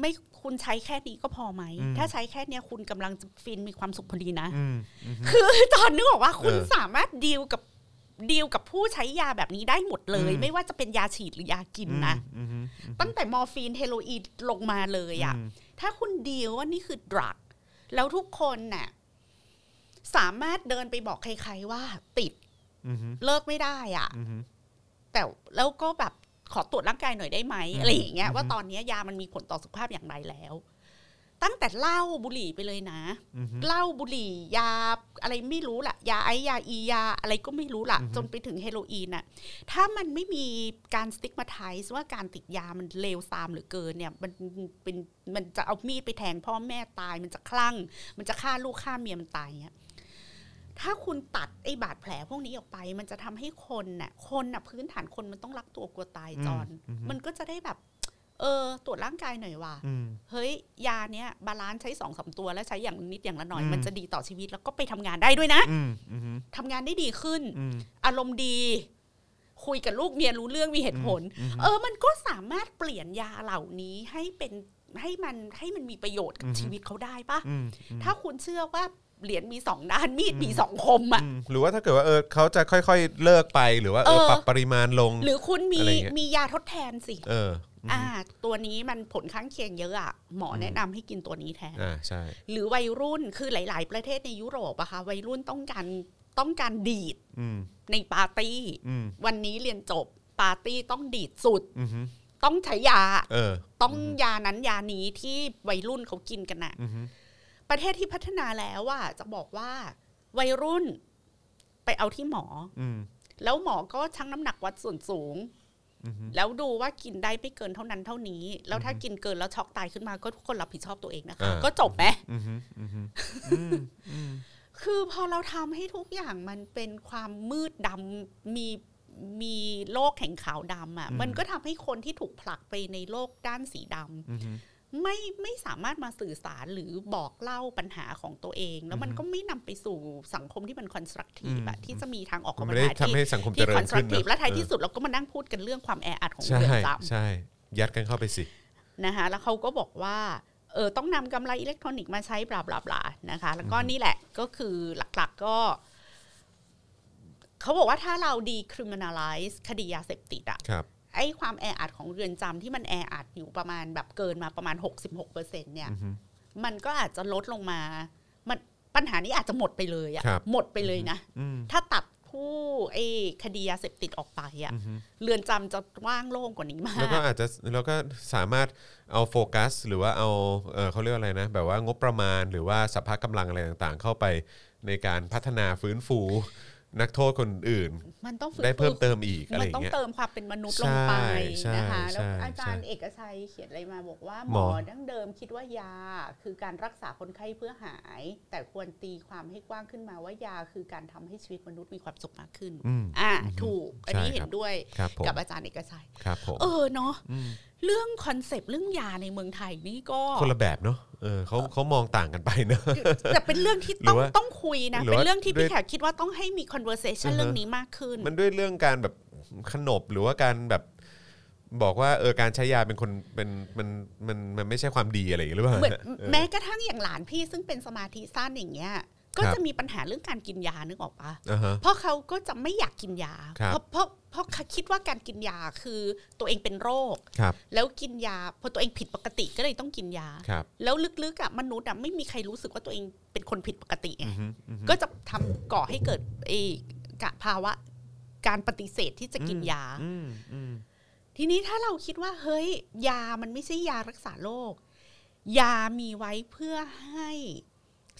C: ไม่คุณใช้แค่นี้ก็พอไหม
B: อืม
C: ถ้าใช้แค่เนี้ยคุณกำลังจะฟินมีความสุขพอดีนะ
B: อืมอืม
C: คือตอนนึกออกว่าคุณ
B: เออ
C: สามารถดีลกับดีลกับผู้ใช้ยาแบบนี้ได้หมดเลย
B: อืม
C: ไม่ว่าจะเป็นยาฉีดหรือยากินนะ
B: อืมอืมอืม
C: ตั้งแต่มอร์ฟีนเฮโรอีนลงมาเลยอะ
B: ม
C: ถ้าคุณดีลว่านี่คือดรัก แล้วทุกคนน่ะสามารถเดินไปบอกใครๆว่าติด
B: อือฮึ
C: เลิกไม่ได้อ่ะ
B: อือฮึ
C: แต่แล้วก็แบบขอตรวจร่างกายหน่อยได้ไหม
B: อืม
C: อะไรอย่างเงี้ย
B: อืม
C: ว่าตอนเนี้ยยามันมีผลต่อสุขภาพอย่างไรแล้ว ตั้งแต่เหล้าบุหรี่ไปเลยนะ
B: อือฮึ
C: เหล้าบุหรี่ยาอะไรไม่รู้ละยาไอยาอียาอะไรก็ไม่รู้ละ
B: อือฮึ
C: จนไปถึงเฮโรอีนน่ะถ้ามันไม่มีการสติ๊กมาไทส์ว่าการติดยามันเลวซามเหรือเกินเนี่ยมันเป็นมันจะเอามีดไปแทงพ่อแม่ตาย มันจะคลั่ง มันจะฆ่าลูกฆ่าเมียมันตายเนี่ย ถ้าคุณตัดไอ้บาดแผลพวกนี้ออกไป มันจะทำให้คนน่ะ คนน่ะพื้นฐานคนมันต้องรักตัวกลัวตายจอน
B: อืมอืม
C: มันก็จะได้แบบ เออ ตรวจร่างกายหน่อยว่ะ
B: อืม
C: เฮ้ย ยาเนี้ยบาลานซ์ใช้สองสามตัวแล้วใช้อย่างนิดอย่างละหน่อย
B: อืม
C: มันจะดีต่อชีวิตแล้วก็ไปทำงานได้ด้วยนะ
B: อืมอืม
C: ทำงานได้ดีขึ้น
B: อืม
C: อารมณ์ดี คุยกับลูกเมียรู้เรื่องมีเหตุผล
B: อืมอืม
C: เออ มันก็สามารถเปลี่ยนยาเหล่านี้ให้เป็นให้มันให้มันมีประโยชน์กับ
B: อืม
C: ชีวิตเขาได้ปะ
B: อืมอืม
C: ถ้าคุณเชื่อว่าเหรียญมีสองด้านมีดมี
B: อืม
C: สองคมอะ
B: อืมหรือว่าถ้าเกิดว่าเออเขาจะค่อยๆเลิกไปหรือว่าเออ
C: เออ
B: ปรับปริมาณลง
C: หรือคุณมี
B: อะไรอย่างเงี้ย
C: มียาทดแทนสิ
B: เอออืม
C: อ่า ตัวนี้มันผลข้างเคียงเยอะอ่ะหมอแนะนำให้กินตัวนี้แทน
B: อ่าใช่
C: หรือวัยรุ่นคือหลาย ๆ ประเทศในยุโรปอะค่ะวัยรุ่นต้องการต้องการดีด
B: อืม
C: ในปาร์ตี้
B: อืม
C: วันนี้เรียนจบปาร์ตี้ต้องดีดสุด
B: อืม
C: ต้องใช้ยา
B: เออ
C: ต้องยานั้นยานี้ที่วัยรุ่นเขากินกันน่ะ
B: อืม
C: ประเทศที่พัฒนาแล้วอะจะบอกว่าวัยรุ่นไปเอาที่หมอ
B: อืม
C: แล้วหมอก็ชั่งน้ำหนักวัดส่วนสูง
B: อืม
C: แล้วดูว่ากินได้ไม่เกินเท่านั้นเท่านี้ แล้วถ้ากินเกินแล้วช็อกตายขึ้นมาก็ทุกคนรับผิดชอบตัวเองนะคะ
B: อ่า
C: ก็จบไหม
B: อืมอืมอืม
C: คือพอเราทำให้ทุกอย่างมันเป็นความมืดดำมีมีโลกแห่งขาวดำอ่ะ
B: อืม
C: มันก็ทำให้คนที่ถูกผลักไปในโลกด้านสีดำ
B: อืม
C: ไม่ไม่สามารถมาสื่อสารหรือบอกเล่าปัญหาของตัวเอง แล้วมัน
B: อือฮึ
C: ก็ไม่นำไปสู่สังคมที่มันคอนสตรักทีฟ
B: อืม
C: ที่จะมีทางออกข
B: มั
C: อน งปั
B: ไม่
C: ญ
B: ได้
C: หา
B: ทำ
C: ที่
B: ให้สังคมเจ
C: ที่
B: ริ
C: ค
B: ญ
C: อนสตรั
B: ขึ้น
C: กทีฟ
B: เนอะ
C: และท้ายที่
B: เออ
C: สุดเราก็มานั่งพูดกันเรื่องความแออัดของ
B: ใช่
C: เรือนจำ
B: ใช่ยัดกันเข้าไปสิ
C: นะคะแล้วเขาก็บอกว่าเออต้องนำกำไรอิเล็กทรอนิกส์มาใช้บลาบลาบลานะคะ แล้วก็
B: อือฮึ
C: นี่แหละก็คือหลักๆก็ เขาบอกว่าถ้าเราดีคริมินาลซ์คดียาเสพติดอะ
B: ครับ
C: ไอความแออัดของเรือนจำที่มันแออัดอยู่ประมาณแบบเกินมาประมาณ 66%เนี่ย
B: อืม
C: มันก็อาจจะลดลงมา มันปัญหานี้อาจจะหมดไปเลยอะ
B: ครับ
C: หมดไปเลยนะ
B: อืม
C: ถ้าตัดผู้ไอคดียาเสพติดออกไปอะ
B: อืม
C: เรือนจำจะว่างโล่งกว่านี้มา
B: แล้ว
C: ก
B: ก็อาจจะแล้วก็สามารถเอาโฟกัส หรือว่าเอาเอ่อเขาเรียกอะไรนะ แบบว่างบประมาณหรือว่าสภาพกำลังอะไรต่างๆ เข้าไปในการพัฒนาฟื้นฟู นักโทษคนอื่น
C: มันต้องฝึก
B: ได้เพิ่ม
C: ฝึก
B: เติมอีก อะไร
C: มั
B: อน ย่า
C: ต้อง ง
B: เงี้ย
C: เติมความเป็นมนุษย์
B: ใช่
C: ลงไป
B: ใช่
C: นะคะ แล้ว
B: ใช่
C: อาจารย์
B: ใช่
C: เอกชัยเขียนอะไรมาบอกว่า
B: ห
C: ห
B: ม
C: ม
B: อ
C: อดั้งเดิมคิดว่ายาคือการรักษาคนไข้เพื่อหาย แต่ควรตีความให้กว้างขึ้นมาว่ายาคือการทำให้ชีวิตมนุษย์มีความสุขมากขึ้น
B: อืม
C: อ่า
B: อืม
C: ถูก อัน
B: ใช่
C: นี้
B: ครับ
C: เห็นด้วย
B: ครับผม
C: กับอาจารย์เอกชัย
B: ครับผม
C: เออเนาะ
B: ม
C: เรื่องคอนเซปต์เรื่องยาในเมืองไทยนี่ก็
B: คนละแบบเนาะเออเขาเขามองต่างกันไปเนอะ
C: แต่เป็นเรื่องที่
B: หรื
C: ต้
B: อ
C: อ
B: งว่า
C: ต้องคุยนะ
B: หรือว่า
C: เป็นเรื่องที่
B: ด้ว
C: พี่
B: ย
C: แขกคิดว่าต้องให้มี conversation
B: อือฮะ
C: เรื่องนี้มากขึ้น
B: (laughs) มันด้วยเรื่องการแบบขนบหรือว่าการแบบบอกว่าเออการใช้ยาเป็นคนเป็นมันมันมันไม่ใช่ความดีอะไรอย่างเงี้ยหรือเปล่า
C: เหมือน
B: เออ
C: แม้กระทั่งอย่างหลานพี่ซึ่งเป็นสมาธิสั้นอย่างเงี้ย ก็
B: ครับ
C: จะมีปัญหาเรื่องการกินยานึกออกปะ
B: อ่าฮะ
C: เพราะเขาก็จะไม่อยากกินยา
B: ครับ
C: เพราะเพราะเพราะเขาคิดว่าการกินยาคือตัวเองเป็นโรค
B: ครับ
C: แล้วกินยาพอตัวเองผิดปกติก็เลยต้องกินยา
B: ครับ
C: แล้วลึกๆอะมนุษย์อะไม่มีใครรู้สึกว่าตัวเองเป็นคนผิดปกติไง
B: อือฮึอือฮึ
C: ก็จะทำก่อให้เกิดไอ้กะภาวะการปฏิเสธที่จะกินยา
B: อืมอืม
C: ทีนี้ถ้าเราคิดว่าเฮ้ย ยามันไม่ใช่ยารักษาโรคยามีไว้เพื่อให้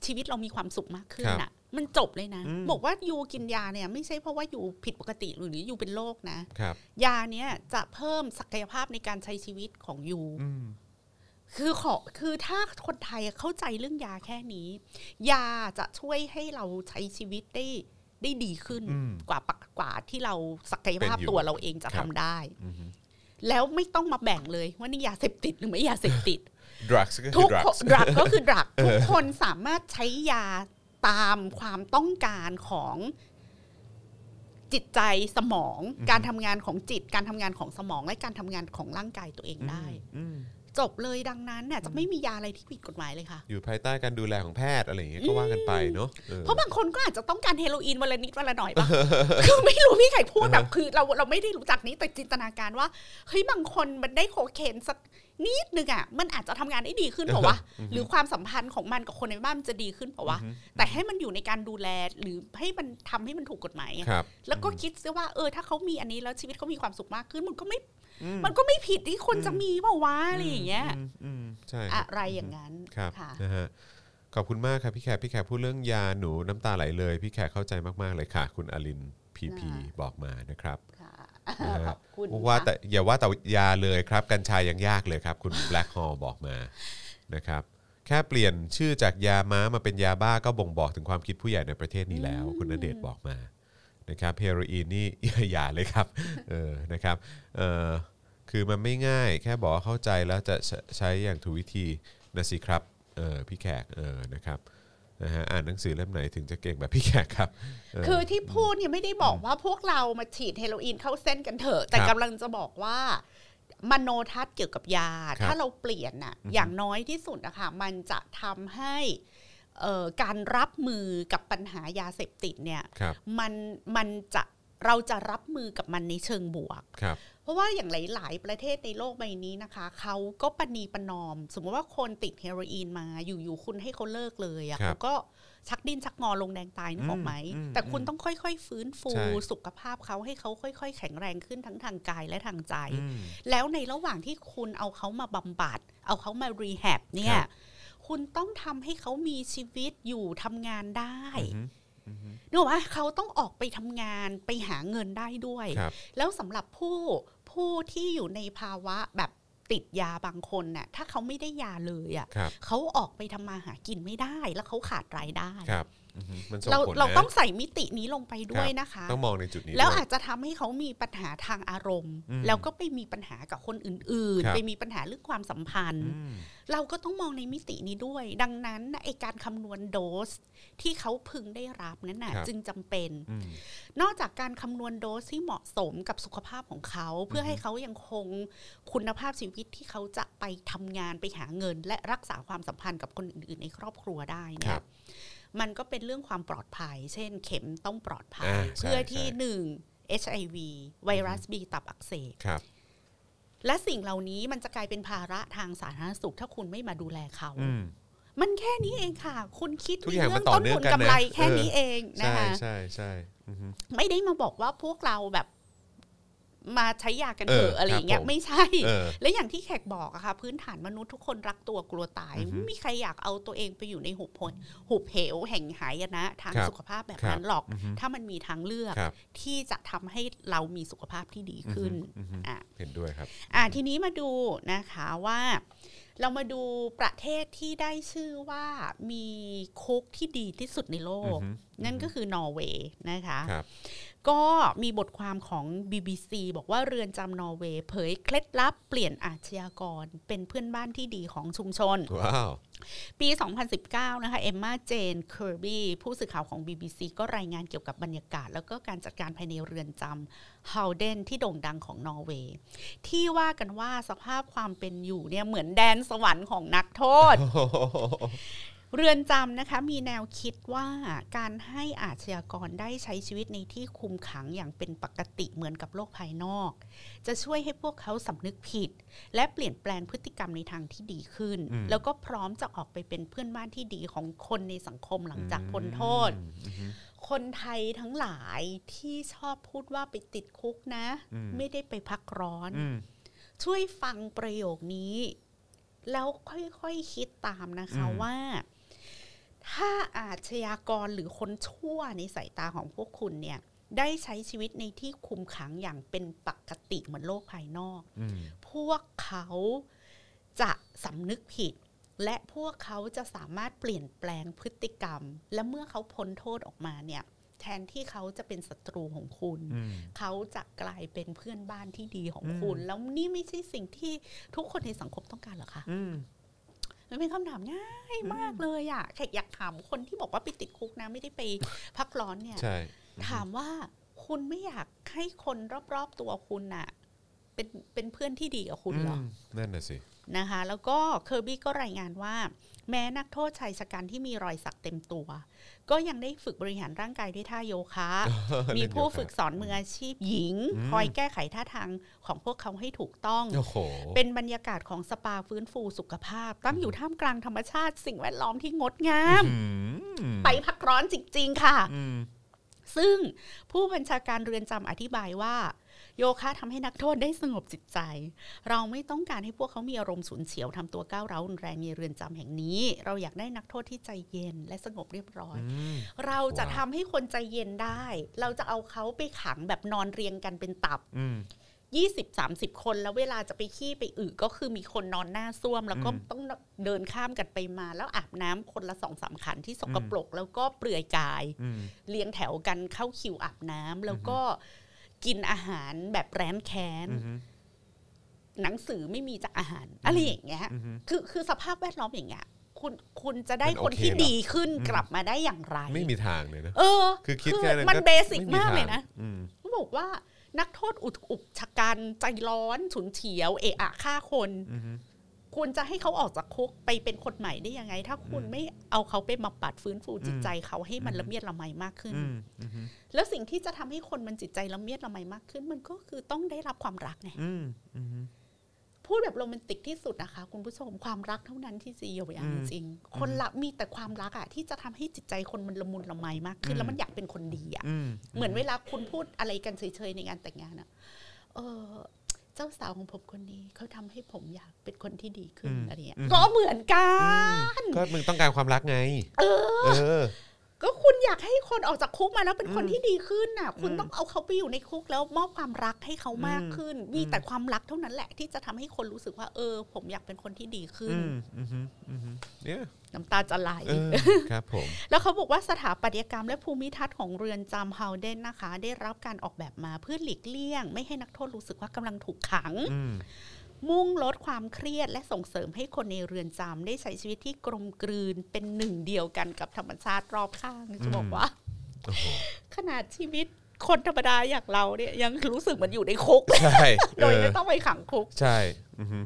C: ชีวิตเรามีความสุขมากขึ้นน่ะ มันจบเลยนะ บอกว่ายูกินยาเนี่ย ไม่ใช่เพราะว่ายูผิดปกติหรือยูเป็นโรคนะ
B: ครับ
C: ยาเนี้ยจะเพิ่มศักยภาพในการใช้ชีวิตของยู
B: อืม
C: คือขอคือถ้าคนไทยเข้าใจเรื่องยาแค่นี้ ยาจะช่วยให้เราใช้ชีวิตได้ได้ดีขึ้น
B: อืม
C: กว่าปกกว่าที่เราศักยภาพ
B: เป็นอยู่
C: ตัวเราเองจะ
B: ครั
C: ทำ
B: บ
C: ได้
B: อืม
C: แล้วไม่ต้องมาแบ่งเลยว่านี่ยาเสพติดหรือไม่ยาเสพ
B: (laughs)
C: ติด
B: drugs ก็คื
C: ทุ
B: อ
C: กคน (laughs)
B: drugs
C: ดรักก็คือดรักทุกคนสามารถใช้ยาตามความต้องการของจิตใจสมอง
B: อือฮึ
C: การทำงานของจิต การทำงานของสมองและการทำงานของร่างกายตัวเองได้
B: อืม
C: จบเลยดังนั้นน่ะจะไม่มียาอะไรที่ผิดกฎหมายเลยค่ะ
B: อยู่ภายใต้การดูแลของแพทย์อะไรอย่างเงี้ยก็ว่ากันไปเนาะออ
C: เพราะบางคนก็อาจจะต้องการเฮโรอีนวันละนิดวันละหน่อยปะ (laughs) คือไม่รู้พี่ไข่พูดแบบคือเราเราไม่ได้รู้จักนี้แต่จินตนาการว่าเฮ้ยบางคนมันได้โคเคนสักนิดนึงอ่ะมันอาจจะทำงานได้ดีขึ้นเปล่าวะหรือความสัมพันธ์ของมันกับคนในบ้านมันจะดีขึ้นเปล่าวะ
B: อือฮึ
C: แต่ให้มันอยู่ในการดูแลหรือให้มันทำให้มันถูกกฎหมายอะ
B: ครับ
C: แล้วก็คิดซะว่าเออถ้าเขามีอันนี้แล้วชีวิตเขามีความสุขมากขึ้นมันก็ไม่
B: อื
C: มันก็ไม่ผิดที่คนจะมีเปล่าวะอะไรอย่างเงี้ย
B: มอืมใช่
C: อะไรอย่างนั้น
B: ครับ
C: ค่ะ
B: นะฮะขอบคุณมากครับพี่แขกพี่แขกพูดเรื่องยาหนูน้ำตาไหลเลย พี่แขกเข้าใจมากๆเลยค่ะ คุณอลินพีพี
C: ค่ะ
B: บอกมานะครับ
C: ค่ะ
B: นะ
C: ข
B: ฮะ
C: อบคุณ
B: ว่า
C: ค่ะ
B: แต่อย่าว่าแต่ยาเลยครับกัญชายังยากเลยครับ คุณแบล็ k ฮอลบอกมานะครับแค่เปลี่ยนชื่อจากยาม้ามาเป็นยาบ้าก็บ่งบอกถึงความคิดผู้ใหญ่ในประเทศนี้แล้ว คุณณเดชน์บอกมานะครับเฮโรอีนนี่ (laughs) อย่าเลยครับเออนะครับเออคือมันไม่ง่าย แค่บอกว่าเข้าใจแล้วจะใช้ใช้อย่างถูกวิธีนะสิครับเออพี่แขกเออนะครับนะฮะอ่านหนังสือเล่มไหนถึงจะเก่งแบบพี่แขกครับเ
C: คือที่พูดเนี่ยไม่ได้บอกว่าพวกเรามาฉีดเฮโรอีนเข้าเส้นกันเถอะ แต่
B: ครับ
C: กำลังจะบอกว่า มโนทัศน์เกี่ยวกับยา
B: ครับ
C: ถ้าเราเปลี่ยนน่ะอย่างน้อยที่สุดนะคะมันจะทำให้เอ่อการรับมือกับปัญหายาเสพติดเนี่ย
B: ครับ
C: มันมันจะเราจะรับมือกับมันในเชิงบวก
B: ครับ
C: เพราะว่าอย่างหลาย ๆ ประเทศในโลกใบนี้นะคะเขาก็ปณีประนอม สมมติว่าคนติดเฮโรอีนมาอยู่ ๆ คุณให้เขาเลิกเลยอะ
B: ครับ
C: เขาก็ชักดิ้นชักงอลงแดงตายนึกออกไหม
B: อืมอืม
C: แต่คุณต้องค่อย ๆ ฟื้นฟู
B: ใช่
C: สุขภาพเขาให้เขาค่อย ๆ แข็งแรงขึ้นทั้งทางกายและทางใจ
B: อืม
C: แล้วในระหว่างที่คุณเอาเขามาบำบัด เอาเขามารีแฮบเนี่
B: ค
C: ย
B: รับ
C: คุณต้องทำให้เขามีชีวิตอยู่ทำงานได้
B: อือฮึอือฮึ
C: นึกออกปะเขาต้องออกไปทำงานไปหาเงินได้ด้วย
B: ครับ
C: แล้วสำหรับผู้ผู้ที่อยู่ในภาวะแบบติดยาบางคนน่ะถ้าเขาไม่ได้ยาเลยอ่ะ
B: ครับ
C: เขาออกไปทำมาหากินไม่ได้แล้วเขาขาดรายได้
B: ครับอือฮึมันส่ง
C: เรา
B: ผลนะ
C: เราต้องใส่มิตินี้ลงไปด้วย
B: ครับ
C: นะคะ
B: ต้องมองในจุดนี้
C: แล้ว
B: ด้วย
C: อาจจะทำให้เขามีปัญหาทางอารมณ์
B: อืม
C: แล้วก็ไปมีปัญหากับคนอื่น
B: ครั
C: ๆ
B: บ
C: ไปมีปัญหาเรื่องความสัมพัน
B: อื
C: ธ์
B: ม
C: เราก็ต้องมองในมิตินี้ด้วย ดังนั้นน่ะไอการคำนวณโดสที่เขาพึงได้รับนั้นน่ะ
B: ครับ
C: จึงจำเป็น
B: อืม
C: นอกจากการคำนวณโดสที่เหมาะสมกับสุขภาพของเขา เพื่อให้เขายังคงคุณภาพชีวิตที่เขาจะไปทำงานไปหาเงิน และรักษาความสัมพันธ์กับคนอื่นๆในครอบครัวได้เนี่
B: ครั
C: ย
B: บ
C: มันก็เป็นเรื่องความปลอดภัย เช่น เข็มต้องปลอดภัย
B: อ่าใช่
C: เพื่อที่
B: ใช่
C: หนึ่ง HIV ไวรัสบีตับอักเสบ
B: ครับ
C: และสิ่งเหล่านี้มันจะกลายเป็นภาระทางสาธารณสุขถ้าคุณไม่มาดูแลเขา
B: อืม
C: มันแค่นี้เองค่ะ คุณคิด
B: ทุกอย่าง
C: ใน
B: มัน
C: เรื่
B: ต่อ
C: ต้น
B: เนื่อง
C: ทุน
B: กันนะ
C: กำไรแค่
B: เออ
C: นี้เองนะ
B: ใช่
C: คะ
B: ใช่ใช่อือฮึ
C: ไม่ได้มาบอกว่าพวกเราแบบมาใช้ยากันเถ
B: เอ
C: อะ
B: ออ
C: อะไรอย่างเงี้
B: ครั
C: ย
B: บผม
C: ไม่ใช่
B: เออ
C: และอย่างที่แขกบอกอะค่ะพื้นฐานมนุษย์ทุกคนรักตัวกลัวตาย
B: อือฮึ
C: ไม่มีใครอยากเอาตัวเองไปอยู่ในหุบพลหุบเหวแห่งหายนะ ทาง
B: ครับ
C: สุขภาพแบบ
B: ครับ
C: นั้นหรอก
B: อือฮึ
C: ถ้ามันมีทางเลือก
B: ครับ
C: ที่จะทำให้เรามีสุขภาพที่ดีขึ้น
B: อือฮึ
C: อ่ะ
B: เห็นด้วยครับ
C: อ่ะทีนี้มาดูนะคะว่า เรามาดูประเทศที่ได้ชื่อว่ามีคุกที่ดีที่สุดในโลก
B: อือฮึ
C: นั่นก็คือนอร์เวย์นะคะ
B: ครับ
C: ก็มีบทความของ BBC บอกว่าเรือนจำนอร์เวย์เผยเคล็ดลับเปลี่ยนอาชญากร เป็นเพื่อนบ้านที่ดีของชุมชน
B: ว้าว
C: ปี 2019 นะคะ เอมมาเจน เคอร์บี้ ผู้สื่อข่าวของ BBC ก็รายงานเกี่ยวกับบรรยากาศ แล้วก็การจัดการภายในเรือนจำฮาวเดนที่โด่งดังของนอร์เวย์ ที่ว่ากันว่าสภาพความเป็นอยู่เนี่ยเหมือนแดนสวรรค์ของนักโท
B: (laughs)
C: ษ เรือนจำนะคะมีแนวคิดว่าการให้อาชญากรได้ใช้ชีวิตในที่คุมขังอย่างเป็นปกติเหมือนกับโลกภายนอก จะช่วยให้พวกเขาสำนึกผิด และเปลี่ยนแปลงพฤติกรรมในทางที่ดีขึ้น
B: อืม
C: แล้วก็พร้อมจะออกไปเป็นเพื่อนบ้านที่ดีของคนในสังคมหลังจากพ้นโทษ
B: อือฮึ
C: คนไทยทั้งหลายที่ชอบพูดว่าไปติดคุกนะ
B: อืม
C: ไม่ได้ไปพักร้อน
B: อืม
C: ช่วยฟังประโยคนี้ แล้วค่อยๆคิดตามนะคะ
B: อืม
C: ว่า ถ้าอาชญากรหรือคนชั่วในสายตาของพวกคุณเนี่ย ได้ใช้ชีวิตในที่คุมขังอย่างเป็นปกติเหมือนโลกภายนอก
B: อืม
C: พวกเขาจะสำนึกผิด และพวกเขาจะสามารถเปลี่ยนแปลงพฤติกรรม และเมื่อเขาพ้นโทษออกมาเนี่ย แทนที่เขาจะเป็นศัตรูของคุณ
B: อืม
C: เขาจะกลายเป็นเพื่อนบ้านที่ดีของ
B: อืม
C: คุณ แล้วนี่ไม่ใช่สิ่งที่ทุกคนในสังคมต้องการเหรอคะ
B: อืม
C: มันเป็นคำถามง่ายมากเลยอะแขกอยากถามคนที่บอกว่าไปติดคุกนะไม่ได้ไปพักร้อนเนี่ย
B: ใช่
C: ถามว่าคุณไม่อยากให้คนรอบๆตัวคุณน่ะ เป็นเป็นเพื่อนที่ดีกับคุณเหรอ
B: มนั่นน่ะสิ
C: นะคะ แล้วก็เคอร์บี้ก็รายงานว่า แม้นักโทษชายชะกันที่มีรอยสักเต็มตัว ก็ยังได้ฝึกบริหารร่างกายด้วยท่าโยคะ มีผู้ฝึกสอนมืออาชีพหญิง
B: อืม
C: คอยแก้ไขท่าทางของพวกเขาให้ถูกต้อง
B: โอ้โห
C: เป็นบรรยากาศของสปาฟื้นฟูสุขภาพ ตั้งอยู่ท่ามกลางธรรมชาติสิ่งแวดล้อมที่งดงาม ไปพักร้อนจริง ๆ ค่ะ ซึ่งผู้บัญชาการเรือนจำอธิบายว่า โยคะทำให้นักโทษได้สงบจิตใจ เราไม่ต้องการให้พวกเขามีอารมณ์ฉุนเฉียวทำตัวก้าวร้าวรุนแรงในเรือนจำแห่งนี้ เราอยากได้นักโทษที่ใจเย็นและสงบเรียบร้อย เราจะทำให้คนใจเย็นได้ เราจะเอาเขาไปขังแบบนอนเรียงกันเป็นตับ 20 30 คนแล้วเวลาจะไปขี้ไปอึก็คือมีคนนอนหน้าซ่วม แล้วก็
B: อืม
C: ต้องเดินข้ามกันไปมา แล้วอาบน้ำคนละสองสามขันที่สกปรก แล้วก็เปลือยกาย เรียงแถวกันเข้าคิวอาบน้ำแล้วก็กินอาหารแบบแรมแค้น หนังสือไม่มีจากอาหาร อะไรอย่างเงี้ยคือคือสภาพแวดล้อมอย่างเงี้ยคุณคุณจะได้
B: มันโอ
C: คน
B: เค
C: ที่
B: เหรอ
C: ดีขึ้น
B: อืม
C: กลับมาได้อย่างไร
B: ไม่มีทางเลยนะ
C: เออ
B: คือคิดแค่นั้น
C: มันเบสิก
B: ไ
C: มากเลยนะ
B: ทงอืม
C: เขาบอกว่านักโทษอุกอุกชะกันใจร้อนฉุนเฉียว เอะอะฆ่าคน
B: อือฮึ
C: คุณจะให้เขาออกจากคุกไปเป็นคนใหม่ได้ยังไง ถ้าคุณไม่เอาเขาไปมาปัดฟื้นฟูจิตใจเขาให้มันละเมียดละไมมากขึ้น
B: อืมอืม
C: แล้วสิ่งที่จะทำให้คนมันจิตใจละเมียดละไมมากขึ้น มันก็คือต้องได้รับความรักไง
B: อืมอืม
C: พูดแบบโรแมนติกที่สุดนะคะ คุณผู้ชมความรักเท่านั้นที่จะเยียวยา
B: อืม
C: จริงๆคนละมีแต่ความรักอะที่จะทำให้จิตใจคนมันละมุนละไมมากขึ้น
B: อืม
C: แล้วมันอยากเป็นคนดีอะ
B: อืม
C: เหมือนเวลาคุณพูดอะไรกันเฉยๆในงานแต่งงานอะเออเจ้าสาวของผมคนนี้เขาทำให้ผมอยากเป็นคนที่ดีขึ้น
B: อืม
C: อะไรเงี้ย
B: อืม
C: ก็เหมือนกัน
B: ก็มึงต้องการความรักไง
C: เอ
B: เออ
C: ก็คุณอยากให้คนออกจากคุกมาแล้วเป็นคน
B: อืม
C: ที่ดีขึ้นน่ะ คุณ
B: อืม
C: ต้องเอาเขาไปอยู่ในคุกแล้วมอบความรักให้เขามาก
B: อืม
C: ขึ้น มี
B: อืม
C: แต่ความรักเท่านั้นแหละ ที่จะทำให้คนรู้สึกว่า เออ ผมอยากเป็นคนที่ดีขึ้น
B: อืมอืมอืมเนี่ย
C: น้ำตาจะไหล
B: เออครับผม
C: แล้วเขาบอกว่าสถาปัตยกรรมและภูมิทัศน์ของเรือนจำเฮาเดนนะคะ ได้รับการออกแบบมาเพื่อหลีกเลี่ยง ไม่ให้นักโทษรู้สึกว่ากำลังถูกขัง
B: อืม
C: มุ่งลดความเครียดและส่งเสริมให้คนในเรือนจำได้ใช้ชีวิตที่กลมกลืนเป็นหนึ่งเดียวกันกับธรรมชาติรอบข้างจะบอกว่า
B: โอ้โห
C: ขนาดชีวิตคนธรรมดาอย่างเราเนี่ยยังรู้สึกเหมือนอยู่ในคุก
B: ใช่
C: โดย
B: เออ
C: ไม่ต้องไปขังคุก
B: ใช่อือฮึ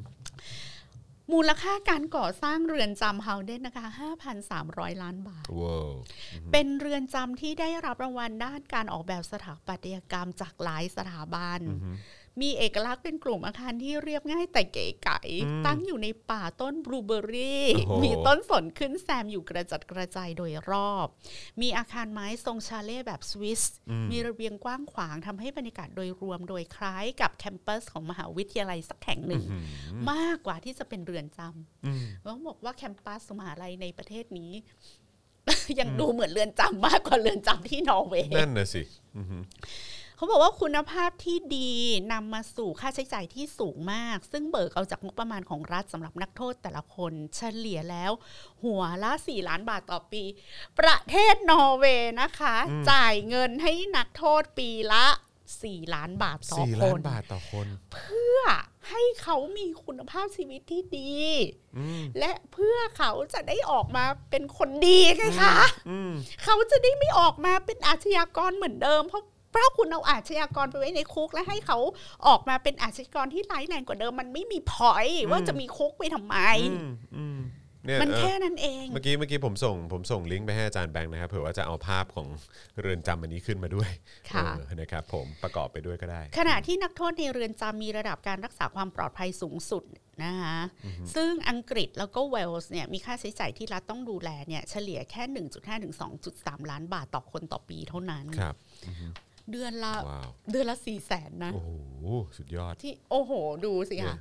C: มูลค่าการก่อสร้างเรือนจำเฮาเดนนะคะ 5,300 ล้านบาท
B: ว้าว
C: เป็นเรือนจำที่ได้รับรางวัลด้านการออกแบบสถาปัตยกรรมจากหลายสถาบัน มีเอกลักษณ์เป็นกลุ่มอาคารที่เรียบง่ายแต่เก๋ไก๋
B: อืม
C: ตั้งอยู่ในป่าต้นบลูเบอรี่
B: โอ้โห
C: มีต้นสนขึ้นแซมอยู่กระจัดกระจายโดยรอบ มีอาคารไม้ทรงชาเล่แบบสวิส มีระเบียงกว้างขวางทำให้บรรยากาศโดยรวมโดยคล้ายกับแคมปัสของมหาวิทยาลัยสักแห่งหนึ่ง มากกว่าที่จะเป็นเรือนจำ
B: อืม
C: เขาบอกว่าแคมปัสมหาลัยในประเทศนี้ (laughs) ยังดูเหมือนเรือนจำมากกว่าเรือนจำที่นอร์เวย์
B: นั่นน่ะสิอือฮึ
C: เขาบอกว่าคุณภาพที่ดีนำมาสู่ค่าใช้จ่ายที่สูงมาก ซึ่งเบิกเอาจากงบประมาณของรัฐสำหรับนักโทษแต่ละคน เฉลี่ยแล้ว หัวละ 4 ล้านบาทต่อปี ประเทศนอร์เวย์นะคะ
B: อืม
C: จ่ายเงินให้นักโทษปีละ 4 ล้านบาทต่อ
B: สี่
C: ค
B: ล้าน
C: น
B: บาทต่อคน
C: เพื่อให้เขามีคุณภาพชีวิตที่ดี
B: อืม
C: และเพื่อเขาจะได้ออกมาเป็นคนดีไงคะ
B: อืม
C: เขาจะได้ไม่ออกมาเป็นอาชญากรเหมือนเดิม เพราะเพราะคุณเอาอาชญากรไปไว้ในคุก และให้เขาออกมาเป็นอาชญากรที่ร้ายแรงกว่าเดิม มันไม่มีพอยต์
B: อืม
C: ว่าจะมีคุกไปทำไม
B: อืมอืมเนี่ย
C: มัน
B: เออ
C: แค่นั้นเอง
B: เมื่อกี้เมื่อกี้ผมส่งผมส่งลิงก์ไปให้อาจารย์แบงค์นะครับเผื่อว่าจะเอาภาพของเรือนจำอันนี้ขึ้นมาด้วย
C: ค่ะ
B: เออนะครับผมประกอบไปด้วยก็ได้
C: ขณะที่นักโทษในเรือนจำมีระดับการรักษาความปลอดภัยสูงสุดนะคะซึ่งอังกฤษแล้วก็เวลส์เนี่ยมีค่าใช้จ่ายที่รัฐต้องดูแลเนี่ยเฉลี่ยแค่ 1.5ถึง2.3 ล้านบาทต่อคนต่อปีเท่านั้น
B: ครับ
C: เดือนละ
B: ว้าว
C: เดือนละสี่แสนนะ
B: โอ้โหสุดยอด
C: ที่โอ้โห ดูสิ
B: เนี่ย
C: ค่ะ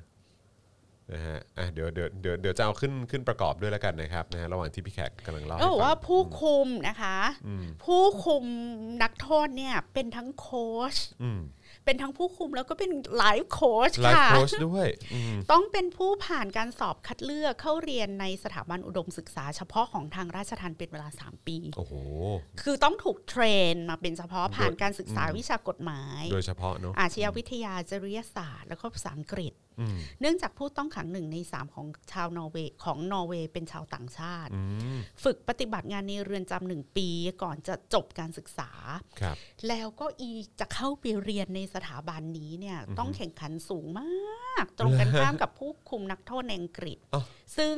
B: นะฮะอ่ะเดี๋ยวเดี๋ยวเดี๋ยวเดี๋ยวจะเอาขึ้นขึ้นประกอบด้วยแล้วกันนะครับนะฮะระหว่างที่พี่แขกกำลังเล่าให้
C: ก็บอก
B: ฟั
C: ว่าง ผู้คุมนะคะ
B: อืม
C: ผู้คุมนักโทษเนี่ย เป็นทั้งโค้ช
B: อืม
C: เป็นทั้งผู้คุมแล้วก็เป็นไลฟ์โค้ช
B: ไลฟ์
C: ค่ะ
B: โค้ชด้วยอืม
C: ต้องเป็นผู้ผ่านการสอบคัดเลือกเข้าเรียนในสถาบันอุดมศึกษาเฉพาะของทางราชทัณฑ์เป็นเวลา 3 ปี
B: โอ้โห
C: คือต้องถูกเทรนมาเป็นเฉพาะผ่านการศึกษา
B: อืม
C: วิชากฎหมาย
B: โดยเฉพาะเนอะ
C: อาชญาวิทยาจริยศาสตร์ แล้วก็ภาษาอังกฤษ
B: อืม
C: เนื่องจากผู้ต้องขังหนึ่งในสามของชาวนอร์เวย์ของนอร์เวย์เป็นชาวต่างชาติ
B: อืม
C: ฝึกปฏิบัติงานในเรือนจำหนึ่งปีก่อนจะจบการศึกษา
B: ครับ
C: แล้วก็อีจะเข้าไปเรียนในสถาบันนี้เนี่ย
B: อือฮึ
C: ต้องแข่งขันสูงมาก ตรงกันข้ามกับผู้คุมนักโทษในอังกฤษ
B: อ้าว
C: ซึ่ง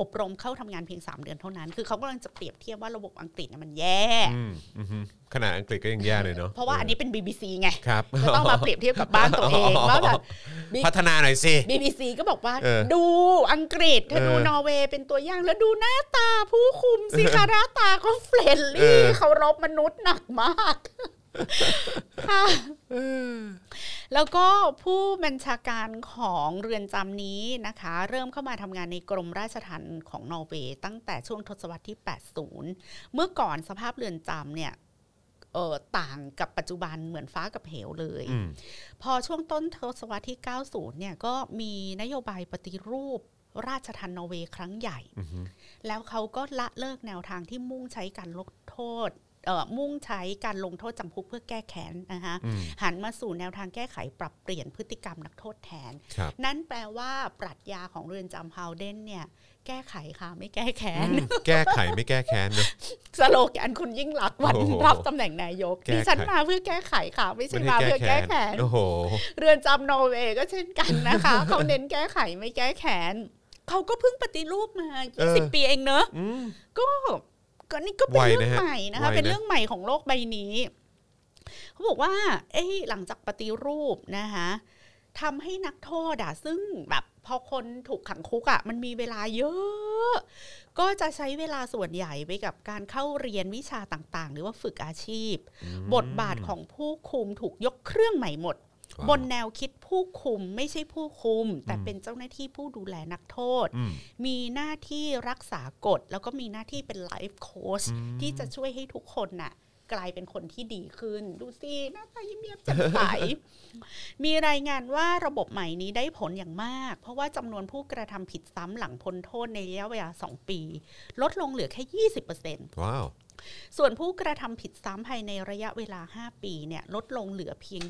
C: อบรมเข้าทำงานเพียง 3 เดือนเท่านั้น คือเขากำลังจะเปรียบเทียบว่าระบบอังกฤษน่ะมันแย่
B: อืมอือฮึขนาดอังกฤษก็ยังแย่เลยเนาะ
C: เพราะว่าอันนี้เป็น BBC ไง
B: ครับ
C: จะต้องมาเปรียบเทียบกับบ้านตัวเองว่าแบบ
B: พัฒนาหน่อยสิ
C: (laughs) BBC ก็บอกว่า
B: เออ
C: ดูอังกฤษถ้าดู
B: เออน
C: อร์เวย์เป็นตัวอย่างแล้วดูหน้าตาผู้คุมสิคะหน้าตาเขาเฟรน
B: เอ
C: ลี่
B: อ
C: เคารพมนุษย์หนักมาก (laughs) ค่ะแล้วก็ผู้บัญชาการของเรือนจำนี้นะคะ เริ่มเข้ามาทำงานในกรมราชทัณฑ์ของนอร์เวย์ตั้งแต่ช่วงทศวรรษที่ 80 เมื่อก่อนสภาพเรือนจำเนี่ยเออต่างกับปัจจุบันเหมือนฟ้ากับเหวเลย
B: อืม
C: พอช่วงต้นทศวรรษที่ 90 เนี่ยก็มีนโยบายปฏิรูปราชทันนอร์เวย์ครั้งใหญ่
B: อือฮึ
C: แล้วเขาก็ละเลิกแนวทางที่มุ่งใช้การลดโทษเอ่อมุ่งใช้การลงโทษจำคุกเพื่อแก้แค้นนะคะ
B: อืม
C: หันมาสู่แนวทางแก้ไขปรับเปลี่ยนพฤติกรรมนักโทษแทน
B: ครับ
C: นั่นแปลว่าปรัชญาของเรือนจำฮาวเดนเนี่ย แก้ไขค่ะไม่แก้แค้น
B: อืมแก้ไขไม่แก้แค้นเนอะ
C: สโลแกนคุณยิ่งรักษณ์วัน
B: โอ้โห
C: รับตำแหน่งนายก
B: แก้ไข
C: ดิฉันมาเพื่อแก้ไขค่ะ ไม่
B: ไม่
C: ใช่มา
B: ได้
C: เพื่อแก้แค้น
B: โอ้โห
C: เรือนจำนอร์เวย์ก็เช่นกันนะคะ
B: (laughs)
C: เขาเน้นแก้ไขไม่แก้แค้นเขาก็เพิ่งปฏิรูปมา
B: เออ
C: 20 ปีเองเนอะ
B: อืม
C: ก็ก็นี่ก็เป็น
B: ไวนะ
C: เรื่อง
B: ฮะ
C: ใหม่นะ
B: ไว
C: คะ
B: นะ
C: เป็นเรื่องใหม่ของโลกใบนี้เขาบอกว่า เอ้ยหลังจากปฏิรูปนะคะทำให้นักโทษอะซึ่งแบบพอคนถูกขังคุกอะมันมีเวลาเยอะ ก็จะใช้เวลาส่วนใหญ่ไปกับการเข้าเรียนวิชาต่างๆ หรือว่าฝึกอาชีพ บทบาทของผู้คุมถูกยกเครื่องใหม่หมด
B: ว้าว
C: บนแนวคิดผู้คุมไม่ใช่ผู้คุม แต่
B: อืม
C: เป็นเจ้าหน้าที่ผู้ดูแลนักโทษ
B: อืม
C: มีหน้าที่รักษากฎ แล้วก็มีหน้าที่เป็นไลฟ์โค้ช
B: อืม
C: ที่จะช่วยให้ทุกคนน่ะ กลายเป็นคนที่ดีขึ้น ดูสิหน้าตายิ้มเยียบแจ่ม
B: (laughs)
C: ใส มีรายงานว่าระบบใหม่นี้ได้ผลอย่างมาก เพราะว่าจำนวนผู้กระทำผิดซ้ำหลังพ้นโทษในระยะเวลา 2 ปี ลดลงเหลือแค่ 20%
B: ว้าว
C: ส่วนผู้กระทำผิดซ้ำภายในระยะเวลา 5 ปีเนี่ยลดลงเหลือเพียง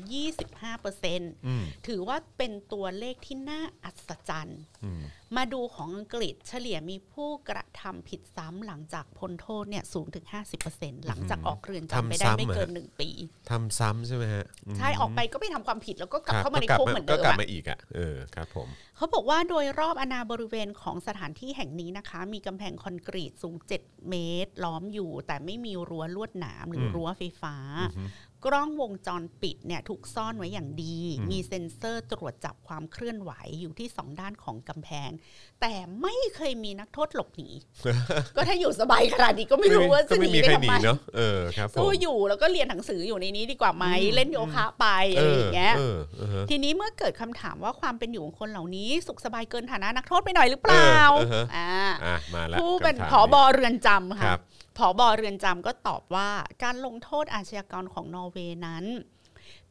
C: 25%
B: อืม
C: ถือว่าเป็นตัวเลขที่น่าอัศจรรย์
B: อืม
C: มาดูของอังกฤษเฉลี่ยมีผู้กระทำผิดซ้ำหลังจากพ้นโทษเนี่ยสูงถึง 50%หลังจากออกเรือนจำไปได้ไม่เกิน 1 ปี
B: ทำซ้ำใช่ไหมฮะม
C: ใช่ออกไปก็ไปทำความผิดแล้วก็กลับ
B: รับ
C: เข้ามาใน
B: กลับ
C: คุกเหมือนเดิ
B: ก็
C: ม
B: กลับ
C: อะ
B: มาอีกอ่ะเออครับผม
C: เขาบอกว่าโดยรอบอาณาบริเวณของสถานที่แห่งนี้นะคะ มีกำแพงคอนกรีตสูง 7 เมตร ล้อมอยู่ แต่ไม่มีรั้วลวดหนามหรืออ
B: ม
C: รั้วไฟฟ้า
B: อือฮึ
C: กล้องวงจรปิดเนี่ยถูกซ่อนไว้อย่างดี
B: อืม
C: มีเซ็นเซอร์ตรวจจับความเคลื่อนไหวอยู่ที่สองด้านของกำแพง แต่ไม่เคยมีนักโทษหลบ
B: (laughs)
C: หนี ก็ถ้าอยู่สบายขนาดนี้ก็ไม่รู้ว่า
B: ก็
C: จะห
B: ไม่
C: นี
B: มี
C: ไป
B: ใคร
C: ทำ
B: หนี
C: ไม
B: เนาะเออครับผม
C: สู้อยู่แล้วก็เรียนหนังสืออยู่ในนี้ดีกว่าไหมเล่นโยคะไปอะไรอย่างเงี้ย
B: เออเออเออ
C: ทีนี้เมื่อเกิดคำถามว่าความเป็นอยู่ของคนเหล่านี้ สุขสบายเกินฐานะนักโทษไปหน่อยหรือเปล่า
B: เออเออ
C: อ่า
B: อ่ะมาละ
C: ผู้เป็น
B: คำถาม
C: ผอบอเรือนจำ
B: ค
C: ค่ะ
B: รับ
C: ผอบอเรือนจำก็ตอบว่าการลงโทษอาชญากรของนอร์เวย์นั้น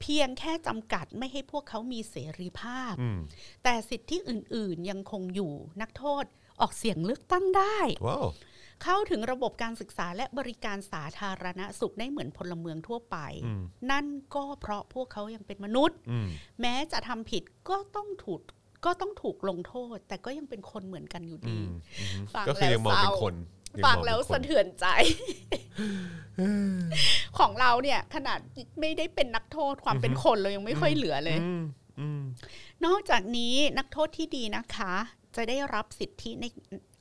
C: เพียงแค่จำกัดไม่ให้พวกเขามีเสรีภาพ
B: อืม
C: แต่สิทธิอื่นๆยังคงอยู่นักโทษออกเสียงเลือกตั้งได้
B: ว้าว
C: เข้าถึงระบบการศึกษาและบริการสาธารณสุขได้เหมือนพลเมืองทั่วไป
B: อืม
C: นั่นก็เพราะพวกเขายังเป็นมนุษย์
B: อืม
C: แม้จะทำผิดก็ต้องถูกก็ต้องถูกลงโทษ แต่ก็ยังเป็นคนเหมือนกันอยู่
B: อื
C: ดี
B: มอืม
C: ฟัง
B: ก็คือยังมอง
C: แล้วเศร้า
B: เป็นคนยัมอ
C: ฟั
B: เป็
C: ง
B: น
C: แล้ว
B: คน
C: สะเทือนใจ ของเราเนี่ย ขนาดไม่ได้เป็นนักโทษความเป็น
B: อือฮึ
C: คนเรายังไม่ค่อยเหลือเลย
B: อืมอืม
C: นอกจากนี้นักโทษที่ดีนะคะ จะได้รับสิทธิใน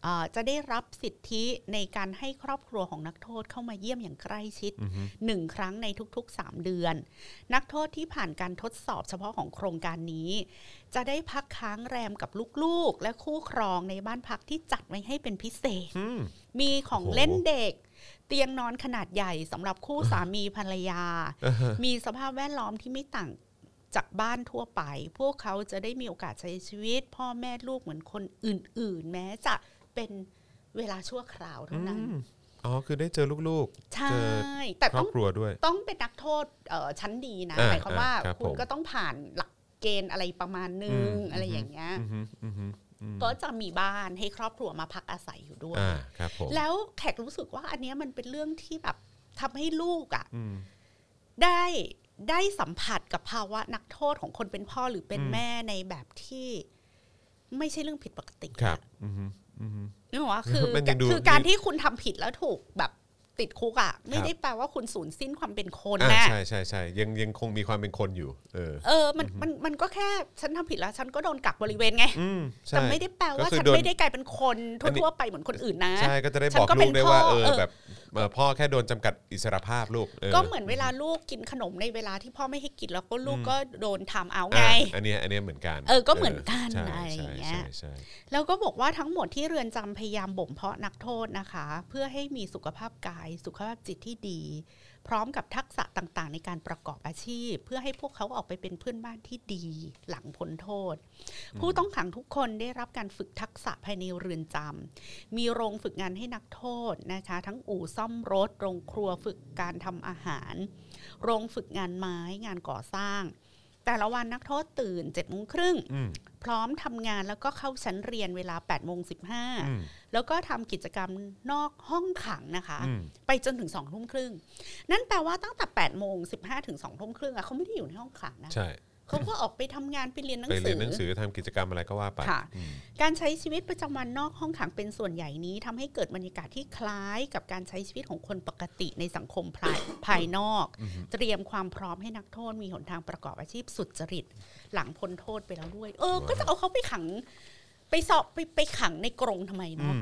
C: เอ่อจะได้รับสิทธิในการให้ครอบครัวของนักโทษเข้ามาเยี่ยมอย่างใกล้ชิด
B: อืม
C: หนึ่งครั้งในทุกๆ 3 เดือน นักโทษที่ผ่านการทดสอบเฉพาะของโครงการนี้ จะได้พักค้างแรมกับลูกๆ และคู่ครองในบ้านพักที่จัดไว้ให้เป็นพิเศษ
B: อืม
C: มีของ
B: โอ้โห
C: เล่นเด็ก เตียงนอนขนาดใหญ่สำหรับคู่สามีภรรยา
B: เออฮะ
C: มีสภาพแวดล้อมที่ไม่ต่างจากบ้านทั่วไป พวกเขาจะได้มีโอกาสใช้ชีวิต พ่อแม่ลูกเหมือนคนอื่น ๆ แม้จะเป็นเวลาชั่วคราว
B: อื
C: เท่านั้น
B: มอ๋อคือได้เจอลูก
C: ใช่
B: เจ
C: แต่
B: ๆครอ
C: ต้อบ ง
B: ครัวด้วย
C: ต้องเป็นนักโทษเอ่อชั้นดีนะ
B: อ่า
C: หมายความว่า
B: อ่าครับ
C: คุณ
B: ผม
C: ก็ต้องผ่านหลักเกณฑ์อะไรประมาณนึ
B: อื
C: ง
B: ม
C: อะไร
B: อืม
C: อย่างเงี้ย
B: อืมฮึอืมฮึอืม
C: ก็จะมีบ้านให้ครอบครัวมาพักอาศัยอยู่ด้วย
B: อ่าครับผม
C: แล้วแขกรู้สึกว่าอันเนี้ยมันเป็นเรื่องที่แบบทำให้ลูกอะ่ะ
B: อืม
C: ได้ ได้สัมผัสกับภาวะนักโทษของคนเป็นพ่อหรือเป็นแม่ในแบบที่ ไม่ใช่เรื่องผิดปกติอะ
B: ครับอือฮึอือฮึ
C: นึก
B: (laughs)
C: ว่าคือ
B: มันยังดู
C: คือการที่คุณทำผิดแล้วถูกแบบติดคุกอ่ะ ไม่
B: ครับ
C: ได้แปลว่าคุณสูญสิ้นความเป็นคน
B: อ่า
C: นะ
B: ใช่ใช่ใช่ยังยังคงมีความเป็นคนอยู่ เออ
C: เออ มัน มัน มันก็แค่ฉันทำผิดแล้วฉันก็โดนกักบริเวณไง
B: อืมใช่
C: แต่ไม่ได้แปลว่า
B: ก็คือ
C: ฉัน
B: โดน
C: ไม่ได้กลายเป็นคน
B: อันนี้
C: ทั่วๆไปเหมือนคนอื่นนะ
B: ใช่ก็จะได้บ
C: ฉัน
B: อก
C: ก็
B: ลูก
C: เป็น
B: ได้ว่า
C: พ่อ
B: เออ
C: เออ
B: แบบเอ่อพ่อแค่โดนจำกัดอิสรภาพลูก
C: ก็เหมือนเวลาลูกกินขนมในเวลาที่พ่อไม่ให้กินแล้วก็ลูกก็โดนทำเอาไง
B: อ่ะอันเนี้ยอันเนี้ยเหมือนกัน
C: เออก็เหมือนกัน
B: ใช่
C: อะไรอย่างเงี้ย
B: ใช่ใช่ใช่
C: แล้วก็บอกว่าทั้งหมดที่เรือนจำพยายามบ่มเพาะนักโทษนะคะ เพื่อให้มีสุขภาพกาย สุขภาพจิตที่ดี พร้อมกับทักษะต่างๆ ในการประกอบอาชีพ เพื่อให้พวกเขาออกไปเป็นเพื่อนบ้านที่ดี หลังพ้นโทษ ผู้ต้องขังทุกคนได้รับการฝึกทักษะภายในเรือนจำมีโรงฝึกงานให้นักโทษนะคะ ทั้งอู่ซ่อมรถ โรงครัวฝึกการทำอาหาร โรงฝึกงานไม้งานก่อสร้าง แต่ละวันนักโทษตื่น7จ็ดโมงครึ่ง
B: อืม
C: พร้อมทำงานแล้วก็เข้าชั้นเรียนเวลา8ปดโมงสิ
B: อืม
C: แล้วก็ทำกิจกรรมนอกห้องขังนะคะ
B: อืม
C: ไปจนถึง2องทุ่มครึ่ง นั่นแปลว่าตั้งแต่8ปดโมงสิถึง2องทุ่มครึ่งอะเขาไม่ได้อยู่ในห้องขังนะ
B: ใช่
C: เขาก็ออกไปทำงานไปเรียนหนั
B: ไป
C: งสื
B: เรียนหนัง
C: อ
B: สือทำกิจกรรมอะไรก็ว่าไป
C: ค่ะ
B: อืม
C: การใช้ชีวิตประจำวันนอกห้องขังเป็นส่วนใหญ่นี้ทำให้เกิดบรรยากาศที่คล้ายกับการใช้ชีวิตของคนปกติในสังคมภายภายนอก เตรียมความพร้อมให้นักโทษมีหนทางประกอบอาชีพสุจริต หลังพ้นโทษไปแล้วด้วย เออ
B: ว้าว
C: ก็จะเอาเขาไปขัง ไปสอบไปไปขังในกรงทำไม
B: อื
C: เนาะ
B: ม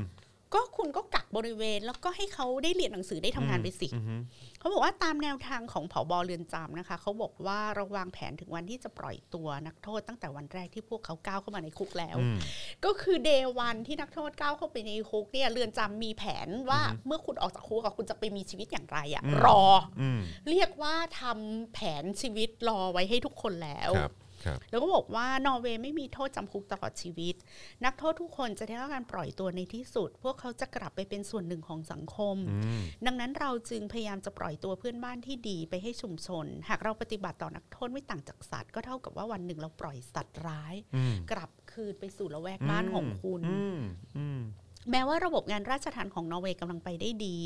C: ก็คุณก็กักบริเวณ แล้วก็ให้เขาได้เรียนหนังสือได้ทำงานไปสิ
B: อือฮึ
C: เขาบอกว่าตามแนวทางของผอบอเรือนจำนะคะ เขาบอกว่าเราวางแผนถึงวันที่จะปล่อยตัวนักโทษตั้งแต่วันแรกที่พวกเขาก้าวเข้ามาในคุกแล้ว
B: อืม
C: ก็คือเดวันที่นักโทษก้าวเข้าไปในคุกเนี่ยเรือนจำมีแผนว่าเมื่อคุณออกจากคุกอะคุณจะไปมีชีวิตอย่างไรอะ
B: อืม
C: รอ
B: อืม
C: เรียกว่าทำแผนชีวิตรอไว้ให้ทุกคนแล้ว
B: ครับครับ
C: แล้วก็บอกว่านอร์เวย์ไม่มีโทษจำคุกตลอดชีวิต นักโทษทุกคนจะได้รับการปล่อยตัวในที่สุด พวกเขาจะกลับไปเป็นส่วนหนึ่งของสังคม
B: อืม
C: ดังนั้นเราจึงพยายามจะปล่อยตัวเพื่อนบ้านที่ดีไปให้ชุมชน หากเราปฏิบัติต่อนักโทษไม่ต่างจากสัตว์ก็เท่ากับว่าวันหนึ่งเราปล่อยสัตว์ร้าย
B: อืม
C: กลับคืนไปสู่ละแวกบ้านของคุณ
B: อืมอืม
C: แม้ว่าระบบงานราชทัณฑ์ของนอร์เวย์กำลังไปได้ดี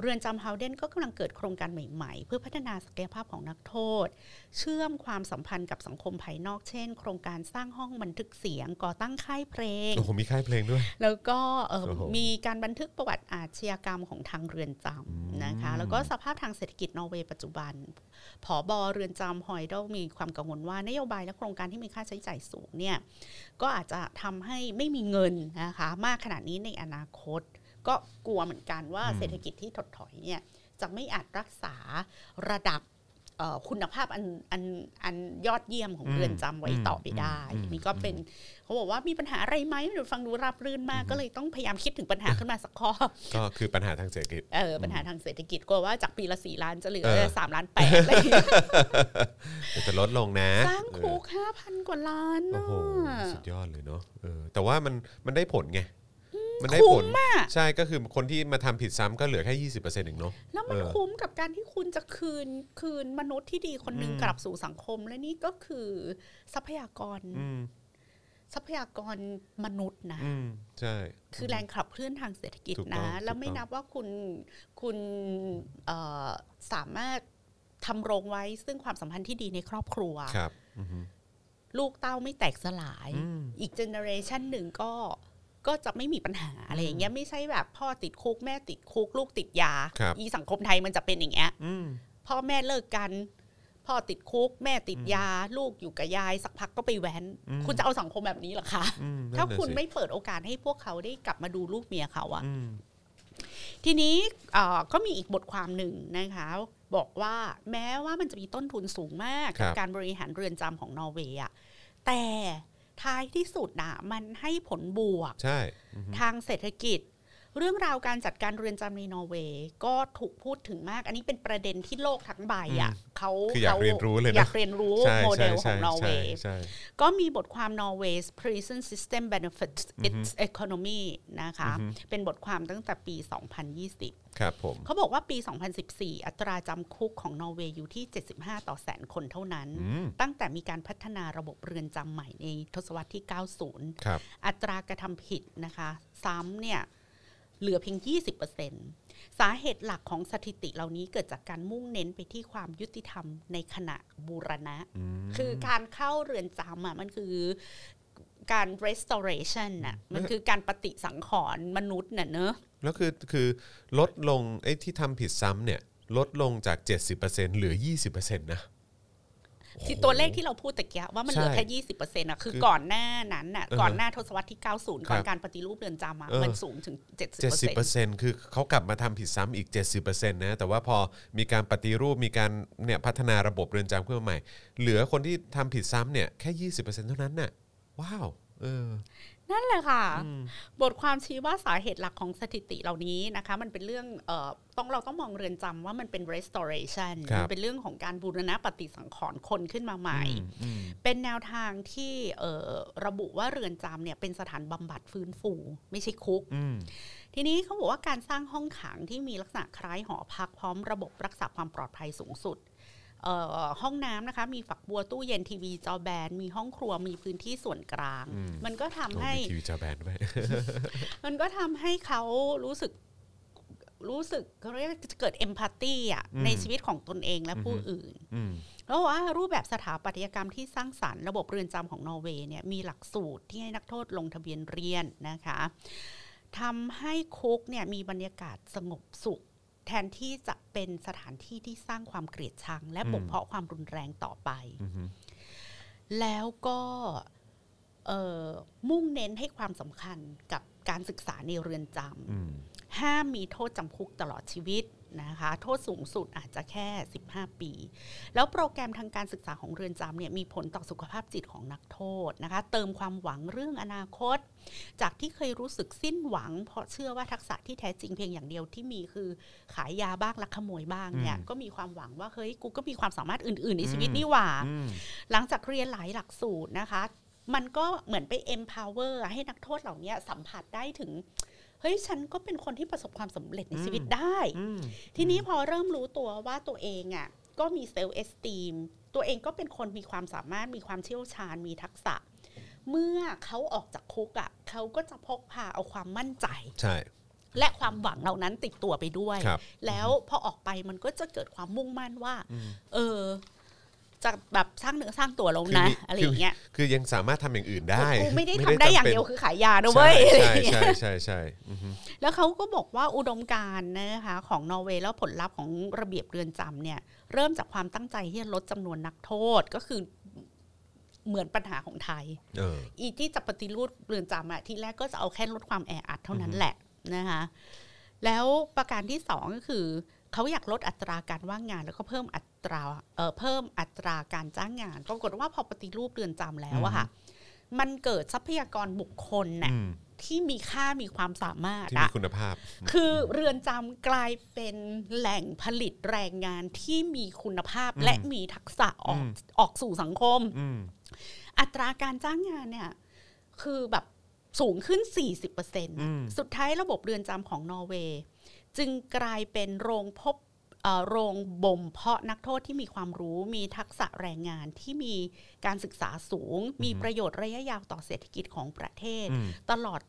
C: เรือนจำเฮาเดนก็กำลังเกิดโครงการใหม่ๆ เพื่อพัฒนาศักยภาพของนักโทษ เชื่อมความสัมพันธ์กับสังคมภายนอกเช่น โครงการสร้างห้องบันทึกเสียงก่อตั้งค่ายเพลง
B: โอ้โหมีค่ายเพลงด้วย
C: แล้วก็เอิ่ม
B: โอ้โห
C: มีการบันทึกประวัติอาชญากรรมของทางเรือนจำนะคะ แล้วก็สภาพทางเศรษฐกิจนอร์เวย์ปัจจุบัน ผอบอเรือนจำฮอยเดลมีความกังวลว่านโยบายและโครงการที่มีค่าใช้จ่ายสูงเนี่ย ก็อาจจะทำให้ไม่มีเงินนะคะ มากขนาดนี้ในอนาคต ก็กลัวเหมือนกันว่า
B: อืม
C: เศรษฐกิจที่ถดถอยเนี่ยจะไม่อาจรักษาระดับเอ่อคุณภาพอันอันอันยอดเยี่ยมของเรือนจำไว้ต่อไปได้
B: อืม
C: นี่ก็เป็น เขาบอกว่ามีปัญหาอะไรไหมหนูฟังดูราบรื่นมากก็เลยต้องพยายามคิดถึงปัญหาขึ้นมาสักข้อ
B: ก็คือปัญหาทางเศรษฐกิจ
C: เออปัญหาทางเศรษฐกิจกลัวว่าจากปีละสี่ล้านจะเหลือ
B: เออ
C: สามล้านแปดอะไรอย่างเงี้ย
B: จะลดลงนะ
C: สร้างคุก
B: เอ
C: ห้าพันกว่าล้าน
B: อโอ้
C: น่ะ
B: โหสุดยอดเลยเนาะเออแต่ว่ามันมันได้ผลไง มันได้ผล
C: คุ้มอะ
B: ใช่ก็คือคนที่มาทำผิดซ้ำก็เหลือแค่ยี่สิบเปอร์เซ็นต์เองเนาะ
C: แล้วมัน
B: เออ
C: คุ้มกับการที่คุณจะคืนคืนมนุษย์ที่ดีคนหนึ่ง
B: อืม
C: กลับสู่สังคม และนี่ก็คือทรัพยากร
B: อืม
C: ทรัพยากรมนุษย์นะ
B: อืมใช่
C: คือแรงขับเคลื่อนทางเศรษฐกิจ
B: ถูกต้
C: นะ
B: อง
C: แล้วไม่
B: ถูกต้อง
C: นับว่าคุณคุณเอ่อสามารถทำรงไว้ซึ่งความสัมพันธ์ที่ดีในครอบครัว
B: ครับอือฮึ
C: ลูกเต้าไม่แตกสลาย
B: อืม
C: อีกเจเนอเรชันหนึ่งก็ก็จะไม่มีปัญหาอะไรอย่างเงี้ยไม่ใช่แบบพ่อติดคุกแม่ติดคุก ลูกติดยา
B: ครับ
C: อีสังคมไทยมันจะเป็นอย่างเงี้ย
B: อืม
C: พ่อแม่เลิกกัน พ่อติดคุก แม่ติดยา ลูกอยู่กับยาย สักพักก็ไปแว้น
B: อืม
C: คุณจะเอาสังคมแบบนี้เหรอคะ
B: อืม
C: ถ้า
B: นั่นน่ะ
C: คุณ
B: สิ
C: ไม่เปิดโอกาสให้พวกเขาได้กลับมาดูลูกเมียเขาอะ
B: อืม
C: ทีนี้เอ่อก็มีอีกบทความหนึ่งนะคะ บอกว่าแม้ว่ามันจะมีต้นทุนสูงมาก
B: ครั
C: กับ การบริหารเรือนจำของนอร์เวย์อะแต่ท้ายที่สุดนะมันให้ผลบวก
B: ใช่อือฮึ
C: ทางเศรษฐกิจ เรื่องราวการจัดการเรือนจำในนอร์เวย์ก็ถูกพูดถึงมาก อันนี้เป็นประเด็นที่โลกทั้งใบอะเขา
B: คืออยากเรียนรู้เลย
C: อยา
B: นะ
C: กเรียนรู้
B: ใช่
C: โมเด
B: ใช่
C: ลข
B: ใช่
C: องนอร์เว
B: ใช่
C: ย์
B: ใช่
C: ก็มีบทความ Norway's prison system benefits
B: อือฮึ
C: its economy นะคะ
B: อือฮึ
C: เป็นบทความตั้งแต่ปี 2020
B: ครับผม
C: เขาบอกว่าปี 2014 อัตราจำคุกของนอร์เวย์อยู่ที่ 75 ต่อแสนคนเท่านั้น
B: อืม
C: ตั้งแต่มีการพัฒนาระบบเรือนจำใหม่ในทศวรรษที่ 90
B: ครับ
C: อัตรากระทำผิดนะคะ ซ้ำเนี่ย เหลือเพียง 20%เ สาเหตุหลักของสถิติเหล่านี้เกิดจากการมุ่งเน้นไปที่ความยุติธรรมในขณะบูรณะ
B: ม
C: คือการเข้าเรือนจำอ่ะมันคือการ restoration น่ะมันคือการปฏิสังขรณ์มนุษย์น่ะเนอะ
B: แล้วคือคือลดลงไอ้ที่ทำผิดซ้ำเนี่ย ลดลงจาก 70%เหลือ 20%นะ
C: ที่ตัวเลขที่เราพูดตะเกียว่ามันเหลือ
B: ใช่
C: แค่ยี่สิบเปอร์เซ็นต์อ่ะคือ
B: คือ
C: ก่อนหน้านั้นน่ะ
B: เออ
C: ก่อนหน้าทศวรรษที่ 90 ก่อน
B: ครับ
C: การปฏิรูปเรือนจำอ่ะ
B: เออ
C: มันสูงถึง 70%็ดสิบเปอร์เซ็นต์
B: 70%คือเขากลับมาทำผิดซ้ำอีก 70%นะแต่ว่าพอมีการปฏิรูปมีการเนี่ยพัฒนาระบบเรือนจำขึ้นมาใหม่ เหลือคนที่ทำผิดซ้ำเนี่ย แค่ 20%เท่านั้นน่ะว้าวเออ
C: นั่นแหละค่ะ บทความชี้ว่าสาเหตุหลักของสถิติเหล่านี้นะคะ มันเป็นเรื่องเอ่อต้องเราต้องมองเรือนจำว่ามันเป็น restoration
B: ครับ
C: มัเป็นเรื่องของการบูรณะปฏิสังขรณ์คนขึ้นมาใหม่
B: อืม
C: เป็นแนวทางที่เอ่อระบุว่าเรือนจำเนี่ยเป็นสถานบำบัดฟื้นฟู ไม่ใช่คุก
B: อืม
C: ทีนี้เขาบอกว่าการสร้างห้องขังที่มีลักษณะคล้ายหอพักพร้อมระบบรักษาความปลอดภัยสูงสุดเอ่อห้องน้ำนะคะ มีฝักบัวตู้เย็นทีวีจอแบน มีห้องครัวมีพื้นที่ส่วนกลาง มันก็ทำ
B: โอ้
C: ให้
B: มีทีวีจอแบนด้วย (laughs)
C: มันก็ทำให้เขารู้สึกรู้สึกเขาเรียกเกิดเอมพัตตีอ่ะ
B: อืม
C: ในชีวิตของตนเองและผู้อื่น
B: อืม
C: แล้วบอกว่ารูปแบบสถาปัตยกรรมที่สร้างสรรค์ระบบเรือนจำของนอร์เวย์เนี่ยมีหลักสูตรที่ให้นักโทษลงทะเบียนเรียนนะคะทำให้คุกเนี่ยมีบรรยากาศสงบสุข แทนที่จะเป็นสถานที่ที่สร้างความเกลียดชัง และบ่มเพาะความรุนแรงต่อไป
B: อืม
C: แล้วก็เอ่อมุ่งเน้นให้ความสำคัญกับการศึกษาในเรือนจำ
B: อืม
C: ห้ามมีโทษจำคุกตลอดชีวิตนะคะ โทษสูงสุดอาจจะแค่ 15 ปี แล้วโปรแกรมทางการศึกษาของเรือนจำเนี่ยมีผลต่อสุขภาพจิตของนักโทษนะคะ เติมความหวังเรื่องอนาคต จากที่เคยรู้สึกสิ้นหวัง เพราะเชื่อว่าทักษะที่แท้จริงเพียงอย่างเดียวที่มีคือขายยาบ้างลักขโมยบ้างเนี่ยก็มีความหวังว่าเฮ้ยกูก็มีความสามารถอื่น ๆ ในชีวิตนี่หว่า
B: อืม
C: หลังจากเรียนหลายหลักสูตรนะคะ มันก็เหมือนไป empower ให้นักโทษเหล่านี้สัมผัสได้ถึง เฮ้ย ฉันก็เป็นคนที่ประสบความสำเร็จใน
B: อืม
C: ชีวิตได้
B: อืม
C: ทีนี้พอเริ่มรู้ตัวว่าตัวเองอะ่ะ ก็มีเซลล์เอสตีม ตัวเองก็เป็นคนมีความสามารถ มีความเชี่ยวชาญ มีทักษะ เมื่อเขาออกจากคุกอะ่ะ เขาก็จะพกพาเอาความมั่นใจ
B: ใช่
C: และความหวังเหล่านั้นติดตัวไปด้วย
B: ครับ
C: แล้วพอออกไปมันก็จะเกิดความมุ่งมั่นว่า เออ จะแบบสร้างเนื้อสร้างตัวลงนะ
B: คืมี
C: อะไรอย่างเงี้ย
B: คืคือยังสามารถทำอย่างอื่นได้
C: กูไม่ได้ทำได้อย่างเดียวคือขายยานะเว้ยอะไรอ
B: ใช่
C: ย่างเงี้ย
B: ใช่ใช่ใช่ใช่อือฮึ
C: แล้วเขาก็บอกว่าอุดมการณ์นะคะของนอร์เวย์แล้วผลลัพธ์ของระเบียบเรือนจำเนี่ย เริ่มจากความตั้งใจที่จะลดจำนวนนักโทษก็คือเหมือนปัญหาของไทย
B: เออ
C: อีที่จะปฏิรูปเรือนจำอะที่แรกก็จะเอาแค่ลดความแออัดเท่านั้นแหละนะคะแล้วประการที่สองก็คือ เขาอยากลดอัตราการว่างงาน แล้วก็เพิ่มอัตราเอ่อเพิ่มอัตราการจ้างงานปรากฏว่าพอปฏิรูปเรือนจำแล้วอะค่ะ มันเกิดทรัพยากรบุคคลน่ะ
B: อืม
C: ที่มีค่ามีความสามารถ
B: ที่มี
C: อะ
B: คุณภาพ
C: คือเรือนจำกลายเป็นแหล่งผลิตแรงงานที่มีคุณภาพและมีทักษะออก
B: อืม
C: ออกสู่สังคม
B: อืม
C: อัตราการจ้างงานเนี่ย คือแบบสูงขึ้น
B: อืม
C: 40%สุดท้ายระบบเรือนจำของนอร์เวย์ จึงกลายเป็นโรงพบเอ่อโรงบ่มเพาะนักโทษที่มีความรู้มีทักษะแรงงานที่มีการศึกษาสูง มีประโยชน์ระยะยาวต่อเศรษฐกิจของประเทศ
B: อืม
C: ตลอด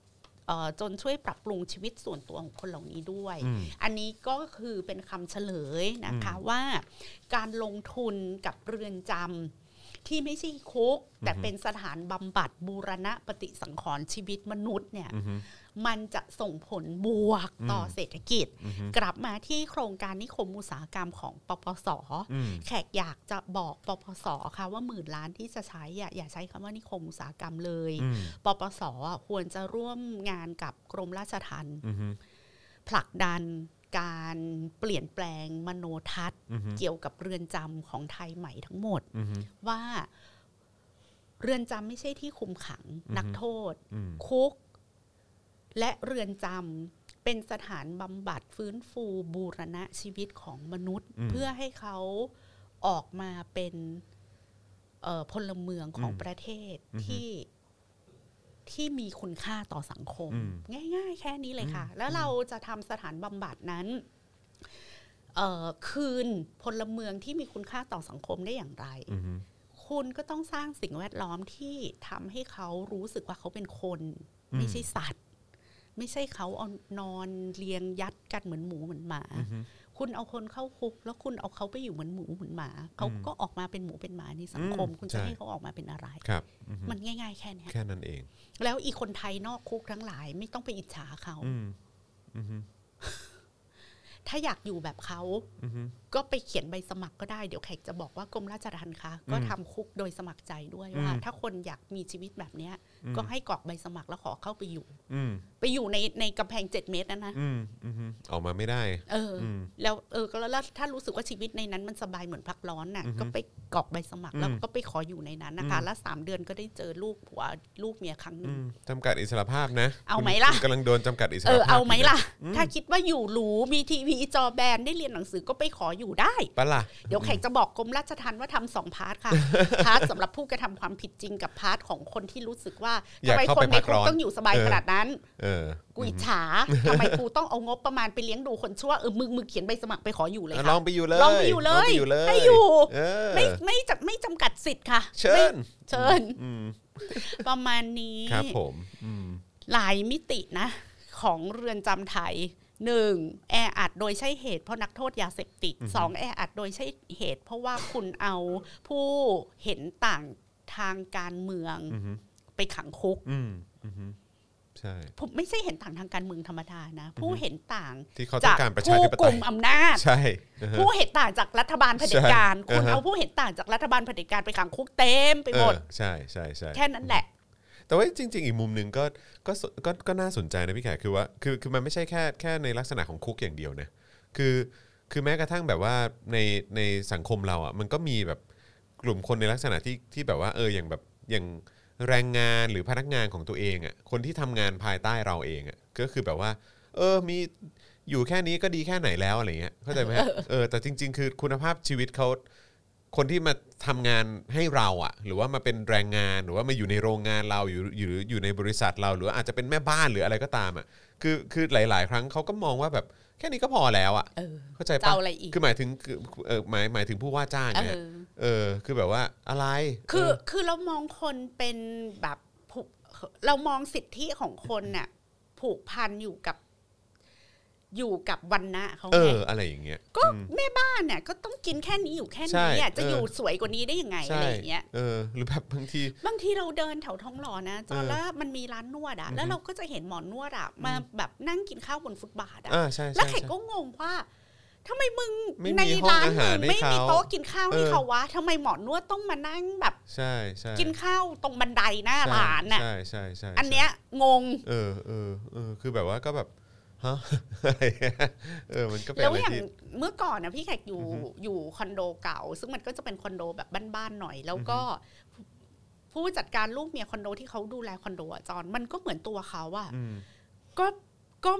C: เอ่อจนช่วยปรับปรุงชีวิตส่วนตัวของคนเหล่านี้ด้วย
B: อืม
C: อันนี้ก็คือเป็นคำเฉลยนะคะว่าการลงทุนกับเรือนจำที่ไม่ใช่คุก แต่เป็นสถานบำบัดบูรณะปฏิสังขรณ์ชีวิตมนุษย์เนี่ย
B: อือฮึ
C: มันจะส่งผลบวกต่อเศรษฐกิจ กลับมาที่โครงการนิคมอุตสาหกรรมของปปส
B: อืม
C: แขกอยากจะบอกปปสค่ะว่าหมื่นล้านที่จะใช้อะอย่าใช้คำว่านิคมอุตสาหกรรมเลย
B: อืม
C: ปปสอะควรจะร่วมงานกับกรมราชทัณฑ์
B: อือฮึ
C: ผลักดันการเปลี่ยนแปลงมโนทัศน์
B: อือฮึ
C: เกี่ยวกับเรือนจำของไทยใหม่ทั้งหมด
B: อือฮึ
C: ว่าเรือนจำไม่ใช่ที่คุมขังนักโทษ
B: อืม
C: คุก และเรือนจำเป็นสถานบำบัดฟื้นฟูบูรณะชีวิตของมนุษย์ เพื่อให้เขาออกมาเป็นเอ่อพลเมืองของประเทศที่ที่มีคุณค่าต่อสังคม
B: อืม
C: ง่าย ๆ แค่นี้เลยค่ะ แล้วเราจะทำสถานบำบัดนั้น เอ่อคืนพลเมืองที่มีคุณค่าต่อสังคมได้อย่างไร
B: อือฮึ
C: คุณก็ต้องสร้างสิ่งแวดล้อมที่ทำให้เขารู้สึกว่าเขาเป็นคน
B: อืม
C: ไม่ใช่สัตว์ ไม่ใช่เขาเอานอนเรียงยัดกันเหมือนหมูเหมือนหมา
B: อือฮึ
C: คุณเอาคนเข้าคุก แล้วคุณเอาเขาไปอยู่เหมือนหมูเหมือนหมาเขา
B: อืม
C: ก็ออกมาเป็นหมูเป็นหมาในสังคม
B: อืม
C: คุณจะ
B: ใช่
C: ให้เขาออกมาเป็นอะไร
B: ครับอือฮึ
C: มันง่าย ๆ แค่เนี้ย
B: แค่นั้นเอง
C: แล้วอีคนไทยนอกคุกทั้งหลาย ไม่ต้องไปอิจฉาเขา
B: อืมอือฮึ
C: ถ้าอยากอยู่แบบเขา
B: อือฮึ
C: ก็ไปเขียนใบสมัครก็ได้เดี๋ยวแขกจะบอกว่ากรมราชทัณฑ์คะก็
B: อืม
C: ทำคุกโดยสมัครใจด้วยว่า
B: อืม
C: ถ้าคนอยากมีชีวิตแบบเนี้ย
B: อืม
C: ก็ให้กรอกใบสมัครแล้วขอเข้าไปอยู่
B: อืม
C: ไปอยู่ในในกำแพงเจ็ดเมตรนะนะ
B: อืมอือฮึออกมาไม่ได้
C: เอออ
B: ม
C: แล้วเออก็แล้วแล้วถ้ารู้สึกว่าชีวิตในนั้นมันสบายเหมือนพักร้อนน่ะ
B: อือฮึ
C: ก็ไปกรอกใบสมัครแล้ว
B: อืม
C: ก็ไปขออยู่ในนั้นนะคะ
B: อืม
C: แล้วสามเดือนก็ได้เจอลูกผัวลูกเมียครั้งหนึ่ง
B: จำกัดอิสรภาพนะ
C: เอาไหม
B: คุณ
C: ล่ะ
B: คุณกำลังโดนจำกัดอิสร
C: เอ
B: ภาพ
C: อเอาไหมล่ะ
B: อืม
C: ถ้าคิดว่าอยู่หรูมีทีวีจอแบนได้เรียนหนังสือก็ไปขออยู่ได้
B: ปะล่ะ
C: เดี๋ยวแขกจะบอกกรมราชทัณฑ์ว่าทำสองพาร์ท
B: (laughs)
C: ค่ะ พาร์ทสำหรับผู้กระทำความผิดจริงกับพาร์ทของคนที่รู้สึกว่า
B: อ
C: ทำ
B: ยาก
C: ไม
B: เข้า
C: ค
B: ไป
C: นใน
B: พัก
C: คุก
B: ร้อน
C: ต้องอยู่สบายขนาดนั้น
B: เออ
C: กูอิจฉาทำไมกูต้องเอางบประมาณไปเลี้ยงดูคนชั่วเออมึงมึงเขียนใบสมัครไปขออยู่เลย
B: อ่ะ
C: ค่ะ
B: ลองไปอยู่เลย
C: ลองไปอยู่เล
B: งไป
C: ย
B: อยู่เลย
C: ให้อยู่
B: เออ
C: ไม่ไม่จัดไม่จำกัดสิทธิ์ค่ะ
B: เชิ
C: ไม่
B: ญ
C: เชิญ
B: อืม
C: ประมาณนี้
B: ครับผมอืม
C: หลายมิตินะ ของเรือนจำไทยหนึ่งแออัดโดยใช่เหตุเพราะนักโทษยาเสพติดสองแออัดโดยใช่เหตุ เพราะว่าคุณเอาผู้เห็นต่างทางการเมือง
B: อืม
C: ไปขังคุก
B: อืมอืมใช่
C: ผมไม่ใช่เห็นต่างทางการเมืองธรรมดานะ ผู้เห็นต่าง
B: ที่เขาต้อ
C: จาก
B: งการประชา
C: ผู้
B: ธิป
C: ก
B: ไต
C: ลุ่
B: ย
C: มอำนาจ
B: ใช่อือฮะ
C: ผู้เห็นต่างจากรัฐบาลเผด็จการ
B: ใช่
C: คุณ
B: อ่าฮะ
C: เอาผู้เห็นต่างจากรัฐบาลเผด็จการไปขังคุกเต็มไปหมด
B: เออใช่ใช่ใช่
C: แค่นั้นแหละ
B: แต่ว่าจริง ๆ อีกมุมหนึ่งก็ก็สก็ก็น่าสนใจนะพี่แขกคือว่าคือคือมันไม่ใช่แค่แค่ในลักษณะของคุกอย่างเดียวนะคือคือแม้กระทั่งแบบว่าในในสังคมเราอ่ะมันก็มีแบบกลุ่มคนในลักษณะที่ที่แบบว่าเอออย่างแบบอย่างแรงงานหรือพนักงานของตัวเองอ่ะคนที่ทำงานภายใต้เราเองอ่ะก็คือแบบว่า เออมีอยู่แค่นี้ก็ดีแค่ไหนแล้วอะไรเงี้ยเข้าใจไหมฮะเออแต่จริง ๆ คือคุณภาพชีวิตเขา คนที่มาทำงานให้เราอะหรือว่ามาเป็นแรงงานหรือว่ามาอยู่ในโรงงานเราอยู่อยู่อยู่ในบริษัทเรา หรือว่าอาจจะเป็นแม่บ้านหรืออะไรก็ตามอะคือคือหลาย ๆ ครั้งเขาก็มองว่าแบบแค่นี้ก็พอแล้วอะ
C: เออ
B: เข้าใจ
C: จะ
B: ปะ
C: เอาอะไรอีก
B: คือหมายถึงคือเออหมายหมายถึงผู้ว่าจ้าง
C: เอ
B: ไง
C: อ
B: เออ คือแบบว่าอะไร
C: คือ
B: เ
C: คือเรามองคนเป็นแบบผูกเรามองสิทธิของคนน่ะผูกพันอยู่กับ อยู่กับวันนะเขา
B: เอ
C: ไง
B: ออะไรอย่างเงี้ย
C: ก็แม่บ้านน่ะก็ต้องกินแค่นี้อยู่แค่นี้
B: ใช่
C: อ่ะจะ
B: เออ
C: อ
B: อ
C: ยู่สวยกว่านี้ได้ยังไงอะไรอย่างเงี้ย
B: เออ หรือแบบบางที
C: บางทีเราเดินแถวท้องหล่อนะจอ
B: เออ
C: แล้วมันมีร้านนวดอ่ะ
B: อือฮึ
C: แล้วเราก็จะเห็นหมอนวดอ่ะมาแบบนั่งกินข้าวบนฟุตบาทอ่ะ
B: อ่าใช่ใช่
C: แล้วแขก
B: ใช่
C: ก็งงว่าทำไมมึง
B: ไม่มี
C: ใน
B: ห้อง
C: ร้าน
B: อาหาร
C: มึ
B: ง ให้
C: ไม่มี
B: เขา
C: โต๊ะกินข้าวให้
B: เออ
C: เขาวะทำไมหมอนวดต้องมานั่งแบบ
B: ใช่ใช่
C: กินข้าวตรงบันไดหน้า
B: ใช่
C: ร้านน่ะ
B: ใช่ใช่ใช่ใช่
C: อันเนี้ยงง
B: เออเออเออคือแบบว่าก็แบบฮะ (laughs) อะไรเงี้ยเออมันก็เป็น
C: แล้
B: อะ
C: ว
B: ไร
C: อย่าง
B: ที่
C: เมื่อก่อนนะพี่แขกอยู่
B: อือฮึ
C: อยู่คอนโดเก่า ซึ่งมันก็จะเป็นคอนโดแบบบ้านๆหน่อย แล้วก็ผู้จัดการลูกเมียคอนโดที่เขาดูแลคอนโดอะจอนมันก็เหมือนตัวเขาอะก็ก็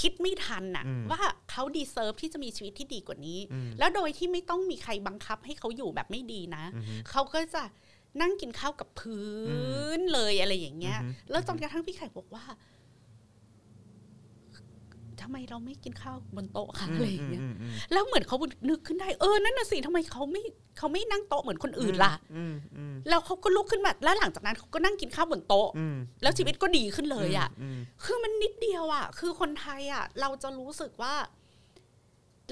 C: คิดไม่ทันน่ะ
B: อืม
C: ว่าเขาดีเซิร์ฟที่จะมีชีวิตที่ดีกว่านี้
B: อืม
C: แล้วโดยที่ไม่ต้องมีใครบังคับให้เขาอยู่แบบไม่ดีนะ
B: อือฮึ
C: เขาก็จะนั่งกินข้าวกับพื้นเลยอะไรอย่างเงี้ย
B: อือฮึ
C: แล้วจนกระทั่งพี่ไข่บอกว่าทำไมเราไม่กินข้าวบนโต๊ะคะอะไรอย่างเงี้ย
B: อืมอืม
C: แล้วเหมือนเขานึกขึ้นได้ เออ นั่นน่ะสิทำไมเขาไม่เขาไม่นั่งโต๊ะเหมือนคนอื่นล่ะ
B: อืมอืม
C: แล้วเขาก็ลุกขึ้นมา แล้วหลังจากนั้นเขาก็นั่งกินข้าวบนโต๊ะ
B: อืม
C: แล้วชีวิตก็ดีขึ้นเลยอ่ะ
B: ม
C: คือมันนิดเดียวอ่ะ คือคนไทยอ่ะ เราจะรู้สึกว่า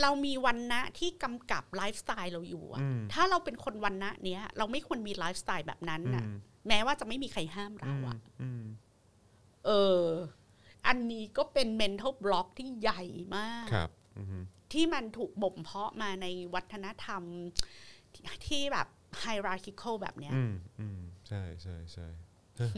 C: เรามีวันนะที่กำกับไลฟ์สไตล์เราอยู่อ่ะ
B: อืม
C: ถ้าเราเป็นคนวันนะเนี้ย เราไม่ควรมีไลฟ์สไตล์แบบนั้น
B: อื
C: น่ะ
B: ม
C: แม้ว่าจะไม่มีใครห้ามเราอะ
B: อืม
C: เออ อันนี้ก็เป็น mental block ที่ใหญ่มาก
B: ครับอืม
C: ที่มันถูกบ่มเพาะมาในวัฒนธรรมที่ที่แบบ hierarchical แบบเนี้ย
B: อืมอืมใช่ใช่ใช่
C: (laughs)
B: ฮะ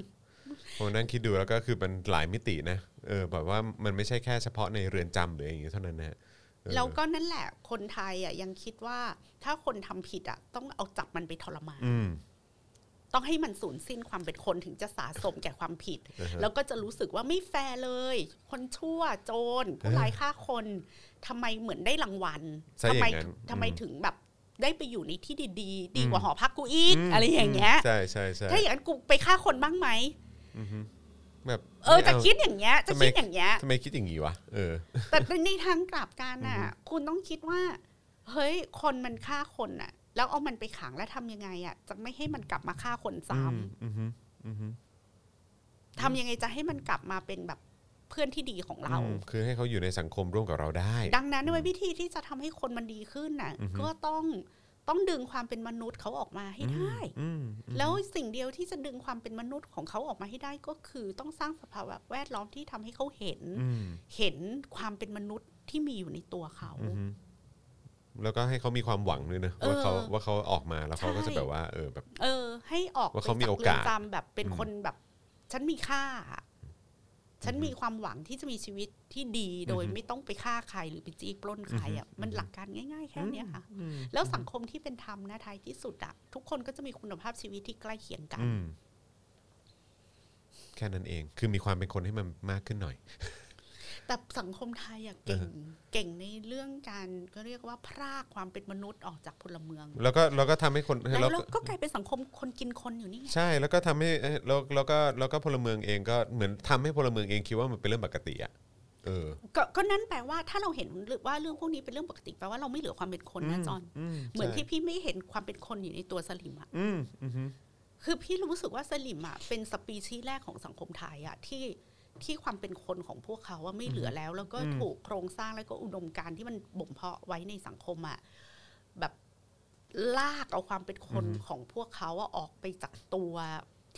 B: ผมนั่งคิดดูแล้วก็คือมันหลายมิตินะเออแบบว่ามันไม่ใช่แค่เฉพาะในเรือนจำหรืออย่างเงี้ยเท่านั้นนะฮะเออ
C: แล้วก็นั่นแหละ คนไทยอ่ะยังคิดว่า ถ้าคนทำผิดอ่ะ ต้องเอาจับมันไปทรมาน
B: อืม
C: ต้องให้มันสูญสิ้นความเป็นคนถึงจะสะสมแก่ความผิด
B: อ่าฮะ
C: แล้วก็จะรู้สึกว่าไม่แฟร์เลย คนชั่วโจรผู้
B: เออ
C: ร้ายฆ่าคนทำไมเหมือนได้รางวัล
B: ซะ
C: ทำไม
B: อย่างนั้น
C: ทำไม
B: อืม
C: ถึงแบบได้ไปอยู่ในที่ดีๆ ดีกว่า
B: อืม
C: หอพักกูอีก อะไรอย่างเงี้ย
B: ใช่ใช่ใช่
C: ถ้าอย่างนั้นกูไปฆ่าคนบ้างไหม
B: อือฮึแบบ
C: เออ
B: ไม่
C: จะ
B: เอา
C: คิดอย่างเงี้ย จะ
B: ทำไม
C: คิดอย่างเงี้ย
B: ทำไมคิดอย่างงี้วะเออ
C: แต่ในทางกลับกันน่ะ
B: อือฮึ
C: คุณต้องคิดว่า เฮ้ย คนมันฆ่าคนน่ะ แล้วเอามันไปขังแล้วทำยังไงอ่ะ จะไม่ให้มันกลับมาฆ่าคนซ้
B: อืมอืมอืม
C: ำทำยังไงจะให้มันกลับมาเป็นแบบ เพื่อนที่ดีของเรา
B: อืมคือให้เขาอยู่ในสังคมร่วมกับเราได้
C: ดังนั้นเว้ยวิธีที่จะทำให้คนมันดีขึ้นน่ะ
B: อือฮึ
C: ก็ต้องต้องดึงความเป็นมนุษย์เขาออกมาให้ได้
B: อืม
C: แล้วสิ่งเดียวที่จะดึงความเป็นมนุษย์ของเขาออกมาให้ได้ก็คือ ต้องสร้างสภาวะแวดล้อมที่ทำให้เขาเห็น
B: อืม
C: เห็นความเป็นมนุษย์ที่มีอยู่ในตัวเขา
B: อืมแล้วก็ให้เขามีความหวังด้วยนะ
C: เอ
B: ว่า
C: อ
B: เขาว่าเขาออกมาแล้วเขาก็
C: ใช่
B: จะแบบว่า เออแบบ
C: เออ ให้ออก
B: ว่าเขามี
C: ไปจ
B: โอกาส
C: รืนจำแบบเป็น
B: อืม
C: คนแบบ ฉันมีค่า ฉันมีความหวังที่จะมีชีวิตที่ดีโดยไม่ต้องไปฆ่าใครหรือไปจี้ปล้นใครอ่ะมันหลักการง่าย ๆ แค่เนี้ยค่ะ
B: อืม
C: แล้วสังคมที่เป็นธรรมนะท้ายที่สุดอะทุกคนก็จะมีคุณภาพชีวิตที่ใกล้เคียงกัน
B: อืมแค่นั้นเอง คือมีความเป็นคนให้มันมากขึ้นหน่อย
C: แต่สังคมไทยอะเก่ง เก่งในเรื่องการก็เรียกว่าพรากความเป็นมนุษย์ออกจากพลเมือง
B: แล้วก็แล้วก็ทำให้คน
C: แล้ว
B: แล้ว
C: เรา
B: ก็
C: ก็กลายเป็นสังคมคนกินคนอยู่นี่ไง
B: ใช่แล้วก็ทำให้เอ้ยแล้วแล้วก็แล้วก็พลเมืองเองก็เหมือนทำให้พลเมืองเองคิดว่ามันเป็นเรื่องปกติอ่ะเออ
C: ก็ก็นั่นแปลว่าถ้าเราเห็นหรือว่าเรื่องพวกนี้เป็นเรื่องปกติแปลว่าเราไม่เหลือความเป็นคนนะจอนเหมือนที่พี่ไม่เห็นความเป็นคนอยู่ในตัวสลิมอะ
B: อืมอือฮึ
C: คือพี่รู้สึกว่าสลิมอะเป็นสปีชีส์แรกของสังคมไทยอะที่ที่ความเป็นคนของพวกเขาว่าไม่เหลือแล้ว แล้วก็ถูกโครงสร้างแล้วก็อุดมการณ์ที่มันบ่มเพาะไว้ในสังคมอะแบบลากเอาความเป็นคนของพวกเขาอะออกไปจากตัว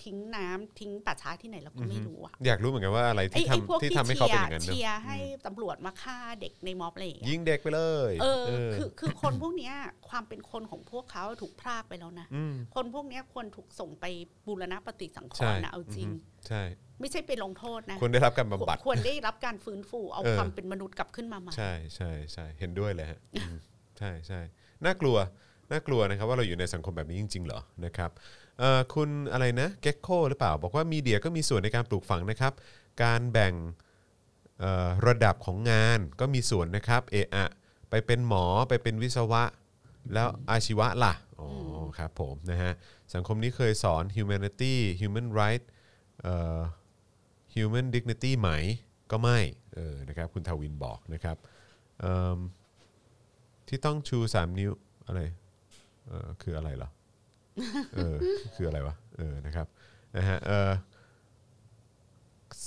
C: ทิ้งน้ำทิ้งป่าช้าที่ไหนเราก็ไม่รู้อะ
B: อยากรู้เหมือนกันว่าอะไร
C: ไอ้
B: ที่
C: ไอ้พวก
B: ทำที่
C: ที่
B: ทำให้เขาเป็นอย่างนั้นเน
C: เชี
B: อะ
C: ยร์ให้ตำรวจมาฆ่าเด็กในม็อบอะไรอย่างเงี้ย
B: ยิงเด็กไปเลย
C: เออคือคือคนพวกเนี้ยความเป็นคนของพวกเขาถูกพรากไปแล้วนะ
B: ม
C: คนพวกเนี้ยควรถูกส่งไปบูรณปฏิสังข
B: ใช่
C: รณ์นะเอาจริง
B: อือฮึใช่
C: ไม่ใช่ไปลงโทษนะ
B: ควรได้รับการบำบัด
C: ควรได้รับการฟื้นฟูเอา
B: เออ
C: ความเป็นมนุษย์กลับขึ้นมาใหม่
B: ใช่ใช่ใช่เห็นด้วย
C: (laughs)
B: เลยฮะอืมใช่ใช่น่ากลัวน่ากลัวนะครับว่าเราอยู่ในสังคมแบบนี้จริง ๆ เหรอนะครับเอ่อคุณอะไรนะเก็กโคหรือเปล่า บอกว่ามีเดียก็มีส่วนในการปลูกฝังนะครับ การแบ่งเอ่อระดับของงานก็มีส่วนนะครับเอะอะไปเป็นหมอไปเป็นวิศวะ แล้วอาชีวะล่ะอ๋ออครับผมนะฮะสังคมนี้เคยสอน humanity human right เอ่อ human dignity ไหมก็ไม่เออนะครับคุณทวินบอกนะครับเอิ่มที่ต้องชู 3 นิ้วอะไรเออคืออะไรเหรอเออ คืออะไรวะเออนะครับนะฮะเออ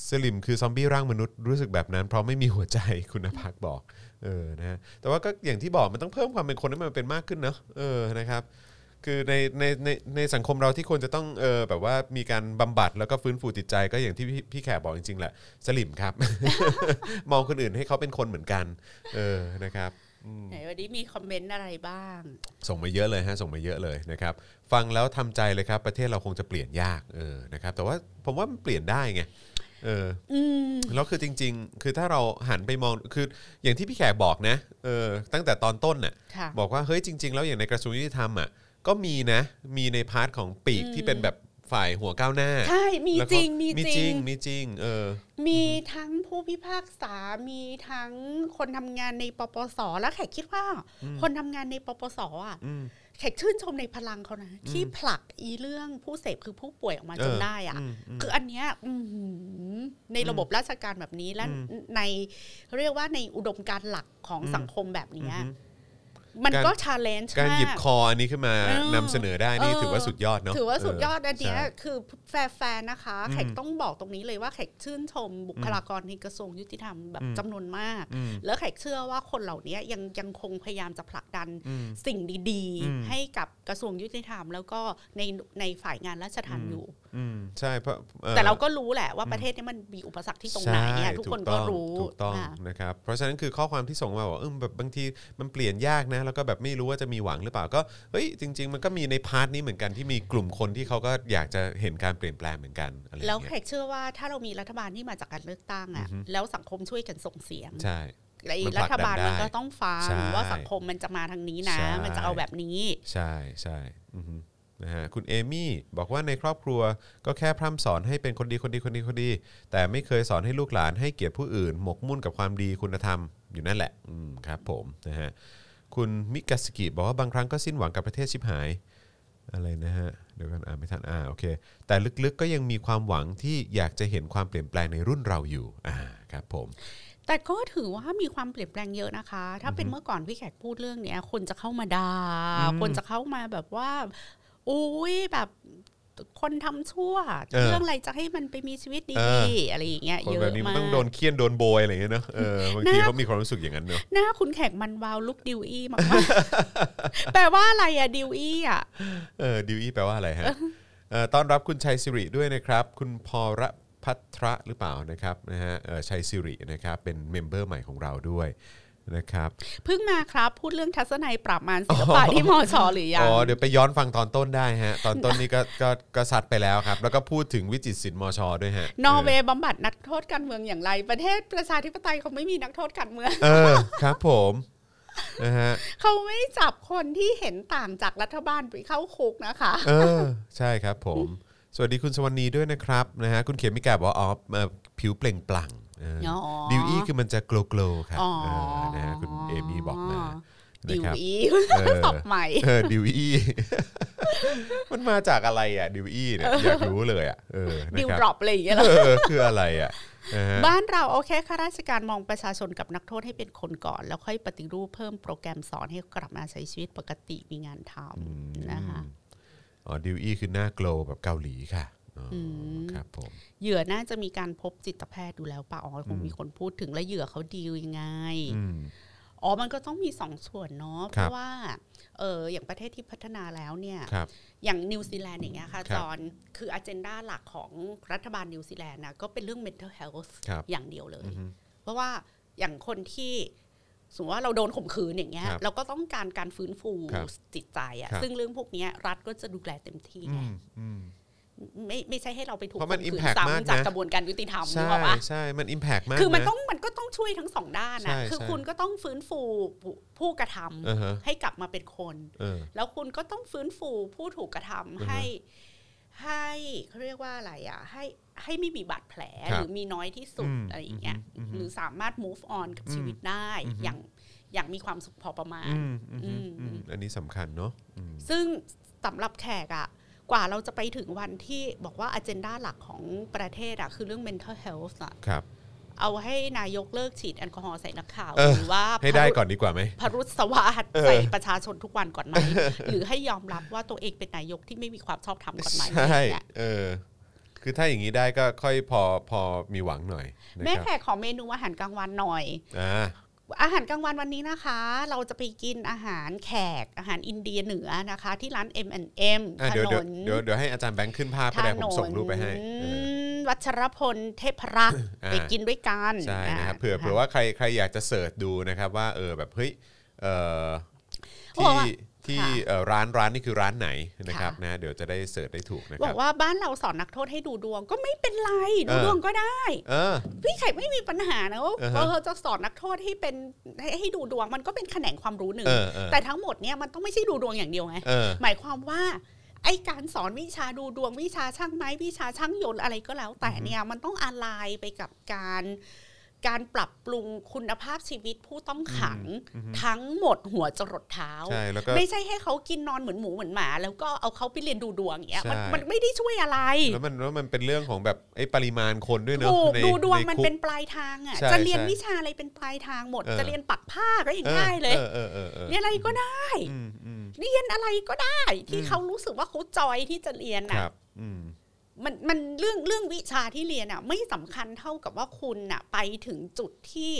B: สลิมคือซอมบี้ร่างมนุษย์รู้สึกแบบนั้น เพราะไม่มีหัวใจ (laughs) คุณนภักบอกเออนะฮะแต่ว่าก็อย่างที่บอกมันต้องเพิ่มความเป็นคนให้มันเป็นมากขึ้นเนอะเออนะครับ คือในในในในสังคมเราที่ควรจะต้องเออแบบว่ามีการบำบัดแล้วก็ฟื้นฟูจิตใจก็อย่างที่พี่พี่แขกบอกจริงๆแหละสลิมครับ (laughs) มองคนอื่นให้เขาเป็นคนเหมือนกัน เออนะครับ
C: ไหนวันนี้มีคอมเมนต์อะไรบ้าง
B: ส่งมาเยอะเลยฮะส่งมาเยอะเลยนะครับ ฟังแล้วทำใจเลยครับ ประเทศเราคงจะเปลี่ยนยากเออนะครับ แต่ว่าผมว่ามันเปลี่ยนได้ไงเอออแล้วคือจริง ๆ คือถ้าเราหันไปมองคืออย่างที่พี่แขกบอกนะเออตั้งแต่ตอนต้นน่ะ
C: ค่ะ
B: บอกว่าเฮ้ยจริง ๆ แล้วอย่างในกระทรวงยุติธรรมอ่ะก็มีนะมีในพาร์ทของปีกที่เป็นแบบฝ่ายหัวก้าวหน้า
C: ใช่ มี
B: แล้ว
C: จ
B: ก็
C: ริง มี
B: มี
C: จ
B: จ
C: ริ
B: ริง
C: ง
B: มีจริงเออ
C: มีทั้งผู้พิพากษา มีทั้งคนทำงานในปปส แล้วแขกคิดว่า คนทำงานในปปสอ่ะ
B: อืม
C: แขกชื่นชมในพลังเขานะ ที่ผลักอีเรื่องผู้เสพคือผู้ป่วยออกมาจน
B: เออ
C: ได้อ่ะ
B: อืมอืม
C: คืออันเนี้ยอื้อหือในระบบราชการแบบนี้และ
B: อืม
C: ในเรียกว่าในอุดมการณ์หลักของสังคมแบบเนี้ยมัน
B: การ
C: ก็ชาเลนจ์
B: การ
C: มา
B: หยิบ
C: ก
B: คออันนี้ขึ้นมา
C: เออน
B: ำเสนอได้นี่
C: เออ
B: ถือว่าสุดยอดเนาะ
C: ถือว่าสุดยอดอันเนี้ย
B: ใช่
C: คือแฟร์ๆนะคะ
B: อืม
C: แขกต้องบอกตรงนี้เลยว่าแขกชื่นชมบุคลากรในกระทรวงยุติธรรมแบบ
B: อืม
C: จำนวนมาก
B: อืม
C: แล้วแขกเชื่อว่าคนเหล่านี้ยังยังคงพยายามจะผลักดัน
B: อืม
C: สิ่งดี
B: อืม
C: ๆ ให้กับกระทรวงยุติธรรม แล้วก็ในในฝ่ายงานราชทัณฑ์อยู่
B: อืมใช่เพราะอ่อ
C: แต่เราก็รู้แหละว่าประเทศนี้มันมีอุปสรรคที่ตรงไหนเนี่ย
B: ใช่
C: ทุกคนก็
B: ต้อง
C: รู้
B: ถูกต้อง
C: อ่ะ
B: นะครับเพราะฉะนั้นคือข้อความที่ส่งมาบอกเออแบบบางทีมันเปลี่ยนยากนะแล้วก็แบบไม่รู้ว่าจะมีหวังหรือเปล่าก็เฮ้ยจริง ๆ มันก็มีในพาร์ทนี้เหมือนกันที่มีกลุ่มคนที่เขาก็อยากจะเห็นการเปลี่ยนแปลงเหมือนกันอะไรอย่าง
C: แล้วแข
B: เงี้ย
C: กเชื่อว่าถ้าเรามีรัฐบาลที่มาจากการเลือกตั้งอ่ะ
B: อือฮึ
C: แล้วสังคมช่วยกันส่งเสียง
B: ใช่
C: ไอ้
B: มันผลั
C: รั
B: ก
C: ฐ
B: ดัน
C: บาลมัน
B: ได้
C: ก็ต้องฟัง
B: ใช่
C: ว่าสังคมมันจะมาทางนี้นะ
B: ใช่
C: มันจะเอาแบบนี้
B: ใช่ใช่อือฮึนะฮะคุณเอมี่บอกว่าในครอบครัวก็แค่พร่ำสอนให้เป็นคนดีคนดีคนดีคนดี แต่ไม่เคยสอนให้ลูกหลานให้เกียรติผู้อื่น หมกมุ่นกับความดีคุณธรรมอยู่นั่นแหละอืมครับผมนะฮะคุณมิกาสกิบอกว่าบางครั้งก็สิ้นหวังกับประเทศชิบหาย อะไรนะฮะเดี๋ยวกันอ่านไม่ทันอ่าโอเค แต่ลึกๆก็ยังมีความหวังที่อยากจะเห็นความเปลี่ยนแปลงในรุ่นเราอยู่อ่าครับผม
C: แต่ก็ถือว่ามีความเปลี่ยนแปลงเยอะนะคะ ถ้าเป็นเมื่อก่อนพี่แขกพูดเรื่องเนี้ย คนจะเข้ามาดา่าคนจะเข้ามาแบบว่า โอ้ยแบบ คนทำชั่ว
B: เออ
C: เรื่องอะไรจะให้มันไปมีชีวิต
B: เอ
C: ดี
B: อ
C: ๆอะไรอย่างเงี้ย
B: คน
C: เย
B: แบ
C: อะ
B: บนี้มั
C: มาน ก
B: ต้องโดนเคี่ยนโดนโบยอะไรอย่างเงี้ยเนอะเออบางที
C: น่า
B: เขามีความรู้สึกอย่างนั้นเนอะ
C: หน้าคุณแขกมันวาวลุกดิวอี้มาก
B: (laughs)
C: ๆ แปลว่าอะไรอะดิวอี้อะ
B: เออดิวอี้แปลว่าอะไรฮะเอ่อต้อนรับคุณชัยสิริด้วยนะครับ คุณพรพัทระหรือเปล่านะครับนะฮะเอ่อชัยสิรินะครับ เป็นเมมเบอร์ใหม่ของเราด้วยนะครับ
C: เพิ่งมาครับ พูดเรื่องทัศนัยปราบมารศิลปะที่มอชอหรือยัง
B: อ๋อเดี๋ยวไปย้อนฟังตอนต้นได้ฮะ ตอนต้นนี้ก็ก็ก็ซัดไปแล้วครับ แล้วก็พูดถึงวิจิตรศิลป์มชด้วยฮะ
C: นอร์เวย์บำบัดนักโทษการเมืองอย่างไร ประเทศประชาธิปไตยเขาไม่มีนักโทษการเมือง
B: เออครับผมนะฮะ
C: เขาไม่จับคนที่เห็นต่างจากรัฐบาลไปเข้าคุกนะคะ
B: เออใช่ครับผม สวัสดีคุณสวรรณีด้วยนะครับนะฮะคุณเขมิกาบอกว่าอ๋อเอ่อผิวเปล่งปลั่งเออ
C: อ๋อ
B: ดิวอี้คือมันจะโกลโกลครับ
C: อ๋อ
B: เออนะฮะคุณเอมี่บอกมานะ
C: ดิว
B: ครับ
C: อี
B: เออ
C: สับใหม่
B: เออดิวอี้ (laughs) มันมาจากอะไรอ่ะดิวอี้เนี่ยอยากรู้เลยอ่ะเออนะ
C: ดิว
B: ครั
C: ดรอปอะไรอย่างเงี้ยเหรอ
B: เออคืออะไรอ่ะนะฮะ
C: บ้านเราเอาแค่ข้าราชการมองประชาชนกับนักโทษให้เป็นคนก่อน แล้วค่อยปฏิรูปเพิ่มโปรแกรมสอนให้กลับมาใช้ชีวิตปกติมีงานทำนะคะ
B: อ๋อดิวอี้คือหน้าโกลว์แบบเกาหลีค่ะอ๋ออครับผม
C: เหยื่อน่าจะมีการพบจิตแพทย์ดูแล้วป่ะอ๋อคงมีคนพูดถึงแล้วเหยื่อเขาดีลยังไง
B: อืม
C: อ๋อมันก็ต้องมีสองส่วนเนาะเพ
B: ครับ
C: ราะว่าเอออย่างประเทศที่พัฒนาแล้วเนี่ย
B: ครับ
C: อย่างนิวซีแลนด์อย่างเงี้ยค่ะ
B: ครับ
C: จอนคืออ g e n d a หลักของรัฐบาลนิวซีแลนด์นะก็เป็นเรื่อง mental health
B: ครับ
C: อย่างเดียวเลย
B: อือฮึ
C: เพราะว่าอย่างคนที่สมมติว่าเราโดนข่มขืนอย่างเงี้ย
B: ครับ
C: เราก็ต้องการการฟื้นฟู
B: ครับ
C: จิตใจอะ
B: ครับ
C: ซึ่งเรื่องพวกเนี้ยรัฐก็จะดูแลเต็มที่
B: อื
C: ไง
B: มอืม
C: ไม่ไม่ใช่ให้เราไปถูก
B: เพราะมัน
C: ข่ขื
B: impact มากนะ
C: ซ้ำจากกระบวนการยุติธรรมนึ
B: ใช่
C: กออกปะ
B: ใช่มันอิมแพกมาก
C: คือมันะ ต้องมันก็ต้องช่วยทั้งสองด้านนะ
B: ใช่
C: คือ
B: ใช่
C: คุณก็ต้องฟื้นฟูผู้ผู้กระทำ
B: อ่าฮะ
C: ให้กลับมาเป็นคน
B: เออ
C: แล้วคุณก็ต้องฟื้นฟูผู้ถูกกระทำ
B: อือฮะ
C: ให้ให้เขาเรียกว่าอะไรอ่ะ ให้ให้ไม่มีบาดแผล
B: ค
C: ห
B: รับ
C: รือมีน้อยที่สุด
B: อืม
C: อะไรอย่างเงี้ย
B: อือฮึอือฮึ
C: หรือสามารถ move on กับ
B: อืม
C: ชีวิตได้
B: อือฮึ
C: อย่างอย่างมีความสุขพอประมาณ
B: อืมอืมอืม
C: อืม
B: อันนี้สำคัญเนาะอืม
C: ซึ่งสำหรับแขกอ่ะ กว่าเราจะไปถึงวันที่บอกว่า agenda หลักของประเทศอ่ะ คือเรื่อง mental health อ่ะ
B: ครับ
C: เอาให้นายกเลิกฉีดแอลกอฮอล์ใส่นักข่าว
B: เออ
C: หรือว่า
B: ให้ได้ก่อนดีกว่าไหม
C: พรุษสวัสดใส่ประชาชนทุกวันก่อน
B: (laughs)
C: ไหม หรือให้ยอมรับว่าตัวเองเป็นนายกที่ไม่มีความชอบธรรมก่อนไหม
B: ใช่
C: อะไรอย่างเงี้ย
B: เออ คือถ้าอย่างนี้ได้ก็ค่อยพอพอมีหวังหน่อยนะ
C: แม่
B: ค
C: แข
B: รับ
C: กขอเมนูอาหารกลางวันหน่อย
B: อ่า
C: อาหารกลางวันวันนี้นะคะ เราจะไปกินอาหารแขกอาหารอินเดียเหนือนะคะ ที่ร้าน M&M
B: อ่ะ
C: ถ
B: เดี๋ยวน เดี๋ยวน เดี๋ยวเดี๋ยวให้อาจารย์แบงค์ขึ้นภาพ
C: ถ
B: ก็ได้ผ
C: น
B: มส่งรูปไปให้เออ
C: วัชรพลเทพรักษ์
B: อ่า
C: ไปกินด้วยกัน
B: ใช่นะครับ
C: า
B: เผื่อเผื่อว่าใครใครอยากจะเสิร์ชดูนะครับว่าเออแบบเฮ้ยเออ
C: เขาบ
B: ที่ที่
C: อกว่าค่ะ
B: เอ่อร้านร้านนี่คือร้านไหนนะครับ
C: ค่ะ
B: นะเดี๋ยวจะได้เสิร์ชได้ถูกนะค
C: บอ
B: รับ
C: กว่าบ้านเราสอนนักโทษให้ดูดวงก็ไม่เป็นไรดู
B: เออ
C: ดวงก็ได้
B: เออ
C: พี่ไข่ไม่มีปัญหานะว่า
B: อ่าฮะ
C: ว่าเราจะสอนนักโทษให้เป็นให้ให้ดูดวงมันก็เป็นแขนงความรู้หนึ่ง
B: เออเออ
C: แต่ทั้งหมดเนี่ยมันต้องไม่ใช่ดูดวงอย่างเดียวไง
B: เออ
C: หมายความว่าไอการสอนวิชาดูดวงวิชาช่างไม้วิชาช่างยนต์อะไรก็แล้ว แต่เนี่ยมันต้องอาลัยไปกับการการปรับปรุงคุณภาพชีวิตผู้ต้องขัง
B: อืมอืม
C: ทั้งหมดหัวจรดเท้า
B: ใช่แล้วก็
C: ไม่ใช่ให้เขากินนอนเหมือนหมูเหมือนหมา แล้วก็เอาเขาไปเรียนดูดวงอย่างเงี้ยมัน
B: ใช่
C: มันไม่ได้ช่วยอะไร
B: แล้วมันแล้วมันเป็นเรื่องของแบบไอ้ปริมาณคนด้วยเนอะ
C: ถูก
B: ใน
C: ดูดวงมัน
B: ใคุก
C: เป็นปลายทางอ่ะ
B: ใช่
C: จะเรียน
B: ใช่
C: วิชาอะไรเป็นปลายทางหมด
B: เออ
C: จะเรียนปักผ้าก็ยังได้เลย
B: ออเออเออเออ
C: เรียนอะไรก็ได้
B: อืมอืม
C: เรียนอะไรก็ได้ ที่
B: อืม
C: เขารู้สึกว่าเขาจอยที่จะเรียน
B: ค
C: อ่ะ
B: รับอืม
C: มันมันเรื่องเรื่องวิชาที่เรียนอ่ะ ไม่สำคัญเท่ากับว่าคุณอ่ะ ไปถึงจุดที่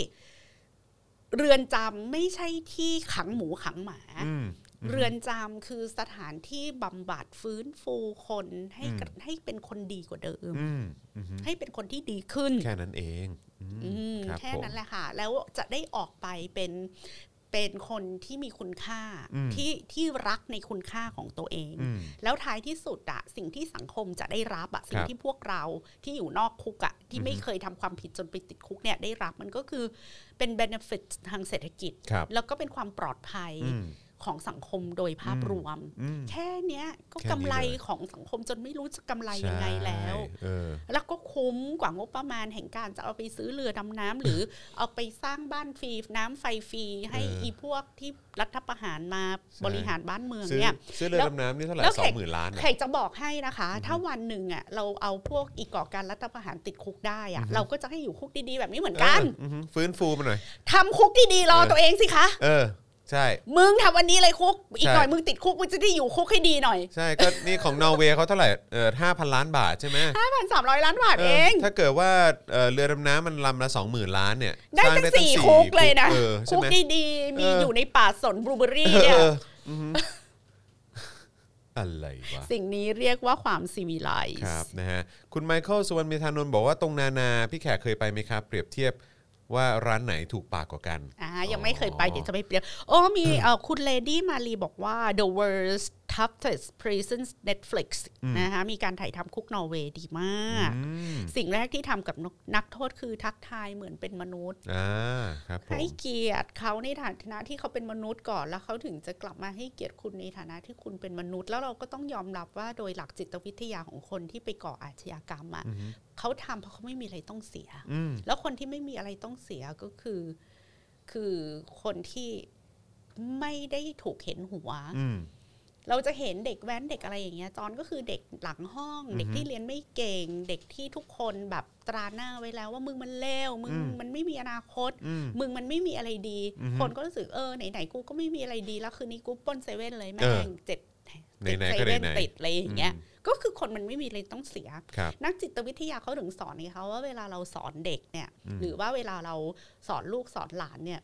C: เรือนจำไม่ใช่ที่ขังหมูขังหมา
B: อืม
C: เรือนจำคือสถานที่บำบัดฟื้นฟูคนให้
B: อืม
C: กระให้เป็นคนดีกว่าเดิม
B: อืมอืมอืม
C: ให้เป็นคนที่ดีขึ้น
B: แค่นั้นเองอืม
C: อืม
B: รับ
C: แค่
B: ผม
C: นั้นแหละค่ะ แล้วจะได้ออกไปเป็นเป็นคนที่มีคุณค่า
B: อืม
C: ที่ที่รักในคุณค่าของตัวเอง
B: อืม
C: แล้วท้ายที่สุดอะสิ่งที่สังคมจะได้รับอะสิ่งที่พวกเราที่อยู่นอกคุกอะที่ไม่เคยทำความผิดจนไปติดคุกเนี่ยได้รับมันก็คือเป็น benefit ทางเศรษฐกิจ
B: ครับ
C: แล้วก็เป็นความปลอดภัย
B: อืม
C: ของสังคมโดยภาพ
B: อืม
C: รวม
B: อืม
C: แค่เนี้ยก็
B: แค่นี้
C: กำไร
B: เลย
C: ของสังคมจนไม่รู้จะกำไรยังไงแล้ว
B: ใช่เออ
C: แล้วก็คุ้มกว่างบประมาณแห่งการจะเอาไปซื้อเรือดำน้ำ หรือเอาไปสร้างบ้านฟรีน้ำไฟฟรีให้
B: เอออี
C: อีพวกที่รัฐประหารมา
B: ใช่
C: บริหารบ้านเมือง
B: ซื้อ
C: เนี่ย
B: ซื้อเรือ
C: แล้ว
B: ดำน้ำนี่เท่าไหร่
C: แล้ว
B: ส
C: แข
B: อก งหมื่นล้านอะ
C: ใครจะบอกให้นะคะ ถ้าวันหนึ่งอ่ะเราเอาพวกอีกก่อการรัฐประหารติดคุกได้อ่ะ
B: อือฮึ
C: เราก็จะให้อยู่คุกดีๆแบบนี้เหมือนกัน
B: เอออือฮึฟื้นฟูมันหน่อย
C: ทำคุกดีๆรอ
B: เออ
C: ตัวเองสิคะ
B: เออ ใช่
C: มึงทำวันนี้เลยคุก อีกหน่อย
B: ใช่
C: มึงติดคุกมึงจะได้อยู่คุกให้ดีหน่อย
B: ใช่ก็นี่ของนอร์เวย์เขาเท่าไหร่เออห้าพันล้านบาทใช่ไหม
C: ห้าพันสามร้อยล้านบาท
B: เอ
C: เอ
B: อง ถ้าเกิดว่าเอ่อเรือดำน้ำมันลำละสองหมื่นล้านเนี่ย
C: ได้
B: สร้าง
C: ตั้ง
B: ตั้ง
C: สี่คุกเลยนะ
B: เออใช่
C: คุก
B: ไหม
C: ดีๆ มี
B: เอออ
C: อยู่ในป่าสนบลูเบอรี่
B: เอ
C: เนี่ย
B: ออือฮึ (laughs) อะไรวะ
C: สิ่งนี้เรียกว่าความซีวิไลซ์
B: ครับนะฮะคุณไมเคิลสุวรรณเมธานนท์บอกว่าตรงนานาพี่แขกเคยไปไหมครับ เปรียบเทียบว่าร้านไหนถูกปากกว่ากัน
C: อ่ายังไม่เคยไป
B: อ๋อ
C: เดี๋ยวจะไปเปรียบโอ้มีเอ่อคุณเลดี้มารีบอกว่า the world's toughest prison Netflix นะคะมีการถ่ายทำคุกนอร์เวย์ดีมาก
B: อืม
C: สิ่งแรกที่ทำกับนักโทษคือทักทายเหมือนเป็นมนุษย์
B: อ่าครับผม
C: ให้เกียรติเขาในฐานะที่เขาเป็นมนุษย์ก่อนแล้วเขาถึงจะกลับมาให้เกียรติคุณในฐานะที่คุณเป็นมนุษย์ แล้วเราก็ต้องยอมรับว่าโดยหลักจิตวิทยาของคนที่ไปก่ออาชญากรรมอ่ะเขาทำเพราะเขาไม่มีอะไรต้องเสีย
B: อืม
C: แล้วคนที่ไม่มีอะไรต้องเสียก็คือ คือคนที่ไม่ได้ถูกเห็นหัว
B: อืม
C: เราจะเห็นเด็กแว้นเด็กอะไรอย่างเงี้ยจอนก็คือเด็กหลังห้อง
B: อือฮึ
C: เด็กที่เรียนไม่เก่ง เด็กที่ทุกคนแบบตราหน้าไว้แล้วว่ามึงมันเลวมึง
B: อืม
C: มันไม่มีอนาคต
B: อืม
C: มึงมันไม่มีอะไรดี
B: อือฮึ
C: คนก็รู้สึกเออไหนๆกูก็ไม่มีอะไรดีแล้วคืนนี้กูปล้นเซเว่นเลย
B: เอ
C: แม่
B: อง
C: เจ็ด
B: ไห
C: เจ็ด
B: นๆ
C: เซ
B: ก็ไหนๆ
C: เว่นติดอะไรอย่างเงี้ย
B: อืม
C: ก็คือคนมันไม่มีอะไรต้องเสีย
B: ครับ
C: นักจิตวิทยาเขาถึงสอนนี่เขาว่าเวลาเราสอนเด็กเนี่ย
B: อืม
C: หรือว่าเวลาเราสอนลูกสอนหลานเนี่ย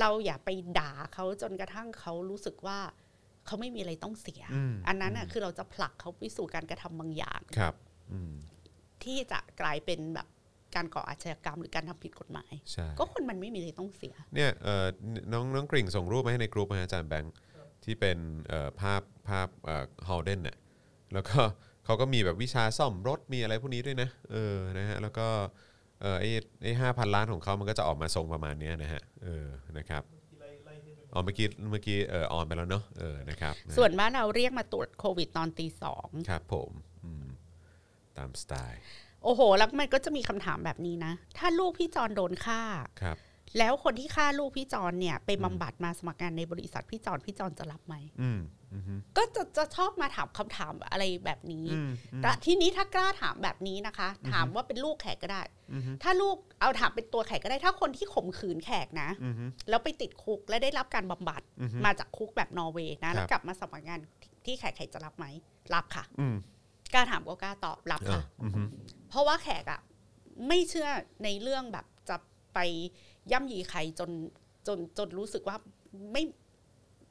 C: เราอย่าไปด่าเขาจนกระทั่งเขารู้สึกว่าเขาไม่มีอะไรต้องเสีย
B: อืม
C: อันนั้นน่ะคือเราจะผลักเขาไปสู่การกระทำบางอย่าง
B: ครับอืม
C: ที่จะกลายเป็นแบบการก่ออาชญากรรมหรือการทำผิดกฎหมาย
B: ใช่
C: ก็คนมันไม่มีอะไรต้องเสีย
B: เนี่ยเอ่อน้องน้องกริ่งส่งรูปมาให้ในกลุ่มอาจารย์แบงค์ที่เป็นเอ่อภาพภาพฮอลเดนเนี่ยแล้วก็เขาก็มีแบบวิชาซ่อมรถมีอะไรพวกนี้ด้วยนะเออนะฮะแล้วก็เออไอ้ไอ้ห้าพันล้านของเขามันก็จะออกมาทรงประมาณเนี้ยนะฮะเออนะครับ อ๋อเมื่อกี้เมื่อกี้เออออนไปแล้วเนาะเออนะครับะ
C: ส่วนบ้านเราเรียกมาตรวจโควิดตอนตีสอง
B: ครับผมอืมตามสไตล์
C: โอ้โห แล้วมันก็จะมีคำถามแบบนี้นะ ถ้าลูกพี่จอนโดนฆ่า
B: ครับ
C: แล้วคนที่ฆ่าลูกพี่จอนเนี่ยไปบำบัดมาสมัครงานในบริษัทพี่จอนพี่จอนจะรับไหม
B: อืมอืมอืม
C: ก็จะจะชอบมาถามคำถามอะไรแบบนี้
B: อืม
C: แต่ทีนี้ถ้ากล้าถามแบบนี้นะคะ ถามว่าเป็นลูกแขกก็ได้
B: อืม
C: ถ้าลูกเอาถามเป็นตัวแขกก็ได้ ถ้าคนที่ข่มขืนแขกนะ
B: อืม
C: แล้วไปติดคุกและได้รับการบำบัด
B: อือฮึ
C: มาจากคุกแบบนอร์เวย์
B: ครั
C: นะ
B: บ
C: แล้วกลับมาสมัครงานที่ที่แขกแขกจะรับไหมรับค่ะ
B: อืม
C: กล้าถามก็กล้าตอบรับ
B: อ่า
C: ค่ะ
B: อืมอืม
C: เพราะว่าแขกอะไม่เชื่อในเรื่องแบบจะไปย่ำยีใครจนจนจนรู้สึกว่าไม่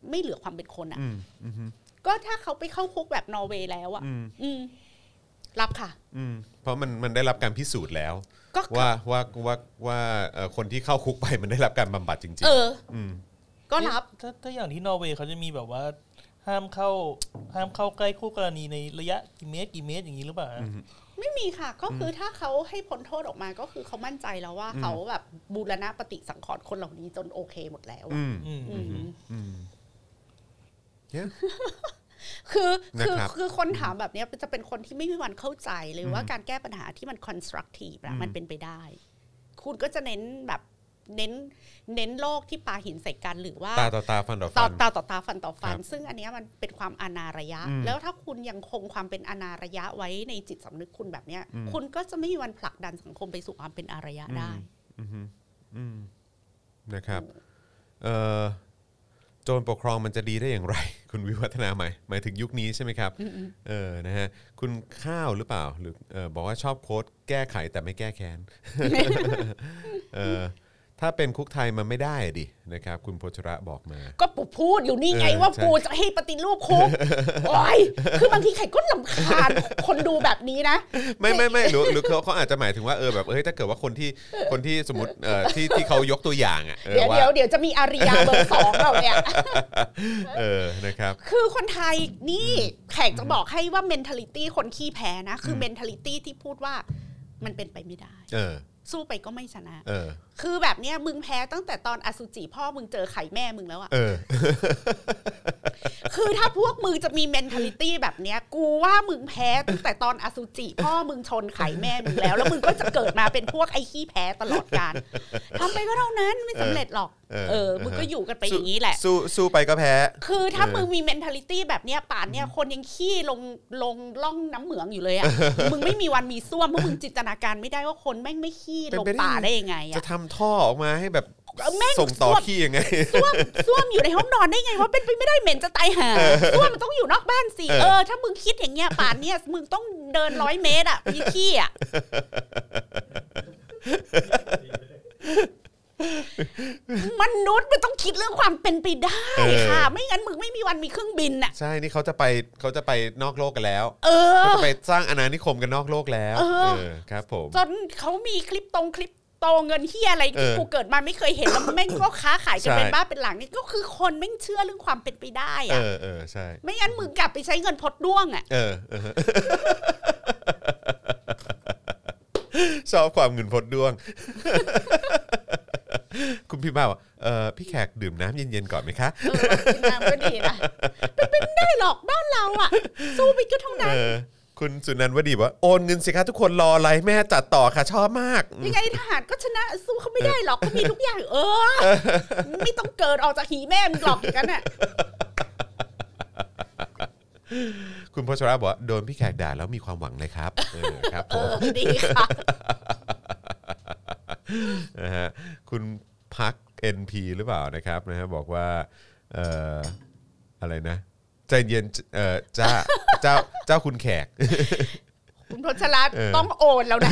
C: ไม่เหลือความเป็นคนอะ
B: อืมอืม
C: ก็ถ้าเขาไปเข้าคุกแบบนอร์เวย์แล้วอะ
B: อืม
C: อืม รับค่ะ
B: อืมเพราะมันมันได้รับการพิสูจน์แล้ว
C: ก็
B: ว่าว่าว่าว่าเอ่อคนที่เข้าคุกไปมันได้รับการบำบัดจริง
C: เออ
B: ๆม
C: ก็รับ
D: ถ้าถ้าอย่างที่นอร์เวย์เขาจะมีแบบว่า ห้ามเข้าห้ามเข้าใกล้คู่กรณีในระยะกี่เมตรกี่เมตรอย่างนี้หรือเปล่าฮะ
C: ไม่มีค่ะ ก็คือถ้าเขาให้พ้นโทษออกมาก็คือเขามั่นใจแล้วว่าเขาแบบบูรณะปฏิสังขรณ์คนเหล่านี้จนโอเคหมดแล้วอะ
B: อืม
D: อืม
C: อืม
B: อืมเนี่ย
C: คือคือ
B: นะครับ
C: คือคนถามแบบเนี้ยจะเป็นคนที่ไม่มีวันเข้าใจเลยว่าการแก้ปัญหาที่มัน constructive
B: อื
C: นะ
B: ม
C: มันเป็นไปได้ คุณก็จะเน้นแบบเน้นเน้นโลกที่ปาหินใส่กันหรือว่า
B: ตาต่อตาฟันต่อ
C: ตา
B: ฟัน
C: ตาต่อตาฟันต่อฟัน
B: ครับ
C: ซึ่งอันเนี้ยมันเป็นความอนาระยะ
B: อืม
C: แล้วถ้าคุณยังคงความเป็นอนาระยะไว้ในจิตสำนึกคุณแบบเนี้ย
B: อืม
C: คุณก็จะไม่มีวันผลักดันสังคมไปสู่ความเป็นอารยะได้
B: อือฮึอืมนะครับเอ่อโจรปกครองมันจะดีได้อย่างไร (laughs) คุณวิวัฒนาหมายหมายถึงยุคนี้ใช่ไหมครับเออนะฮะคุณข้าวหรือเปล่าหรือเออบอกว่าชอบโค้ดแก้ไขแต่ไม่แก้แค้น (laughs) เออถ้าเป็นคุกไทยมันไม่ได้อะดินะครับ คุณโพชระบอกมา
C: ก็ปูพูดอยู่นี่ไง
B: เออ
C: ว่า
B: ใช่
C: ปูจะให้ปฏิรูปคุกโอ้ยคือบางทีไข่ก็ลำคาญคนดูแบบนี้นะ
B: ไม่ไม่ไม่หรือหรือเขาเขาอาจจะหมายถึงว่าเออแบบเอ้ยถ้าเกิดว่าคนที่คนที่สมมติเออที่ที่เขายกตัวอย่างอ่ะเออ
C: เดี๋ยว
B: ว่า
C: เดี๋ยวเดี๋ยวจะมีอาริ
B: (laughs)
C: ยาเบอร์สองเราเนี่ย
B: เออนะครับ
C: คือคนไทยนี่แขกจะบอกให้ว่า mentality คนขี้แพ้นะ คือ mentality ที่พูดว่ามันเป็นไปไม่ได้
B: เออ
C: สู้ไปก็ไม่ชนะ
B: เออ
C: คือแบบเนี้ยมึงแพ้ตั้งแต่ตอนอสุจิพ่อมึงเจอไข่แม่มึงแล้วอะ
B: เออ
C: คือถ้าพวกมึงจะมี mentality แบบเนี้ย กูว่ามึงแพ้ตั้งแต่ตอนอสุจิพ่อมึงชนไข่แม่มึงแล้ว แล้วมึงก็จะเกิดมาเป็นพวกไอ้ขี้แพ้ตลอดกาลทำไปก็เท่านั้นไม่สำเร็จหรอก
B: เออ
C: เออ
B: เออ
C: มึงก็อยู่กันไปอย่างนี้แหละ
B: สู้สู้ไปก็แพ้
C: คือถ้า
B: เออ
C: มึงมี mentality แบบเนี้ยป่านเนี่ยคนยังขี้ลงลงล่องน้ำเหมืองอยู่เลยอะ มึงไม่มีวันมีส้วมเพราะมึงจินตนาการไม่ได้ว่าคนแม่งไม่ขี้ลงป่าได้ยังไง
B: จะ
C: อะ
B: ทำท่อออกมาให้แบบ
C: เออแม่ง
B: ส่งต่อ
C: ส้วม
B: ขี้ยังไง
C: ส้วมส้วมอยู่ในห้องนอนได้ไงวะเป็นไปไม่ได้เหม็นจะตายห่าส้วมมันต้องอยู่นอกบ้านสิ
B: เออ
C: เออถ้ามึงคิดอย่างเงี้ยป่านเนี้ยมึงต้องเดินร้อยเมตรอ่ะมีขี้อ่ะมนุษย์มันต้องคิดเรื่องความเป็นไปได้ค่ะ ไม่งั้นมึงไม่มีวันมีเครื่องบินอ่ะ
B: (laughs) ใช่นี่เขาจะไปเขาจะไปนอกโลกกันแล้ว
C: เออ
B: เขาจะไปสร้างอาณานิคมกันนอกโลกแล้ว
C: เออ
B: เออครับผม
C: จนเขามีคลิปตรงคลิปโตเงินเฮียอะไรที่
B: เออ
C: กูเกิดมาไม่เคยเห็นแล้ว (coughs) แม่งก็ค้าขายกันเป็น
B: ใช่
C: บ้าเป็นหลังนี่ก็คือคนแม่งเชื่อเรื่องความเป็นไปได้
B: เอ
C: อ่ะ
B: อเออใช่
C: ไม่งั้นมึงกลับไปใช้เงินพดด้วง
B: (laughs)
C: อ่ะ
B: เออเออชอบความเงินพดด้วง (laughs) คุณพี่บ้าบอกเออพี่แขกดื่มน้ำเย็นๆก่อนไหมคะ
C: เออกินน้ำก็ดีนะเป็นไปไม่ได้หรอกบ้านเราอ่ะ สู้ไปก็เท่า
B: เอ
C: นั้น
B: อ คุณสุนันท์วดีบอกว่าโอนเงินสิคะทุกคนรออะไรแม่จัดต่อค่ะชอบมากอืม
C: ยังไงทหารก็ชนะสู้เขาไม่ได้หรอกเขามีทุกอย่างเออ ไม่ต้องเกิดออกจากหีแม่มึงหรอกอย่างนั้นอ่ะ
B: คุณพชระบอกว่าโดนพี่แขกด่าแล้วมีความหวังเลยครับ เออครับผ
C: เอ
B: ม
C: อดีค่ะ
B: นะฮะคุณพัก NP หรือเปล่านะครับนะฮะบอกว่าเอ่ออะไรนะ ใจเย็นเอ่อจ้า (laughs) เจ้าเจ้าคุณแขก
C: คุณพชรัตน์
B: เออ
C: ต้องโอนแล้ว
B: (laughs)
C: นะ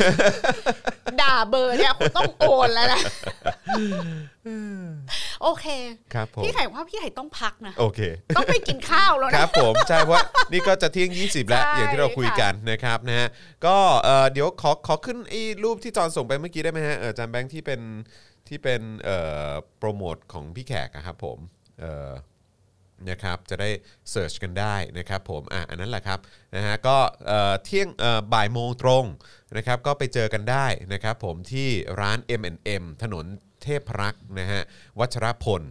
C: ด่าเบอร์เนี่ยคุณต้องโอนแล้วนะโอเค
B: ครับผม
C: พี่ไข่ว่าพี่ไข่ต้องพักนะ
B: โอเค
C: ต้องไปกินข้าวแล้ว
B: ค
C: นะ
B: รับผมใช่เพราะว่านี่ก็จะเที่ยง 20 แล้ว
C: ใช่
B: อย่างที่เราคุยกันนะครับนะฮะก็เอ่อเดี๋ยวขอขอขึ้นไอ้รูปที่จอนส่งไปเมื่อกี้ได้ไหมฮะเอออาจานแบงค์ที่เป็นที่เป็นเอ่อโปรโมทของพี่แขกอะครับผมเอ่อนะครับจะได้เสิร์ชกันได้นะครับผมอ่ะอันนั้นแหละครับนะฮะก็เอ่อเที่ยงเอ่อบ่ายโมงตรงนะครับก็ไปเจอกันได้นะครับผมที่ร้าน M&M ถนนเทพรักษ์นะฮะวัชรพล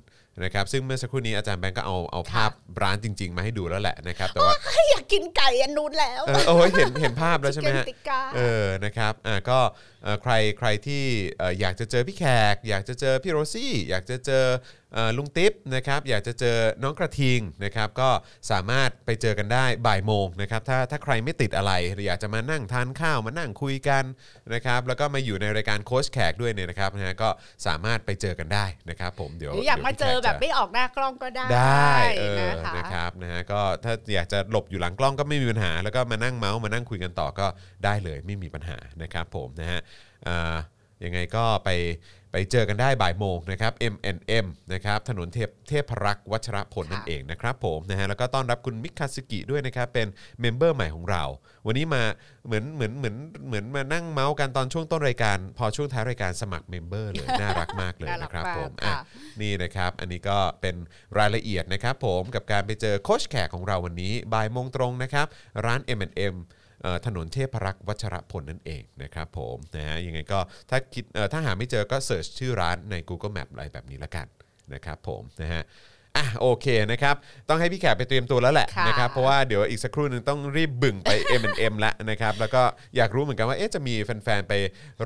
B: นะครับซึ่งเมื่อสักครู่นี้อาจารย์แบงค์ก็เอาเอาภาพ
C: ค่ะ
B: ร้านจริง ๆ มาให้ดูแล้วแหละนะครับแต่ว่า
C: เฮ้ยอยากกินไก่อันนู้นแล้ว
B: เออโอ้ยเห็นเห็นภาพ (laughs) แล้วใช่ไหมฮะ
C: Chicken tikka
B: เออนะครับอ่าก็เอ่อใครใครที่เอ่ออยากจะเจอพี่แขก อยากจะเจอพี่โรซี่ อยากจะเจอเอ่อลุงติ๊บนะครับอยากจะเจอน้องกระทิงนะครับก็สามารถไปเจอกันได้บ่ายโมงนะครับถ้าถ้าใครไม่ติดอะไรหรืออยากจะมานั่งทานข้าวมานั่งคุยกันนะครับแล้วก็มาอยู่ในรายการโค้ชแขกด้วยเนี่ยนะครับนะฮะก็สามารถไปเจอกันได้นะครับผมเดี๋ย
C: ห
B: ว
C: รืออยากมาเจอแบบ
B: ดี๋ยวพี่ขกจะ
C: ไม่ออกหน้ากล้องก็ได้
B: ได้เออ
C: นะคะ
B: นะครับนะฮะก็ถ้าอยากจะหลบอยู่หลังกล้องก็ไม่มีปัญหา แล้วก็มานั่งเมาส์มานั่งคุยกันต่อก็ได้เลยไม่มีปัญหานะครับผมนะฮะอ่ายังไงก็ไปไปเจอกันได้บ่ายโมงนะครับ MNM นะครับถนนเทพเทพรักษ์วัชรพลนั่น
C: ค่ะ
B: เองนะครับผมนะฮะแล้วก็ต้อนรับคุณมิคาสึกิด้วยนะครับเป็นเมมเบอร์ใหม่ของเรา วันนี้มาเหมือนเหมือนเหมือนเหมือนมานั่งเมาส์กันตอนช่วงต้นรายการ พอช่วงท้ายรายการสมัครเมมเบอร์เลยน่ารักมากเลยนะครับ
C: น่ารักมาก
B: ผมอ่ะ
C: ค่ะ
B: นี่นะครับ อันนี้ก็เป็นรายละเอียดนะครับผมกับการไปเจอโค้ชแขกของเราวันนี้บ่ายโมงตรงนะครับ ร้าน M&M เอ่อถนนเทพรักษ์วัชรพลนั่นเองนะครับผมนะฮะยังไงก็ถ้าคิดเอ่อถ้าหาไม่เจอก็เสิร์ชชื่อร้านใน Google Map อะไรแบบนี้ละกันนะครับผมนะฮะอ่ะโอเคนะครับ ต้องให้พี่แขกไปเตรียมตัวแล้วแหละ
C: ค่ะ
B: นะครับเพราะว่าเดี๋ยวอีกสักครู่หนึ่งต้องรีบบึ่งไป M&M แล้วนะครับแล้วก็อยากรู้เหมือนกันว่าเอ๊ะจะมีแฟนๆไป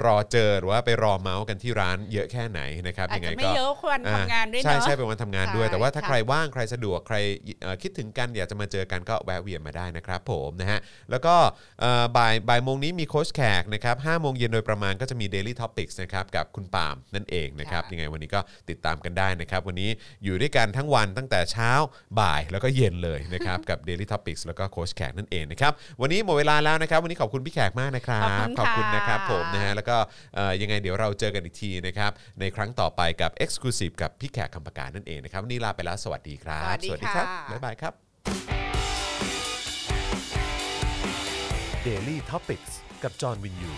B: รอเจอหรือว่าไปรอเมาส์กันที่ร้านเยอะแค่ไหนนะครับ
C: อาจ
B: ยังไง
C: จะไม่
B: ก็
C: เยอะควรทำงานด้วย
B: ใช่
C: เนาะ
B: ใช่เป็นวันทำงาน
C: ใช่
B: ด้วย แต่ว่าถ้า
C: ค่ะ
B: ใครว่างใครสะดวกใครเอ่อคิดถึงกันอยากจะมาเจอกันก็แวะเวียนมาได้นะครับผมนะฮะแล้วก็เอ่อบ่ายบ่ายโมงนี้มีโค้ชแขกนะครับห้าโมงเย็นโดยประมาณก็จะมี Daily Topics นะครับกับคุณปาล์มนั่นเองนะครับยังไงวันนี้ก็ติดตามกันได้นะครับ วันนี้อยู่ด้วยกันทั้งวันตั้งแต่เช้าบ่ายแล้วก็เย็นเลยนะครับ
C: (laughs)
B: กับ Daily Topics แล้วก็โค้ชแขกนั่นเองนะครับวันนี้หมดเวลาแล้วนะครับ วันนี้ขอบคุณพี่แขกมากนะครับ
C: ขอบคุณค่ะ
B: นะครับผมนะฮะ แล้วก็เอ่อยังไงเดี๋ยวเราเจอกันอีกทีนะครับ ในครั้งต่อไปกับ Exclusive กับพี่แขกคำปากานั่นเองนะครับวันนี่ลาไปแล้วสวัสดีครับ
C: สวัสดี
B: ครั
C: ค่ะ
B: บ๊ายบายครับ
A: Daily t o p i c กกับจอห์นวินยู